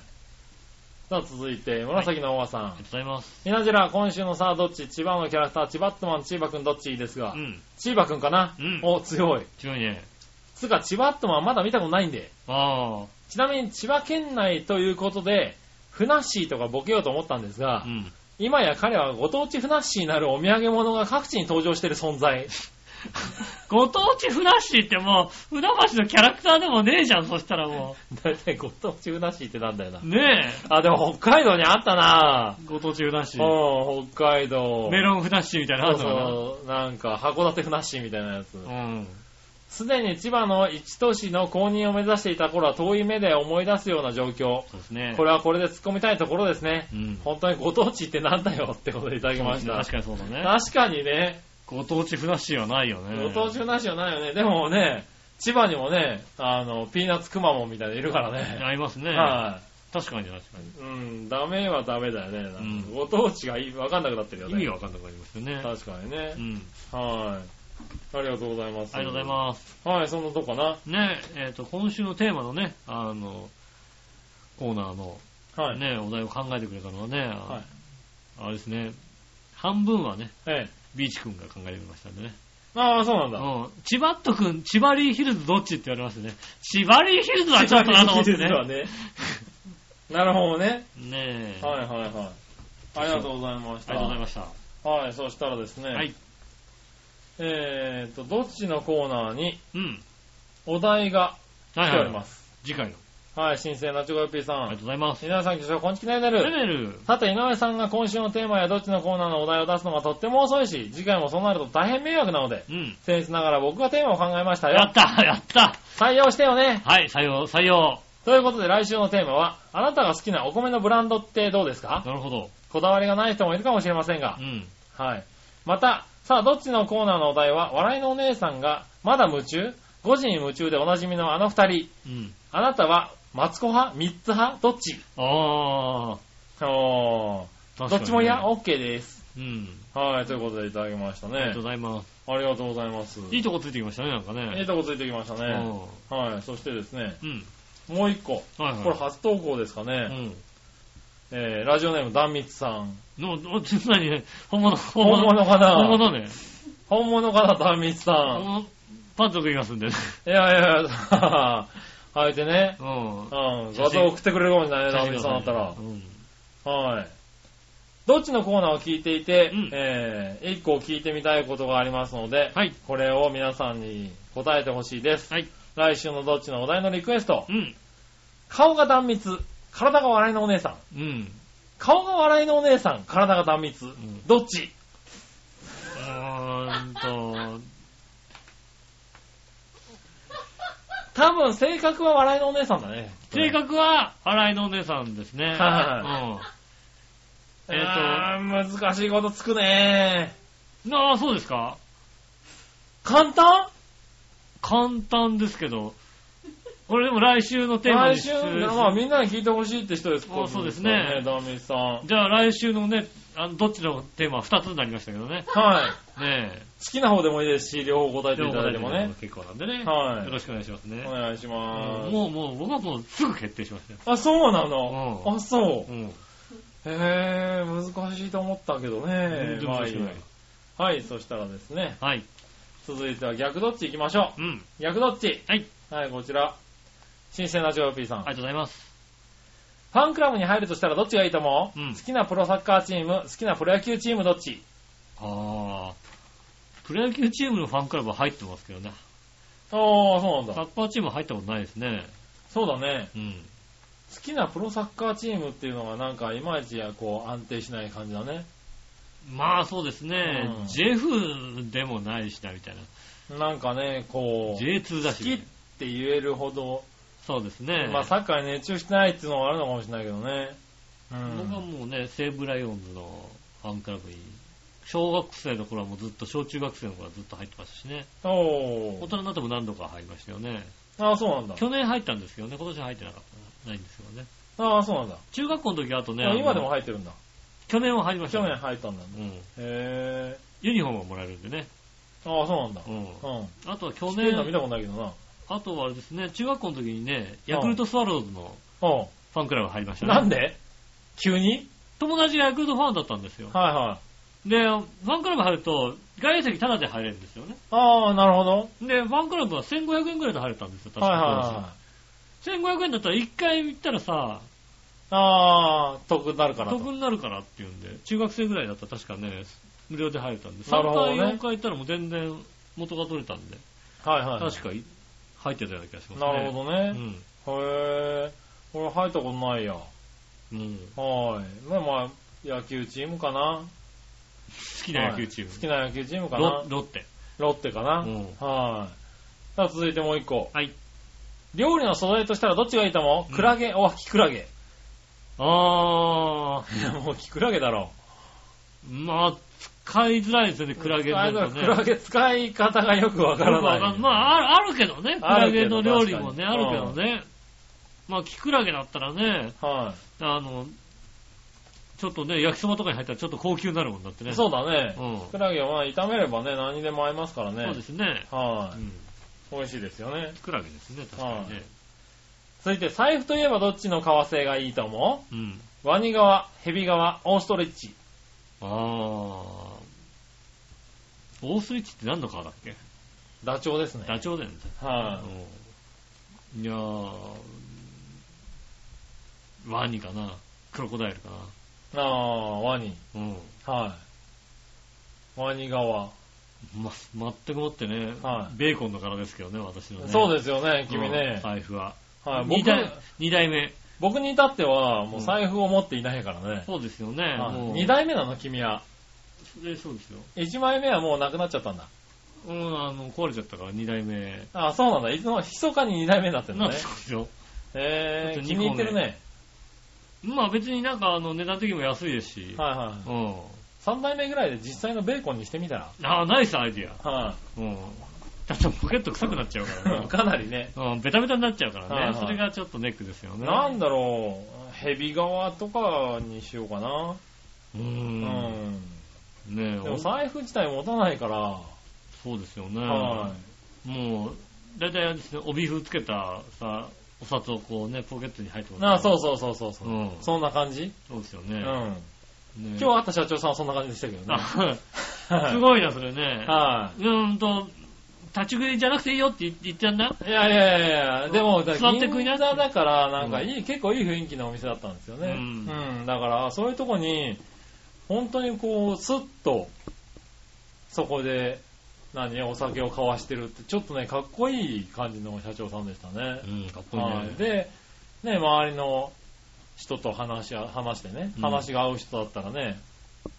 C: い。さあ、続いて、紫のおばさ
B: ありがと
C: ん
B: う。ございます。
C: ひなじら、今週のさあ、どっち千葉のキャラクター、千葉ットマン、千葉くんどっちですが
B: う、ん。
C: 千葉くんかな
B: うん
C: お、強い。
B: 強いね。
C: つうか、千葉ットマンまだ見たことないんで。
B: あ
C: ちなみに、千葉県内ということで、ふなっしーとかボケようと思ったんです
B: あ。
C: が
B: う、ん。
C: 今や彼はご当地ふなっしーになるお土産物が各地に登場している存在。
B: ご当地ふなっしーってもう、船橋のキャラクターでもねえじゃん、そしたらも
C: だいたいご当地ふなっしーってなんだよな
B: う。。ね
C: あ、でも北海道にあったな
B: え。ご当地ふなっしー。
C: うん、北海道。
B: メロンふなっしーみたいなのあ
C: そう
B: るのかな
C: そう、なんか函館ふなっしーみたいなやつ。
B: うん。
C: すでに千葉の一都市の公認を目指していた頃は遠い目で思い出すような状況。
B: そうですね。
C: これはこれで突っ込みたいところですね。
B: うん。
C: 本当にご当地ってなんだよってことでいただきました。
B: 確かにそうだね。
C: 確かにね、
B: ご当地ふなっしーはないよね。
C: ご当地なしはないよね。でもね、千葉にもね、あの、ピーナッツくまモンみたいないるからね。
B: ありますね。
C: は
B: 確かに確かに。
C: い。うん、ダメはダメだよね。なんか
B: うん
C: ご当地がいわかんなくなってるよね。
B: 意味がわかんなくなりますよね。
C: 確かにね
B: う。ん。
C: はい。ありがとうございます。
B: ありがとうございます。
C: す。はい、そんなとこかな。
B: ねえ、えっ、と、今週のテーマのね、あの、コーナーの、
C: はい。
B: ね、お題を考えてくれたのはね、あ
C: はい。
B: あれですね、半分はね、
C: ええ
B: ビーチくんが考えてくれましたんでね。
C: ああ、そうなんだ。
B: うん。千葉っとくん、千葉リーヒルズどっちって言われますね。千葉リーヒルズはちょっ となと思ってね。
C: ね。なるほどね。
B: ねえ。
C: はいはいはい。ありがとうございまし
B: あ
C: た。
B: りがとうございました。
C: はい、そしたらですね、
B: はい。
C: えーと、どっちのコーナーに
B: うん。
C: お題が
B: は
C: 来
B: い
C: てお
B: はい
C: ります。
B: 次回の。
C: はい、新鮮なチョコヨッピーさ
B: ありがと
C: ん
B: う。ございます。
C: 皆さん、今日はこんちきなにな
B: レ
C: る。
B: ベル。
C: さて、井上さんが今週のテーマやどっちのコーナーのお題を出すのがとっても遅いし、次回もそうなると大変迷惑なので、
B: うん。
C: 僭越ながら僕がテーマを考えました
B: や
C: よ
B: っ。た やった
C: 採用してよね。
B: はい、採用、採用。
C: ということで来週のテーマは、あなたが好きなお米のブランドってどうですか
B: なるほど。
C: こだわりがない人もいるかもしれませんが
B: う、ん。
C: はい。また、さあ、どっちのコーナーのお題は、笑いのお姉さんが、まだ夢中 ?5 時に夢中でおなじみのあの二人。
B: うん。
C: あなたは、マツコ派三つ派どっち
B: あ
C: おー。
B: あ、
C: どっちも嫌
B: お
C: ?OK です。
B: うん。
C: はい、ということでいただきました
B: ありが
C: ね
B: とう。ございます。
C: ありがとうございます。
B: いいとこついてきましたね、なんか
C: いい
B: ね。
C: とこついてきました
B: う
C: ね。はい、そしてですね、
B: ん。うん。
C: もう一個。
B: はいはい。
C: これ初投稿ですか
B: う
C: ね。
B: ん。
C: えー、ラジオネーム、壇蜜さん。
B: の、の、つまりね、 本物、本
C: 本物かな
B: 本物ね。
C: 本物かな、壇蜜さ
B: 本
C: ん。
B: 物パンツを食いますんでね。
C: いやいやい や、履いてね。
B: うん。
C: うん、画像送ってくれるかもしれないね、ダメさんだったら
B: う。ん。
C: はい。どっちのコーナーを聞いていて、
B: うん
C: えー、一個聞いてみたいことがありますので、
B: はい。
C: これを皆さんに答えてほしいです。
B: はい。
C: 来週のどっちのお題のリクエスト
B: う。ん。
C: 顔が断密、体が笑いのお姉さん。
B: うん。
C: 顔が笑いのお姉さん、体が断密。
B: ん
C: どっち
B: うーん と、
C: 多分性格は笑いのお姉さんだね。
B: 性格は、洗いのお姉さんですね。
C: は
B: えーと
C: あー難しいことつくね
B: うん。ああ、そうですか
C: 簡単
B: 簡単ですけど。これでも来週のテーマに
C: 来
B: す
C: 週、
B: る
C: まあみんなに聞いてほしいって人です
B: あそうですね
C: ダミーさん。
B: じゃあ来週のね、あの、どっちのテーマは2つになりましたけどね。
C: はい。
B: ね
C: 好きな方でもいいですし、両方答
B: え。
C: えていただいてもね。
B: 結構なんでね。
C: はい
B: よろしくお願いしますね。
C: お願いします。
B: もうもう、僕はもうすぐ決定しましたよ。
C: あ、そうなの、
B: うん
C: あ、そ
B: う。
C: う
B: ん。
C: へー、難しいと思ったけどね
B: 全。然
C: まあ
B: 難
C: い
B: し
C: い
B: くな
C: や
B: い
C: はい、そしたらですね、
B: はい。
C: 続いては逆どっち行きましょ
B: うん。
C: う。逆どっち。
B: はい。
C: はい、こちら。新鮮なジョーピーさん。
B: ありがとうございます。
C: ファンクラブに入るとしたらどっちがいいと思う、
B: うん
C: 好きなプロサッカーチーム、好きなプロ野球チームどっち
B: あー。プロ野球チームのファンクラブは入ってますけどね。
C: ああ、そうなん
B: サ
C: だ。
B: ッカーチームは入ったことないですね。
C: そうだね。
B: うん。
C: 好きなプロサッカーチームっていうのがなんかいまいちこう安定しない感じだね。
B: まあそうですね。
C: うん
B: J2 でもないしな、みたいな。
C: なんかね、こう、
B: J2 だ
C: 好
B: し、
C: きって言えるほど、
B: そうですね。
C: まあサッカーに熱中してないっていうのはあるのかもしれないけどね。う
B: 僕は
C: ん。
B: もうね、西武ライオンズのファンクラブに、小学生の頃はもうずっと、小中学生の頃はずっと入ってましたしね。
C: お
B: 大
C: ー。
B: 人になっても何度か入りましたよね。
C: ああ、そうなんだ。
B: 去年入ったんですけどね、今年は入ってなかった。ないんですよね。
C: ああ、そうなんだ。
B: 中学校の時はあとね、
C: あ今で
B: あの
C: も入ってるんだ。
B: 去年は入りました
C: 去
B: ね、
C: 年入ったんだね。
B: うん。
C: へ
B: ユニフォームはもらえるんでね。
C: え。ああ、そうなんだ。
B: うん。
C: うん。
B: あとは去
C: 去年の
B: 年、
C: 見たことないけどな。
B: あとはあれですね、中学校の時にね、ヤクルトスワローズの
C: う
B: ファンクラブ入りました
C: ん。
B: ね。
C: なんで急に
B: 友達がヤクルトファンだったんですよ。
C: はいはい。
B: で、ファンクラブ入ると、外野席タダで入れるんですよね。
C: ああ、なるほど。
B: で、ファンクラブは1500円くらいで入れたんですよ、確か
C: はいはいは
B: 1500円だったら1回行ったらさ、
C: い。ああ、得になるからと。
B: 得になるからっていうんで、中学生ぐらいだったら確かね、無料で入れたんで、
C: な
B: 3
C: るほど
B: 回、
C: ね
B: 4回行ったらもう全然元が取れたんで、
C: はいはい。
B: 確かい入ってたような気がしますね。
C: なるほどね。
B: うん。
C: へえ。俺入ったことないや。
B: うん、
C: はい。まあまあ、野球チームかな。
B: 好きな野球チーム。
C: はい好きな野球チームかな
B: ロ。ロッテ。
C: ロッテかな。
B: うん
C: はい。さあ、続いてもう一個。
B: はい。
C: 料理の素材としたらどっちがいいと思う、
B: うん
C: クラゲ、おはキクラゲ。
B: あ
C: いや、もうキクラゲだろ。
B: ー、まあ、使いづらいですよね、クラゲ
C: 使いづらい
B: と
C: クラゲ使い方がよくわから
B: よくわ
C: な
B: か
C: い。
B: んまあ、あるあるけどね、ク
C: あ
B: ラ
C: るけ
B: ゲ
C: ど
B: の料理もね、あ
C: 確
B: る
C: か
B: け
C: に
B: どね。まあ、キクラゲだったらね、
C: は
B: あの、ちょっとね、焼きそばとかに入ったらちょっと高級になるもんだって
C: い。
B: ね。
C: そうだね。
B: うん。
C: キクラゲはまあ炒めればね、何にでも合いますからね。
B: そうですね。う
C: はい。
B: ん。
C: 美味しいですよね。
B: キクラゲですね、確かにね。
C: 続いて、財布といえばどっちの革製がいいと思
B: うん。
C: うワニ革、ヘビ革、オーストレッチ。
B: あオースイッチって何の川だっけ
C: ダチョウですね。
B: ダチョウだよね。
C: は
B: うんいやー、ワニかなクロコダイルか
C: い。ああ、ワニ。
B: なうん。
C: はい。ワニ側。
B: ま、全くもってね、
C: はい
B: ベーコンの柄ですけどね、私のね。
C: そう
B: す、
C: ですよね、君ね。
B: 財布は。
C: はい。
B: 二
C: 僕、
B: 代、二代目。
C: 僕に至っては、もううん財布を持っていないからね。
B: そうですよね。もう
C: 2代目なの、君は。
B: えそうですよ。
C: 1枚目はもうなくなっちゃったんだ。
B: うん、あの、壊れちゃったから、二代目。
C: ああ、そうなんだ。いつも、密かに2代目になってる
B: な
C: の
B: んか
C: ね
B: そ。うですよ。
C: え
B: だ
C: ー、
B: って
C: 気
B: 二
C: に
B: 個
C: 入ってるね。
B: まあ別になんかあの値段的にも安いですし。
C: はいはい。
B: うん。
C: 3代目ぐらいで実際のベーコンにしてみたら。
B: ああ、ナイスアイディア。
C: は
B: うん。だってポケット臭くなっちゃうから
C: い。
B: ね。
C: かなりね。
B: うん、ベタベタになっちゃうからね。
C: はいはい
B: それがちょっとネックですよね。
C: なんだろう、蛇側とかにしようかな。
B: う。
C: うんん。
B: ねえ、
C: でも
B: お
C: 財布自体持たないから、
B: そうですよね。
C: は
B: もう、だいたいあれですね、帯風つけたさ、お札をこうね、ポケットに入ってま
C: い。
B: す
C: なあ、そう
B: う。
C: そうそうそうそう、
B: うん。
C: そんな感じ
B: そうですよ
C: う
B: ね。
C: ん。
B: ね
C: 今日会った社長さんはそんな感じでしたけどね。
B: あ
C: はい
B: すごいな、それね。
C: は
B: うーんと、立ち食いじゃなくていいよって言言ってやんだ。
C: い。いやいやいやいや、でも、だ
B: 座って食いな
C: 銀座だから、なんかいい、結構いい雰囲気のお店だったんですよね。
B: う
C: うん。だから、そういうとこに、本当にこう、スッと、そこで、何、お酒を交わしてるって、ちょっとね、かっこいい感じの社長さんでしたね。
B: うん、かっこいい
C: はい
B: ね。
C: で、ね、周りの人と話し合、話してね
B: う、ん
C: 話が合う人だったらね、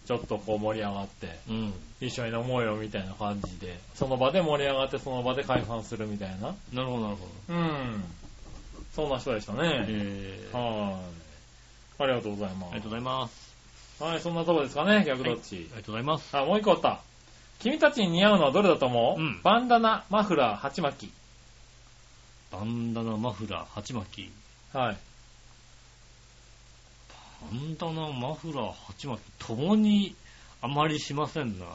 C: ちょっとこう盛り上がって、
B: うん。
C: 一緒に飲もうよみたいな感じで、その場で盛り上がって、その場で解散するみたいな。
B: なるほど、なるほど。
C: うん。そんな人でしたね。
B: えー、あ
C: はーい。ありがとうございま
B: りがとうございます。
C: す。はい、そんなとこですかね、逆どっ
B: はいあ。
C: ち
B: りがとうございます。
C: あ、もう一個あった。君たちに似合うのはどれだと思う、
B: うん
C: バンダナ、マフラー、鉢巻き。
B: バンダナ、マフラー、鉢巻き。
C: はい。
B: バンダナ、マフラー、鉢巻き。ともに、あまりしませんな。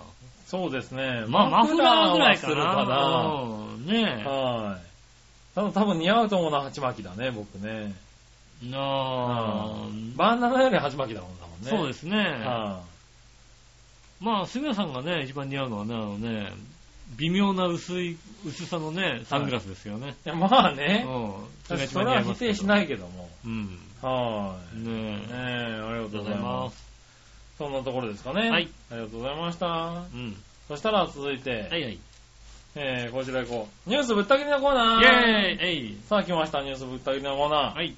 C: そうですね。
B: まあ、マフラーぐらいかな。
C: マフラーは
B: うん
C: する
B: ね
C: かな。はい。多分多分似合うと思うな、鉢巻きだね、僕ね。
B: え。なあ、
C: バンダナより鉢巻きだもんだもんね。。
B: そうですすね。
C: は
B: まあ、杉谷さんがね、一番似合うのはね、あのね、微妙な薄い、薄さのね、サングラスですよね。
C: い。いや、まあね。
B: うん。それが一
C: そ
B: 番
C: れ
B: 似合
C: はい
B: ま
C: 否
B: すけど
C: 定しないけども。
B: うん。
C: は
B: ね
C: い。
B: え。
C: ねえ、ありがとうございます。そんなところですかね。
B: はい。
C: ありがとうございました。
B: うん。
C: そしたら続いて、
B: はいはい。イ
C: えー、こちら行こう。ニュースぶった切りのコーナー
B: ェーイえい
C: さあ来ました、ニュースぶった切りのコーナー。
B: はい。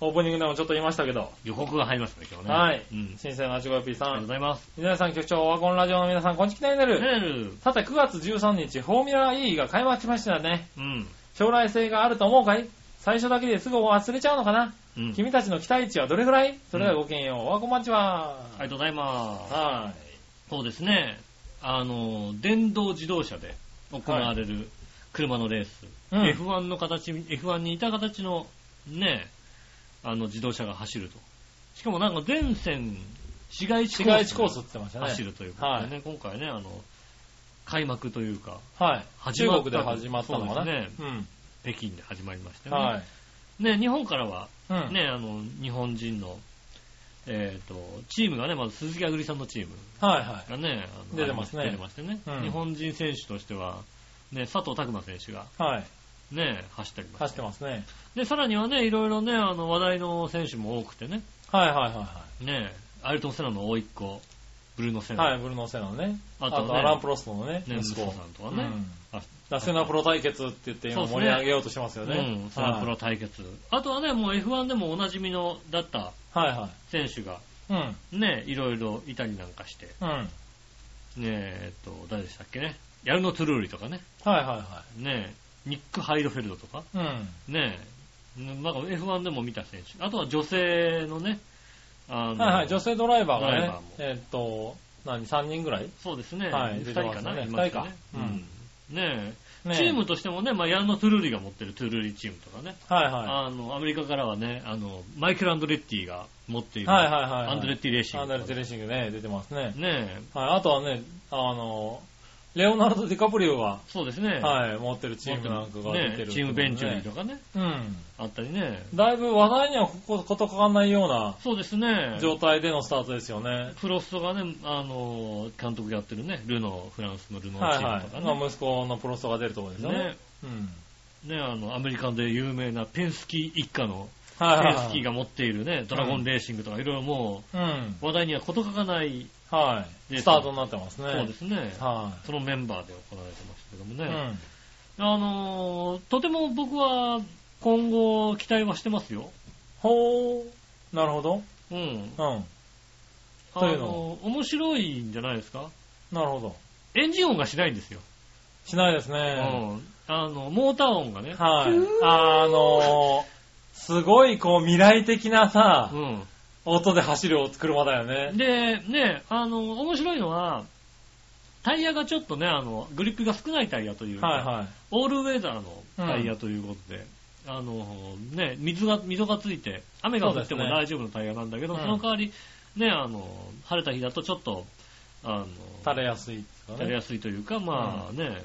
C: オープニングでもちょっと言いましたけど、
B: 予告が入りましたね、今日ね。
C: はい
B: うん。
C: 新鮮なちごよぴーさ
B: ありがとうご
C: ん、
B: ざいます。
C: 皆さん局長、ワコンラジオの皆さん、こんちきなにな
B: ね
C: る。
B: える。
C: さて、9月13日、フォーミュラ E が開幕しましたね。
B: うん。
C: 将来性があると思うかい最初だけですぐ忘れちゃうのかな、
B: うん。
C: 君たちの期待値はどれぐらいそれではごきげんよう、ワコマンチは
B: ありがとうございます。
C: は
B: そうですね。あの、電動自動車で行われる車のレース。
C: い。うん。
B: F1 の形、F1 に似た形のね、あの自動車が走ると。しかもなんか全線、市街地
C: 市街地コース
B: を
C: って言ってました
B: 走
C: ね。
B: るということでね、今回ね、あの、開幕というか、
C: はい。
B: 始
C: 中
B: まっ
C: 国
B: た
C: で始まったのかな
B: そうです
C: ね。
B: 北京で始まりました
C: うん。
B: よね。
C: はい。
B: ね、日本からは
C: うん。
B: ね、あの、日本人の、えっ、と、チームがね、まず鈴木あぐりさんのチーム
C: はいは
B: がね、あの
C: 出てますね
B: 出てましてね、
C: うん
B: 日本人選手としては、ね、佐藤拓磨選手が
C: い。はい。
B: ね、走っておりま
C: 走っ
B: す。
C: てますね。
B: で、さらにはね、いろいろね、あの、話題の選手も多くてね、
C: はいはいはいは
B: ね、アイルトン・セナの甥っ子、ブルーノ・セ
C: い。
B: ナ、
C: はい、ブルーノ・セナのね。
B: あ
C: あ
B: とね
C: と、アラン・プロストのね、
B: ね、
C: 息
B: 息
C: 子。
B: 子
C: う
B: さんとはね、
C: ん。
B: あ
C: だからセナプロ対決って言って今
B: そう
C: 盛
B: ですね
C: り上げようとしてますよね。
B: うん、セナプロ対決。あとはね、もう F1 でもおなじみの、だった
C: はいは
B: 選手が、
C: い。うん。
B: ね、いろいろいたりなんかして、
C: うん。はい
B: ねえ、えっと、誰でしたっけね。ヤルノ・トゥルーリとかね。
C: はいは
B: ねえ、ニック・ハイドフェルドとか。
C: い。うん。
B: ねえ、んなんか F1 でも見た選手。あとは女性のね、あの
C: はいはい、女性ドライバー
B: ド
C: が
B: ライ
C: ね
B: バーも、
C: えーっと、何、3人ぐらい
B: そうですね。
C: はい
B: 2
C: 出
B: 人
C: てま
B: か
C: す
B: な、
C: ね
B: いました
C: 二
B: ね
C: 人か。うん
B: うんねえ
C: ね
B: チームとしてもね、まあ、ヤルノ・トゥルーリが持ってるトゥルーリチームとかね、
C: はいは
B: あの、アメリカからはね、あの、マイケル・アンドレッティが持ってい
C: い。
B: る、
C: はいはいはい。
B: アンドレッティレーシン
C: ア
B: グ
C: ン
B: とか
C: ド
B: ね。
C: レッティレーシングね、出てますね。
B: ね
C: はい、あとはね、あの、レオナルド・ディカプリオが、
B: そうですね。
C: はい、持ってるチームなんかが出てる、
B: ね、チームベンチュリーと
C: か。
B: かね、
C: うん。
B: あったりね。
C: だいぶ話題にはこことかかんないような
B: そうですね。
C: 状態でのスタートですよね。
B: フロストがね、あの、監督やってるね、ルノー、フランスのルノー
C: は
B: チ
C: い
B: ーム
C: は
B: とか
C: い。
B: ね。
C: まあ息子のプロストが出るところですよね。
B: ね
C: うん。
B: ね、あの、アメリカで有名なペンスキー一家の、
C: はいはい、
B: ペン
C: は
B: スキー
C: い。
B: が持っているね、ドラゴンレーシングとかいろいろも
C: うん。
B: う、話題には事欠かない、
C: はい。
B: で
C: スタートになってますね。
B: そうですね。
C: は
B: そのメンバーで行われてますけども
C: い。う
B: ね。
C: ん。
B: あの、とても僕は今後期待はしてますよ。
C: ほう。なるほど。
B: うん。
C: うん。
B: あ
C: という
B: の、面白いんじゃないですか
C: なるほど。
B: エンジン音がしないんですよ。
C: しないです
B: う
C: ね。
B: ん。あの、モーター音がね。
C: はい
B: ふー。
C: あのー、すごいこう未来的なさ
B: う、ん。
C: 音で走る車だよね。
B: で、ね、あの、面白いのは、タイヤがちょっとね、あの、グリップが少ないタイヤというか、
C: はいはい。
B: オールウェザーのタイヤということで、あの、ね、水が、溝がついて、雨が降っても
C: そうですね
B: 大丈夫なタイヤなんだけど、
C: うん
B: そ,、の代わり、ね、あの、晴れた日だとちょっと、あの、
C: 垂れやすいですかね。
B: 垂れやすいというか、まあね、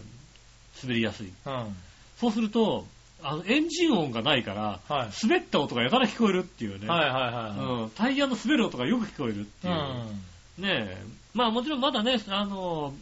B: 滑りやすい。
C: うん。
B: そうすると、あの、エンジン音がないから、
C: はい。
B: 滑った音がやたら聞こえるっていうね、
C: はいはいはいは
B: うん、タイヤの滑る音がよく聞こえるって
C: い。
B: いうう。
C: ん。
B: ねえ、まあもちろんまだね、あの、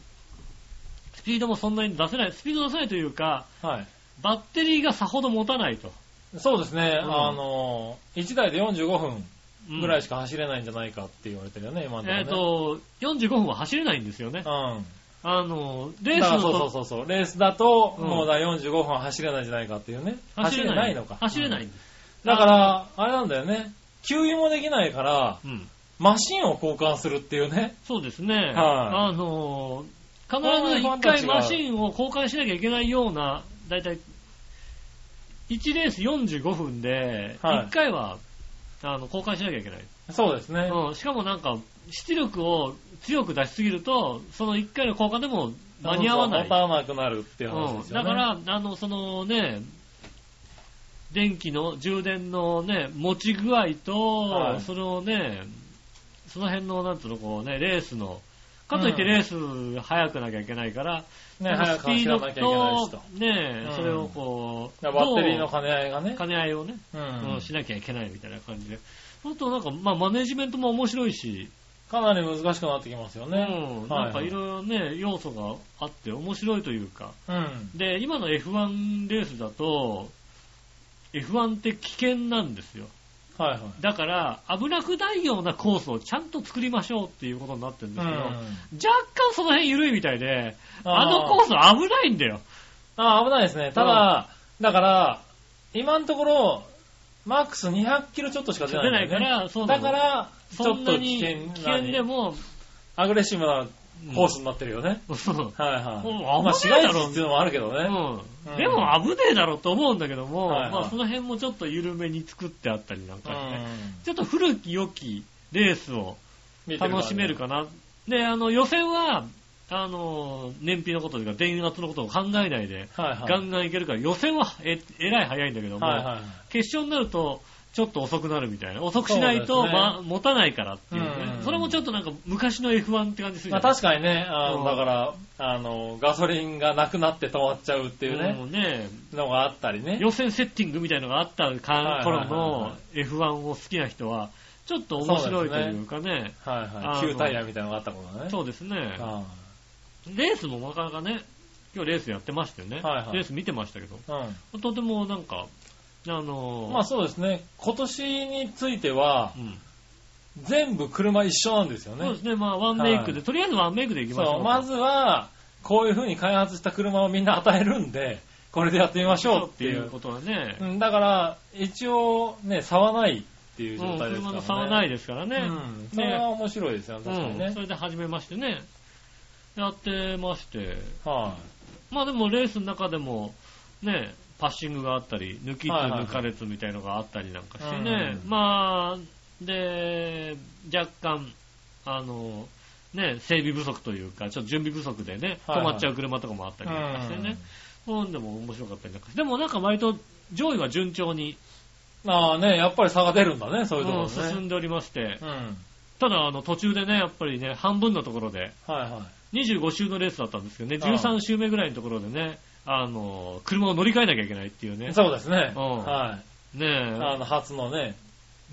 B: スピードもそんなに出せない、スピード出せないというか、
C: はい。
B: バッテリーがさほど持たないと。
C: そうですね、
B: うん
C: あのー、1台で45分
B: うん
C: ぐらいしか走れないんじゃないかって言われてるよね、今のところ
B: え
C: ね。
B: っ、と、45分は走れないんですよね。
C: うん。
B: あの、レー
C: だ
B: ス
C: か
B: の
C: らそうそう
B: と
C: そうそう。レースだと、
B: うん
C: もうだ45分は走れないんじゃないかっていうね。走れないのか。
B: 走れな
C: う
B: い
C: ん
B: んです。
C: だから、あれなんだよね。給油もできないから、
B: うん。
C: マシンを交換するっていうね。
B: そうですね。
C: はい
B: あの、必
C: これ
B: ず
C: ファ
B: 一
C: ンた
B: 回
C: ちが
B: マシンを交換しなきゃいけないような、だいたい、1レース45分で、
C: はい
B: 1回は、あの、交換しなきゃいけない。
C: そうですね。
B: うん、しかもなんか、出力を強く出しすぎると、その1回の交換でも間に合わない。
C: そうそう持たなくなるっていう話で
B: うん、
C: すよ
B: だ
C: ね。
B: から、あの、そのね、電気の、充電のね、持ち具合と、
C: はい
B: そのね、その辺の、なんつうの、こうね、レースの、かといって
C: うん
B: レース早くなきゃいけないから、
C: ね、
B: なんか
C: 早く走らなきゃいけないしと。だ
B: スピードとね、
C: うん
B: それをこう、
C: からバッテリーの
B: ど
C: 兼ね合いがね
B: う。兼ね合いをね、
C: う
B: うんん、。しなきゃいけないみたいな感じで。本当なんか、まあ、マネジメントも面白いし、
C: かなり難しくなってきますよね。
B: うん、
C: はい
B: なんかいろいろね、要素があって面白いというか。
C: うん。
B: で、今の F1 レースだと、F1 って危険なんですよ。
C: はいはい。
B: だから、危なくないようなコースをちゃんと作りましょうっていうことになってるんですけど、若
C: うん
B: 干その辺緩いみたいで、あの
C: ー
B: コース危ないんだよ。
C: あー危ないですね。ただ、だから、今のところ、マックス200キロちょっとしか出
B: 出
C: ないんだ
B: な
C: よ
B: いから、
C: ね、
B: そうな
C: だ
B: の
C: から、ち
B: そ
C: ょ
B: ん
C: っ
B: な
C: と
B: に
C: 危険
B: 危
C: な
B: 険でも、
C: アグレッシブな
B: うん
C: コースになってるよね。
B: そう
C: はいはい。
B: うん
C: まあ、
B: 危
C: 市
B: ない
C: 街
B: だろ
C: 地っていうのもあるけどね。
B: う
C: うんん
B: でも危ねえだろうと思うんだけども、
C: はいはい
B: まあその辺もちょっと緩めに作ってあったりなんかしてね、
C: うん
B: ちょっと古き良きレースを
C: 見てるからね
B: 楽しめるかな。で、あの、予選は、あの、燃費のことというか、電圧のことを考えないで、
C: はいはい。
B: ガンガンいけるから、予選はええらい早いんだけども、
C: はいはい。
B: 決勝になると、ちょっと遅くなるみたいな。遅くしない
C: そう
B: と、
C: ですね
B: ま、持たないからっていうね
C: う。ん
B: それもちょっとなんか昔の F1 って感じする
C: まあ
B: ない
C: 確かにね、あ
B: う
C: の
B: ん
C: だから、あの、ガソリンがなくなって止まっちゃうっていうね、
B: うんね
C: のがあったりね。
B: 予選セッティングみたいのがあったか
C: はい
B: 頃
C: はい
B: の
C: は
B: F1 を好きな人は、ちょっと面白いというかね、
C: はい
B: あの
C: はい。旧タイヤみたいなのがあったことね。う
B: そうですね、
C: あ
B: レースもなかなかね、今日レースやってましたよね、
C: はいはい
B: レース見てましたけど、
C: あうん。
B: とてもなんか、あのー
C: まあそうですね。今年については、
B: うん
C: 全部車一緒なんですよ
B: そう
C: ね
B: で。すね、まあワンメイクで、
C: は
B: とりあえずワンメイクでいきましょ。
C: そうう、まずは、こういう風に開発した車をみんな与えるんで、これでやってみましょうってい
B: そう
C: う
B: こ。とはね、
C: うん、だから、一応ね、差はないっていう
B: うん
C: 状態ですからね。
B: 車の差はない
C: い
B: ですから
C: ね。
B: ね。
C: うん。それは
B: ね
C: 面白いですよね、確かに
B: うん
C: ね
B: そ。れで始めましてね、やってまして、
C: は
B: まあでもレースの中でも、ね、パッシングがあったり、抜きつ
C: はいはいはい
B: 抜かれつみたいのがあったりなんかして
C: うん
B: ね、
C: うん
B: まあ、で、若干、あの、ね、整備不足というか、ちょっと準備不足でね、
C: はい
B: 止
C: はい
B: まっちゃう車とかもあった
C: い。
B: りなんかして
C: うん
B: ね、うん、でも面白かったりなんかして、でもなんか割と上位は順調に、
C: ああね、やっぱり差が出るんだね、そういうとこ
B: うん
C: ろね。
B: 進んでおりまして
C: う、ん。はい
B: ただあの途中でね、やっぱりね、半分のところで、
C: は
B: ね25周のレースだったんですけどね、
C: ああ
B: 13周目ぐらいのところでね、あの、車を乗り換えなきゃいけないっていうね、
C: そうですね。
B: うん
C: は
B: ね
C: い。
B: え
C: あの、初のね。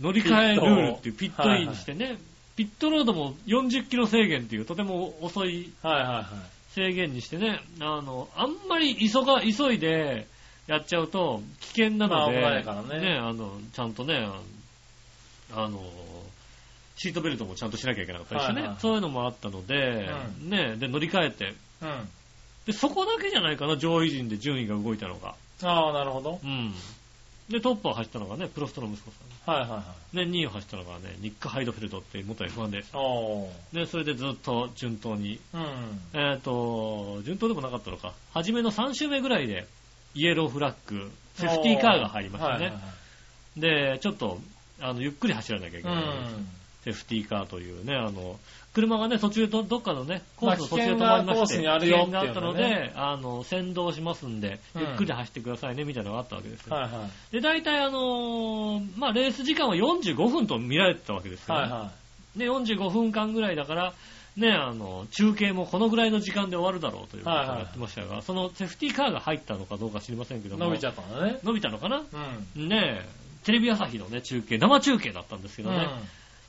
B: 乗り換えルールっていうピットインにしてね、ピットロードも40キロ制限っていうとても遅い
C: はいはいはい。
B: 制限にしてね、あの、あんまり急が、急いでやっちゃうと危険なので、
C: まあ危ないからね
B: あの、ちゃんとね、あのあの、シートベルトもちゃんとしなきゃいけなかったりしてね、
C: はいはい
B: そういうのもあったので、ね、で、乗り換えて、
C: うん。
B: で、そこだけじゃないかな、上位陣で順位が動いたのが。
C: ああ、なるほど。
B: うん。で、トップを走ったのがね、プロストの息子さん。
C: はいはいはい。
B: ね、2位を走ったのがね、ニック・ハイドフェルドっていう元 F1 で。
C: おー。
B: ね、それでずっと順当に。
C: うん。
B: えっ、と、順当でもなかったのか。初めの3周目ぐらいで、イエローフラッグ、セーフティーカーが入りましたね。
C: はいはい
B: で、ちょっと、あの、ゆっくり走らなきゃいけない。
C: はいうん。
B: セーフティーカーというね、あの、車がね、途中ど、どっかのね、コースの途中で止
C: ま
B: ま
C: あ
B: りまして、
C: 危険なコースにあるよっ
B: 危
C: ていう
B: 険があったの
C: の
B: で、あの、先導しますんで、
C: うん
B: ゆっくり走ってくださいね、みたいなのがあったわけですよ。
C: はいはい。
B: で、大体あのーまあ、レース時間は45分と見られてたわけですよ、ね
C: はいは
B: で、45分間ぐらいだから、ね、あの、中継もこのぐらいの時間で終わるだろうということを
C: はいはい
B: やってましたが、そのセーフティーカーが入ったのかどうか知りませんけど
C: い。
B: も。
C: 伸びちゃったんだね。
B: 伸びたのかな
C: うん。
B: ねえ、テレビ朝日のね、中継、生中継だったんですけどね。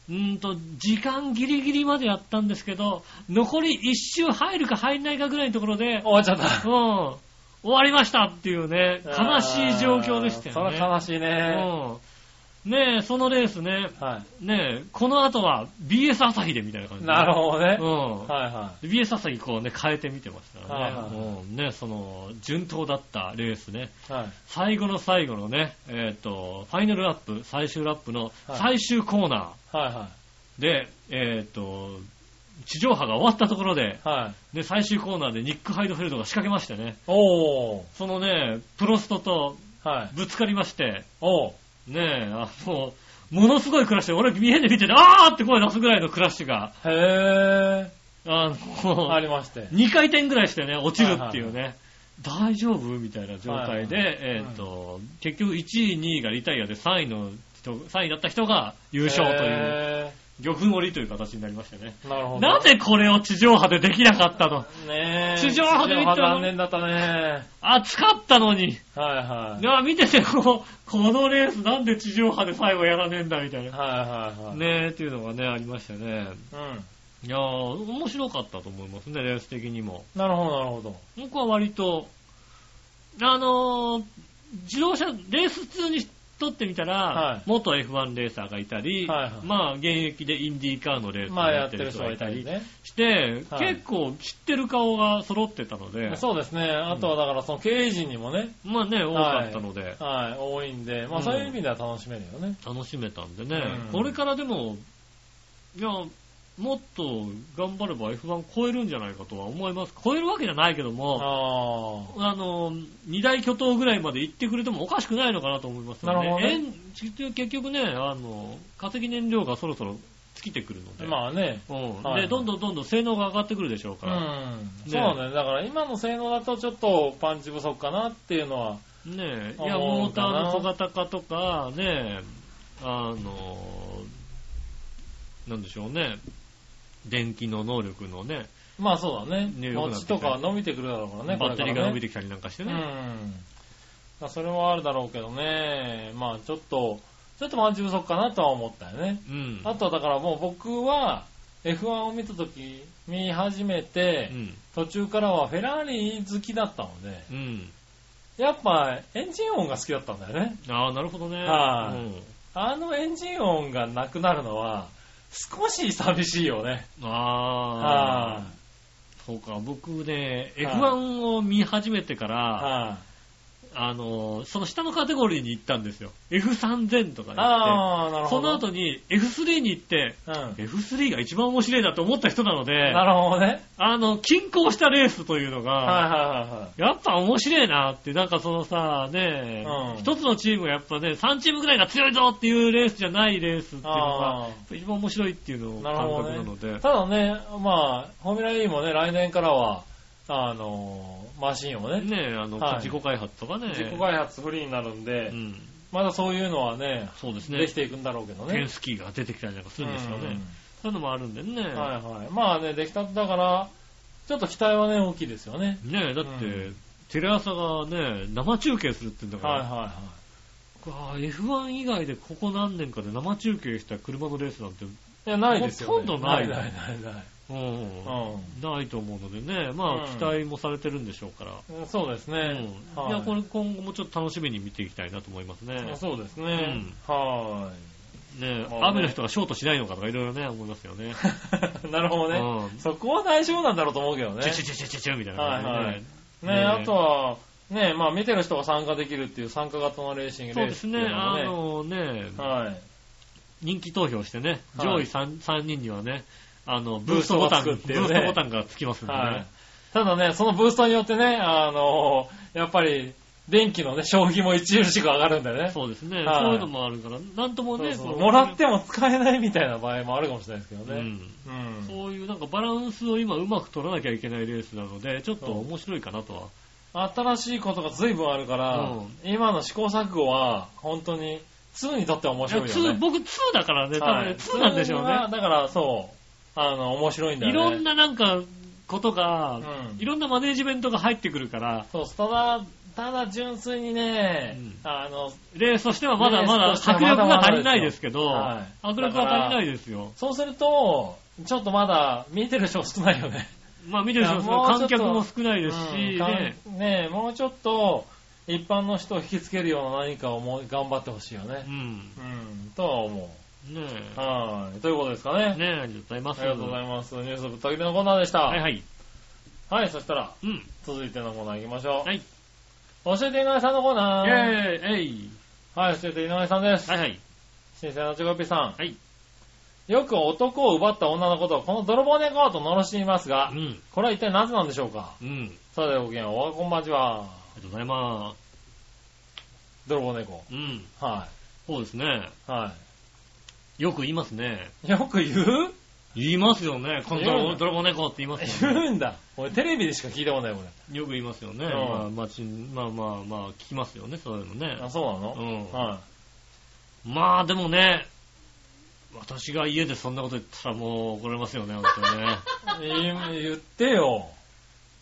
B: うーんと、時間ギリギリまでやったんですけど、残り1周入るか入んないかぐらいのところで
C: 終、わっちゃっ
B: うん、
C: た。
B: 終わりましたっていうね、悲しい状況でしたよね。
C: それ悲しいね。
B: うん。ねえ、そのレースね、
C: は
B: ねえ、この後は BS 朝日でみたいな感じ
C: い。
B: で。
C: なるほどね。
B: うん。
C: はいは
B: BS 朝日こうね、変えてみてましたからね。
C: はいはい
B: うんね、その、順当だったレースね。
C: い。はい。
B: 最後の最後のね、えっ、と、ファイナルラップ、最終ラップの最終コーナ
C: はいは
B: ーで、えっ、と、地上波が終わったところで、
C: い。はい。
B: で、最終コーナーでニック・ハイドフェルドが仕掛けましてね、
C: おー。
B: そのね、プロストと
C: はい。
B: ぶつかりまして、
C: おー。
B: ねえ、あの、ものすごいクラッシュ、俺見えで見てて、あーって声出すぐらいのクラッシュが、
C: へ
B: あ
C: ー。
B: の、
C: ありまして。
B: 2回転ぐらいしてね、落ちるっていうね、大丈夫みたいな状態で、
C: はい
B: えっ、と、結局1位、2位がリタイアで3位の人、3位だった人が優勝という、
C: へ
B: 魚粉折りという形になりましたね。
C: ーなるほど。
B: なぜこれを地上波でできなかったの
C: ねえ。
B: 地上波で見たの
C: 地上波残念だったね。
B: 暑かったのに。
C: はいはい。
B: なあ見てて、こうこのレースなんで地上波で最後やらねえんだみたいな。
C: はいはいはい。。
B: ねえ、っていうのがね、ありましたね。
C: うん。
B: いやー面白かったと思いますね、レース的にも。
C: なるほどなるほど。
B: 僕は割と、あのー自動車、レース通にとってみたら、
C: はい
B: 元 F1 レーサーがいたり、
C: はいはい
B: まあ現役でインディーカーのレースを
C: まあや
B: や
C: っ
B: ってて
C: る
B: る
C: 人
B: 人
C: が
B: が
C: い
B: い
C: た
B: た
C: り
B: り
C: ね。
B: して、
C: はい
B: 結構知ってる顔が揃ってたので、
C: そうですね。あとはだからその経営陣にもね、
B: まあね、多かったので、
C: はい、多いんで、まあ
B: うん
C: そういう意味では楽しめるよね。
B: 楽しめたんでね、
C: うん
B: これからでも、いや、もっと頑張れば F1 超えるんじゃないかとは思います。超えるわけじゃないけども、
C: あ
B: あの、二大巨頭ぐらいまで行ってくれてもおかしくないのかなと思いますよ
C: なるほどね
B: えん結結局ね、あの、化石燃料がそろそろ尽きてくるの
C: あ。
B: で。
C: まあね。
B: うん。
C: はい
B: で、どんどんどんどん性能が上がってくるでしょう
C: う
B: から。
C: ん。
B: ね
C: そうね。だから今の性能だとちょっとパンチ不足かなっていうのは、
B: ねえ。
C: あ
B: いや、
C: 思
B: モ
C: う
B: ー
C: か
B: タ
C: な
B: ーの小型化とか、ねえ、あの、なんでしょうね。電気の能力のね、
C: まあそうだね。
B: ね良くなって
C: 餅
B: きた
C: とかは伸びてくるだろうからね、
B: バッテリーが伸び
C: て
B: てきたりなんかして
C: くる
B: ね。
C: うん。まあそれはあるだろうけどね。まあちょっと、ちょっとパンチ不足かなとは思ったよね。
B: うん。
C: あとはだからもう僕は F1 を見た時見始めて、
B: うん。
C: 途中からはフェラーリ好きだったので、
B: うん。
C: やっぱエンジン音が好きだったんだよね。
B: ああ、なるほどね。
C: はい
B: うん
C: あのエンジン音がなくなるのは少し寂しいよね。
B: ああ
C: は。
B: そうか、僕ね、
C: はい
B: F1 を見始めてか
C: い、
B: ら、
C: はい、
B: あの、その下のカテゴリーに行ったんですよ。F3000 とかに行っ
C: ああ、なる
B: て、
C: ほ
B: その
C: ど。
B: 後に F3 に行って、
C: その後、
B: F3 が一番面白いなと思った人なの
C: うん。
B: で、
C: なるほどね。
B: あの、均衡したレースというの
C: はい
B: が、
C: はいはいはい。
B: やっぱ面白いなって、なんかそのさ、ね
C: うん、
B: 一つのチームがやっぱね、3チームぐらいが強いぞっていうレースじゃないレースっていうのが、
C: あ
B: やっぱ一番面白いっていうのを
C: な
B: 感
C: るほど
B: 覚
C: ね
B: なので、
C: ただね、まあ、フォーミュラ E もね、来年からは、あのーマシンをね、
B: ね、あの、
C: はい
B: 自己開発とかね、
C: 自己開発フリーになるんで、
B: うん
C: まだそういうのはね、
B: そうですね。
C: できていくんだろうけどね。
B: テンスキーが出てきたりなんかするんですよね。
C: うん
B: そういうのもあるんでね。
C: はいはい。まあね、出来たてだから、ちょっと期待はね、大きいですよね。
B: ねえ、だって、
C: うん
B: テレ朝がね、生中継するって言うんだか
C: はい
B: ら、
C: はいはい。
B: ああ F1 以外でここ何年かで生中継した車のレースなんて、
C: いや、ないですよ、ね。
B: ほとんどない
C: ないないないない。
B: うん
C: う
B: ないと思うのでね、まあ、
C: うん
B: 期待もされてるんでしょうから。
C: ん。そうですね。
B: うんいや、こ
C: れ、
B: れ今後もちょっと楽しみに見ていきたいなと思いますね。
C: そうですね。は
B: ね
C: まあね
B: 雨の人がショートしないのかとかいろいろね、思いますよね。
C: ーい。なるほどね。
B: うん
C: そこは大丈夫なんだろうと思うけど
B: チ
C: ね
B: ュ。チュチュチュチュチュみたいな感じでね。
C: はいはい
B: ね
C: ね、あとは、ね、まあ見てる人が参加できるっていう参加型のレーシング
B: そう
C: レー
B: で
C: ス
B: す
C: って
B: ね、
C: いうのも
B: あ
C: ね。
B: のね、
C: はい。
B: 人気投票してね、
C: はい
B: 上位 3, 三人にはね、あの、ブーストボタン、
C: ブ
B: ブー
C: ーストがつくっていうね
B: ストボタンがつきますんで
C: はい
B: ね。。
C: ただね、そのブーストによってね、あのやっぱり、電気のね、消費も著しく上がるんだよね。
B: そうですね、
C: はい
B: そういうのもあるから、なんともね、
C: そうそう
B: こう
C: もらっても使えないみたいな場合もあるかもしれないですけど
B: う
C: ね。
B: ん
C: うん
B: そういうなんかバランスを今うまく取らなきゃいけないレースなので、ちょっと面白いかなとは。
C: 新しいことが随分あるから、
B: うん
C: 今の試行錯誤は、本当に、2にとっては面
B: いや
C: 白いよ
B: ツー
C: ね。
B: 僕2だからね、多分
C: は
B: ね、
C: い
B: 2なんでしょう
C: ツーは
B: ね。
C: だから、そう、あの、面白いんだよ
B: い
C: ね。
B: ろんななんかことが、
C: うん
B: いろんなマネジメントが入ってくるから、
C: そう、ただ、ただ純粋にね、
B: うん
C: あの、
B: レースとしてはまだ
C: レース
B: まだ
C: としては
B: 迫力が足りないですけど、
C: まだまだですよはい
B: 迫力が足りないですよ。
C: そうすると、ちょっとまだ見てる人少ないよね。
B: まあ見てる人
C: いや
B: も
C: もうち
B: 観
C: ょっと
B: 客も少ないですし、
C: うんかん
B: ね、
C: ねえもうちょっと、一般の人を引きつけるような何かをもう頑張ってほしいよね
B: う。ん。
C: うん、とは思
B: ね
C: う。はい。ということですかね。
B: え、ねえ、ありがとうございます。
C: ありがとうござ
B: ま
C: います。ニュースぶった切りのコーナーでした。
B: はいはい。
C: はい、そしたら、
B: うん。
C: 続いてのコーナー行きましょう。
B: はい。イ
C: 教えて井上さんのコーナー。
B: ェーイえい
C: はい、教えて井上さんです。
B: はいはい。
C: 新鮮なチョコピーさん。
B: はい。
C: よく男を奪った女のことを、この泥棒猫と罵していますが
B: う、ん。
C: これは一体なぜなんでしょうか
B: うん。あり
C: さて、ごきげんおはこんばんちは。
B: がとうございま
C: 泥棒猫。
B: す。うん。
C: は
B: そうですね。
C: い。は
B: よく言いますね。
C: い。よく言う
B: 言いますよね。この
C: 言う
B: 泥
C: の
B: 泥棒猫って言いますよね。
C: 言うんだ。俺テレビでしか聞いたことない、これ。
B: よく言いますよね。
C: ん
B: まあ、まあ、ちまあまあまあ、聞きますよね、そういうのね。
C: あ、そうな
B: う
C: の
B: ん。
C: は
B: まあでもね、私が家でそんなこと言ったらもう怒られますよね、本当にね。
C: い。言う言ってよ。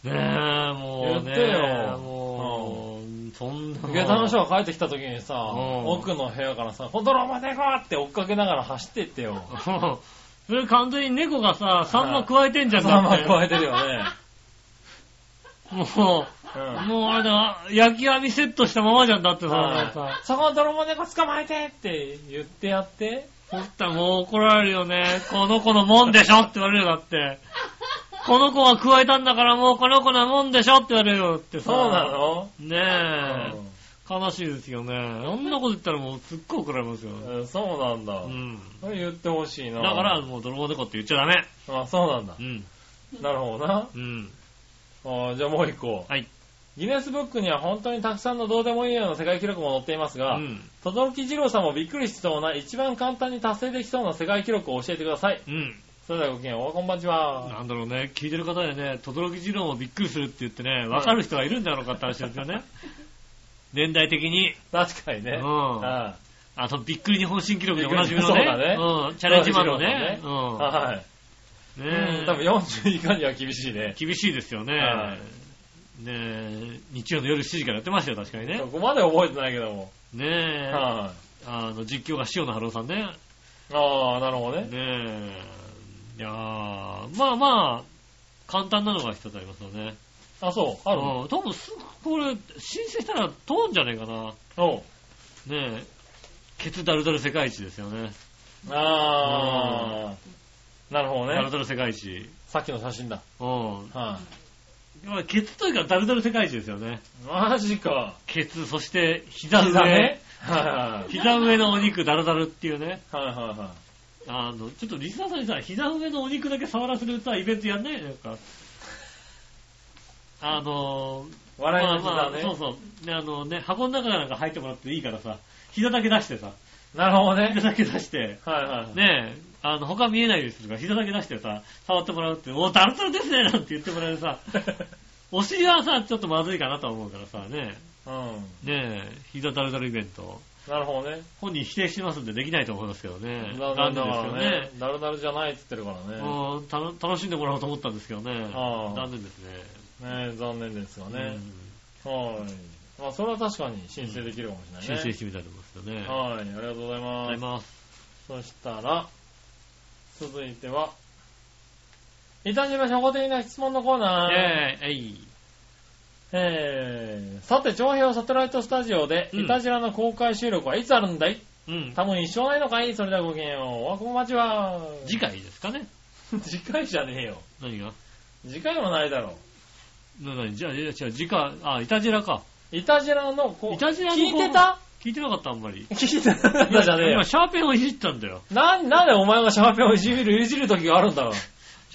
B: ねえ、もうね。
C: 言ってよ
B: もう、そんな。
C: 下駄の人が帰ってきた時にさ、
B: うん
C: 奥の部屋からさ、ほんとロマネコって追っかけながら走ってってよ。
B: それ完全に猫がさ、サンマ加えてんじゃん
C: まあま
B: だ
C: あ
B: って。
C: 加えてるよね。
B: も
C: う
B: う、
C: ん。
B: もうあれだ、焼き網セットしたままじゃんだって
C: は
B: さ、
C: いそこの泥棒猫捕まえてって言ってやって。
B: そったらもう怒られるよね。この子のもんでしょって言われるよ、だって。この子が加えたんだからもうこの子のもんでしょって言われるよってさ。
C: そうなの
B: ねえ、悲しいですよね。そんなこと言ったらもうすっごい怒られますよ。
C: うんそうなんだ
B: う。ん。
C: それ言ってほしい
B: だ
C: な。
B: から、もう泥棒猫って言っちゃダメ。
C: あ、そうなんだ
B: う。ん。
C: なるほどな。
B: うん。
C: あじゃあもう一個。
B: はい。
C: ギネスブックには本当にたくさんのどうでもいいような世界記録も載っています
B: う
C: が、
B: ん。
C: 轟二郎さんもびっくりしそうな一番簡単に達成できそうな世界記録を教えてください。
B: うん。
C: それではごきげんおはこんばんちは。
B: なんだろうね、聞いてる方でね、轟二郎もびっくりするって言ってね、わかる人がいるんだろうかって話ですよ ね。年代的に。
C: 確かにね。
B: うん
C: は
B: あと、びっくり日本新記録でおなじみのね。
C: そうだね
B: うん。チャレンジマンの
C: チャレン
B: ね。
C: ジい。
B: う
C: はい。
B: ん。
C: う
B: ね
C: ん
B: え
C: 多分40以下には厳しいね。
B: 厳しいですよね
C: は。
B: ねえ日曜の夜7時からやってましたよ、確かにね
C: そ。こまで覚えてないけども。
B: ねえ。
C: はい。
B: あの、実況が塩野春夫さんね。
C: ああ、なるほどね
B: ね。え。いやーまあまあ、簡単なのが一つありますよね。
C: あ、そう。あるの
B: うん、多分すぐ、これ、申請したら通んじゃねえかな。
C: おう
B: ねえ。ケツダルダル世界一ですよね。
C: ああ。なるほど
B: ダル
C: ね。
B: ダル世界一。
C: さっきの写真だ。
B: うん。
C: は
B: まあケツというかダルダル世界一ですよね。
C: い。マジか。
B: ケツ、そして膝
C: 膝
B: 上
C: ね。。はい
B: 膝上のお肉ダルダルっていうね。
C: はいはいはい。
B: あの、ちょっとリスナーさんにさ、膝上のお肉だけ触らせるさ、イベントやんないなんか。あのー、
C: 笑いの膝ね。
B: そうそう。ね、あのね、箱の中なんか入ってもらっていいからさ、膝だけ出してさ、
C: なるほど
B: 膝
C: ね。
B: だけ出して、
C: はいはい。
B: ねえ、あの、他見えないようにするから、膝だけ出してさ、触ってもらうって、おダルダルですねなんて言ってもらえる さ、お尻はさ、ちょっとまずいかなとは思うからさ、ね
C: うん。
B: え、ねえ、膝ダルダルイベント。
C: なるほどね。
B: 本人否定してますんでできないと思いますけどね。
C: だ
B: 残
C: だ
B: 念
C: か
B: ですよ
C: ら
B: ね
C: ね。。だるだるじゃないって言ってるからね。
B: うんたの楽しんでもらおうと思ったんですけどね。
C: ああ
B: 残念ですね。
C: ね残念ですがね。
B: うん
C: はい。まあ、それは確かに申請できるかもしれ
B: 申
C: ない
B: 請
C: ね。
B: してみたいと思いますよね。あ
C: はい。ありがとうござい
B: りがと
C: ま
B: うござい
C: す。
B: ます。
C: そしたら、続いては、いたじま初歩的な質問のコーナー。
B: えええい。
C: えー、さて、長編サテライトスタジオで、
B: うん
C: いたじらの公開収録はいつあるんだい
B: うん。
C: 多分一生ないのかいそれではごきげんよう。おわこんばんちは。
B: 次回ですかね。
C: 次回じゃねえよ。
B: 何が
C: 次回はないだろ
B: な何じゃあ、いや違う、次回、あ、いたじらか。
C: う。いたじらの公
B: いたじらの
C: 聞いてた
B: 聞いてなかった、あんまり。
C: 聞いてたじゃねえよ
B: 今、。シャーペンをいじったんだよ。
C: なん、なんでお前がシャーペンをいじる、いじる時があるんだろう。
B: シ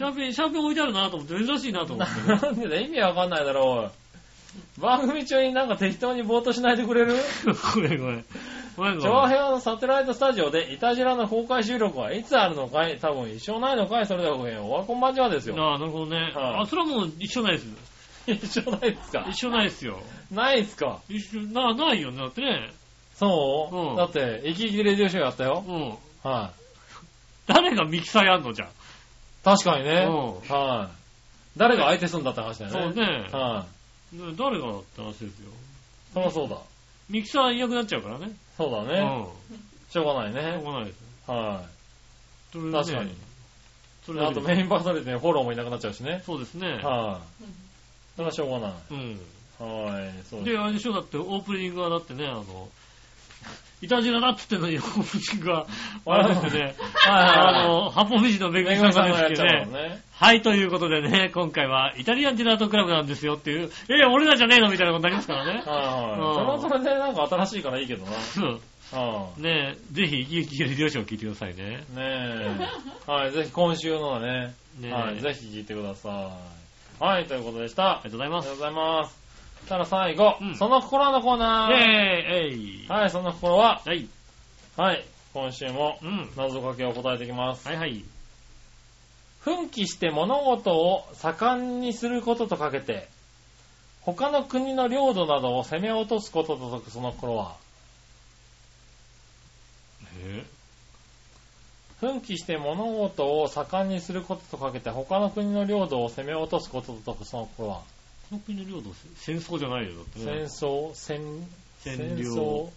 B: ャーペン、シャーペン置いてあるなと思って、珍しいなと思 って。
C: なんでだ、意味わかんないだろう。番組中になんか適当にぼーっとしないでくれる
B: ごめんごめん。ごめんご
C: 長
B: めん。
C: 編のサテライトスタジオで、いたじらの公開収録はいつあるのかい多分一生ないのかいそれではごめんよ。おわこんばんちはですよ。
B: ああ、なるほどね。
C: はい
B: あ、それはもう一緒ないです。
C: 一生ないですか
B: 一緒ないですよ。
C: ないですか
B: 一緒、な、ないよね。だってね。
C: そう、
B: うん
C: だって、生き生きレディオショーやったよ。
B: うん。
C: は
B: 誰がミキサーやんのじゃん。
C: い。確かにね。
B: う
C: はい。誰が相手すんだって話だよね。
B: そうね。
C: はい。
B: ね誰がって話ですよ。
C: そりゃそうだ。
B: ミキサーいなくなっちゃうからね。
C: そうだ
B: うん。
C: ね。しょうがない
B: しょう
C: ね。
B: がないです。
C: は
B: それ
C: い。
B: でね
C: 確かに。。
B: それ
C: あ
B: だ
C: と
B: け
C: メ
B: で
C: インパーソナリティのフォローもいなくなっちゃうしね。
B: そうですね。
C: はい。それはしょうがない。
B: うん。
C: はい。そう
B: で、あれでしょ、だってオープニングはだってね、あの、いたじらだっつってんのにオープニングは、あれですよね。
C: はい
B: あの、八方美人のめぐ
C: め
B: み
C: ぐ
B: さん
C: み
B: が
C: さんがやっ
B: です
C: ち
B: け
C: ゃ
B: ど
C: う
B: ね
C: もん。ね。
B: はい、ということでね、今回はイタリアンジェラートクラブなんですよっていう、えー、俺らじゃねえのみたいなことになりますからね。
C: はい
B: うん
C: はい。それはそれでなんか新しいからいいけどな。は
B: うんねえ、ぜひ、生き生きレディオショーを聞いてくださいね。
C: い。 ねえ。はい、ぜひ今週のはね、
B: ねえ
C: はい、ぜひ聞いてください。はい、ということでした。あ
B: あ
C: り
B: りがとうございま
C: が
B: す
C: と。うございます。そしたら最後、
B: うん
C: その心のコ
B: イ
C: ー
B: ェ
C: ナ
B: ー
C: ー。
B: イえい
C: はい、その心は、
B: はい。
C: はい、今週も
B: うん。
C: 謎かけを答えていきます。
B: はいはい。
C: 奮起して物事を盛んにすることとかけて、他の国の領土などを攻め落とすことと解くその心は、
B: え
C: 奮起して物事を盛んにすることとかけて、他の国の領土を攻め落とすことと解くその心は、
B: この国の領土、戦争じゃないよ、だって
C: 戦
B: ね。
C: 争、戦、
B: 占
C: 戦
B: 領
C: 争、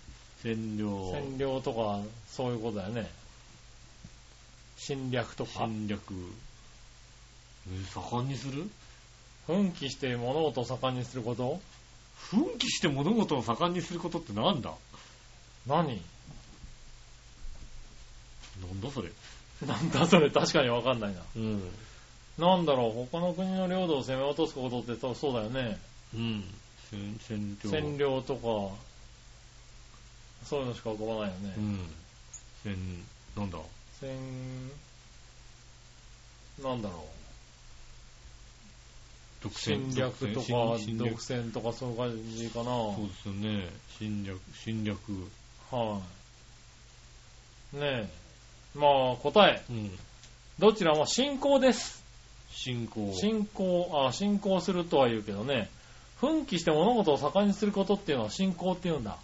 B: 占領、
C: 占領とか、そういうことだよね。侵略とか。
B: 侵略。えー盛んにする
C: 奮起して物事を盛んにすること
B: 奮起して物事を盛んにすることってなんだ
C: 何
B: なんだそれ。
C: なんだそれ、確かにわかんないな。
B: うん。
C: なんだろう、他の国の領土を攻め落とすことってそうそうだよね。
B: うん。占占領。
C: 占領とか、そういうのしか浮かばないよ
B: う
C: ね。
B: ん。戦、なんだ
C: 戦、なんだろ
B: 独
C: う、
B: 占
C: 侵略と
B: 独
C: か
B: 占、侵
C: 独
B: 略
C: 占とかそういう感じかな。
B: そうですよね。侵略、侵略。
C: はい。ねえ。まあ、答え。
B: うん。
C: どちらも信仰です。
B: 侵攻。
C: 信仰、あ、信仰するとは言うけどね。奮起して物事を盛んにすることっていうのは信仰っていうんだ。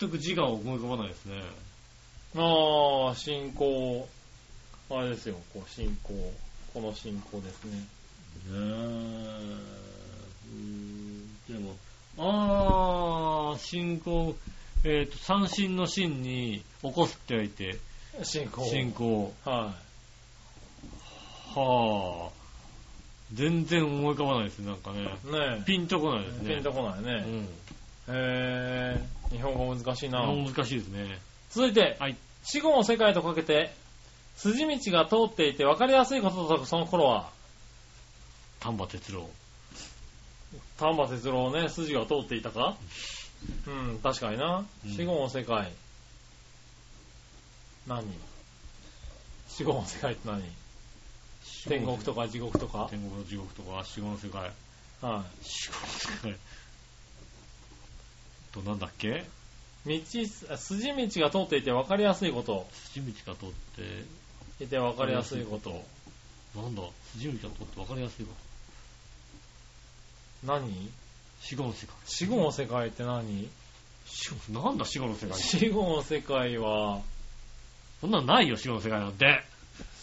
B: 全く自我を思い浮かばないですね。
C: ああ、信仰。あれですよ、こう、信仰。この信仰ですね。
B: ねえ。うんでも、あー、信仰、えっ、と、三振の芯に起こすって書いて、
C: 信仰。
B: 信仰。
C: は
B: はあ。全然思い浮かばないですね、なんかね。
C: い。ね
B: ピンとこないです
C: え。
B: ね。
C: ピンとこないうね。
B: ん。
C: へえ。日本語難しいな。
B: 難しいですね。
C: 続いて、
B: はい
C: 死後の世界とかけて、筋道が通っていて分かりやすいことと解くその頃は、
B: 丹波哲郎。
C: 丹波哲郎ね、筋が通っていたかうん、確かにな。
B: うん
C: 死後の世界。何死後の世界って何天国とか地獄とか
B: 天国の地獄とか、死後の世界。
C: は
B: 死後の世界。と、なんだっけ
C: い。道、あ筋道が通っていて分かりやすいこと。
B: 筋道が通って、
C: いて分かりやすいこと。
B: なんだ、筋道が通って分かりやすいこと。
C: 何
B: 死後の世界。
C: 死後の世界って何
B: しなんだ死後の世界って。
C: 死後の世界は、
B: そんなのないよ、死後の世界なんて。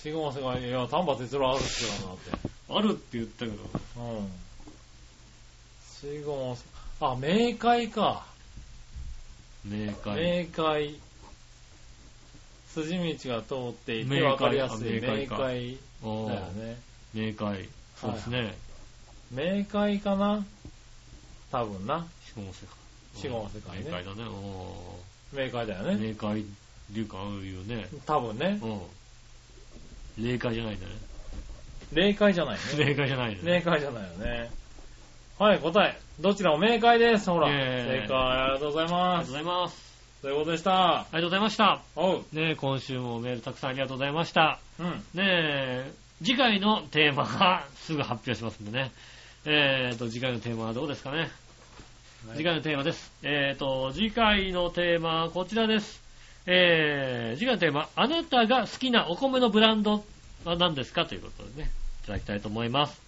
C: 死後の世界、いや、丹波哲郎あるっすよなって。
B: あるって言ったけど。
C: うん。死後の世あ、冥界か。
B: 冥界。
C: 冥界。筋道が通っていて
B: 冥界
C: 分かりやすい。
B: あ冥界
C: 冥
B: か
C: 界
B: お
C: だよ
B: ー
C: ね。
B: 冥界。そうですね。
C: 冥界かな多分な。
B: 死後の世界。
C: 死後の世界ね
B: 冥界だね。お
C: 冥界だよ
B: ー
C: ね。
B: 冥界流感あるよね。
C: 多分ね。
B: うん。霊界じゃないんだね。
C: 霊界じゃないね。
B: 霊界じゃないね。
C: 霊界じゃないよね。はい、答え。どちらも冥界です。ほら。
B: イェーイ
C: 正解、ありがとうござい
B: ありが
C: ま
B: とう
C: す
B: ご。ざいます。
C: ということでし
B: あ
C: た。
B: りがとうございました。
C: おう。
B: ねえ今週もメールたくさんありがとうございました。
C: うん。
B: ねえ、次回のテーマはすぐ発表しますんでね。えーと、次回のテーマはどうですかね。次回のテーマです。えーと、次回のテーマはこちらです。えー、次回のテーマ、あなたが好きなお米のブランドは何ですかということでね、いただきたいと思います。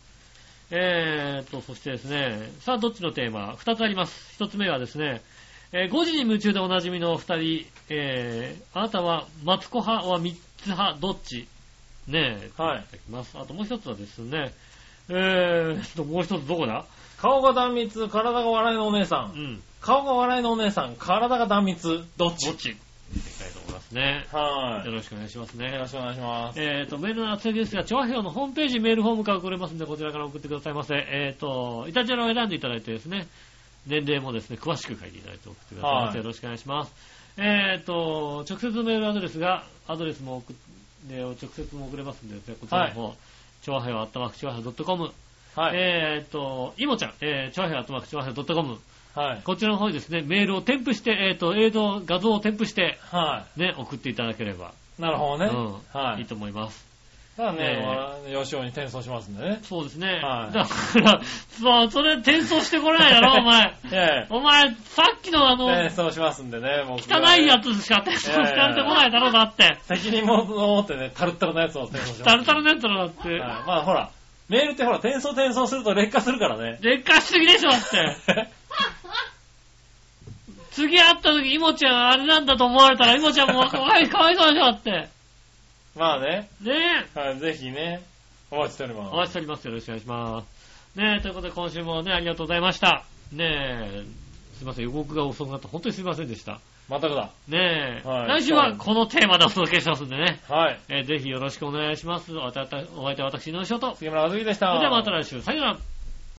B: えーと、そしてですね、さあどっちのテーマ ?2 つあります。1つ目はですね、えー5時に夢中でおなじみのお二人、えー、あなたはマツコ派は三つ派どっちねえ、
C: はい
B: いただきます。あともう一つはですね、えーと、もう一つどこだ
C: 顔が断蜜、体が笑いのお姉さ。
B: うんん、
C: 顔が笑いのお姉さん、体が断蜜。どっ
B: ど
C: ち
B: っちいきたいと思いますね。
C: は
B: よろしくお願いします
C: い。よ
B: ね
C: ろ。しくお願いします。
B: えーと、メールの厚みですが、調和表のホームページメールフォームから送れますので、こちらから送ってくださいませ。えーと、イタジェラを選んでいただいてですね、年齢もですね、詳しく書いていただいて送ってくださいま
C: は
B: せ。
C: い
B: よろしくお願いします。えーと、直接のメールアドレスが、アドレスも送っ、で直接も送れますんでですね、こちらの方、調和表あったまく調和表 .com、
C: はい。
B: えーと、いもちゃん、えー、調和表あったまく調和表 .com、
C: はい。
B: こちらの方にですね、メールを添付して、えーと、映像、画像を添付して、
C: は
B: ね、送っていただければ、
C: い。なるほどね。
B: うん、
C: は
B: い
C: いい。
B: と思います。
C: ただね
B: え、
C: わ吉尾に転送しますんでね。
B: そうですね。
C: はい
B: だから、そう、それ転送してこないだ ろ、お前。
C: え
B: お前、さっきのあの、
C: え。転送しますんでね、僕が
B: 汚いやつしか転送してられてこないだろ、だって。
C: 責任を持ってね、タルタルのやつを転送します。
B: タルタルネットだって。
C: はいまあほら、メールってほら、転送転送すると劣化するからね。
B: 劣化しすぎでしょ、だって。次会った時、イモちゃんあれなんだと思われたら、イモちゃんもうかわ い、かわいそうでしょ、だって。
C: まあね、
B: ねえ。
C: はいぜひね、お待ちしております。
B: お待ちしております。よろしくお願いします。ねえ、ということで今週もね、ありがとうございました。ねえ、すいません、予告が遅くなって、本当にすいませんでした。
C: またくだ。
B: ねえ、
C: はい
B: 来週はこのテーマでお届けしますんでね。
C: はい。
B: えーぜひよろしくお願いします。おたたお相手は私、井上翔と。そ
C: 杉村和樹でした。
B: れではまた来週。さよなら。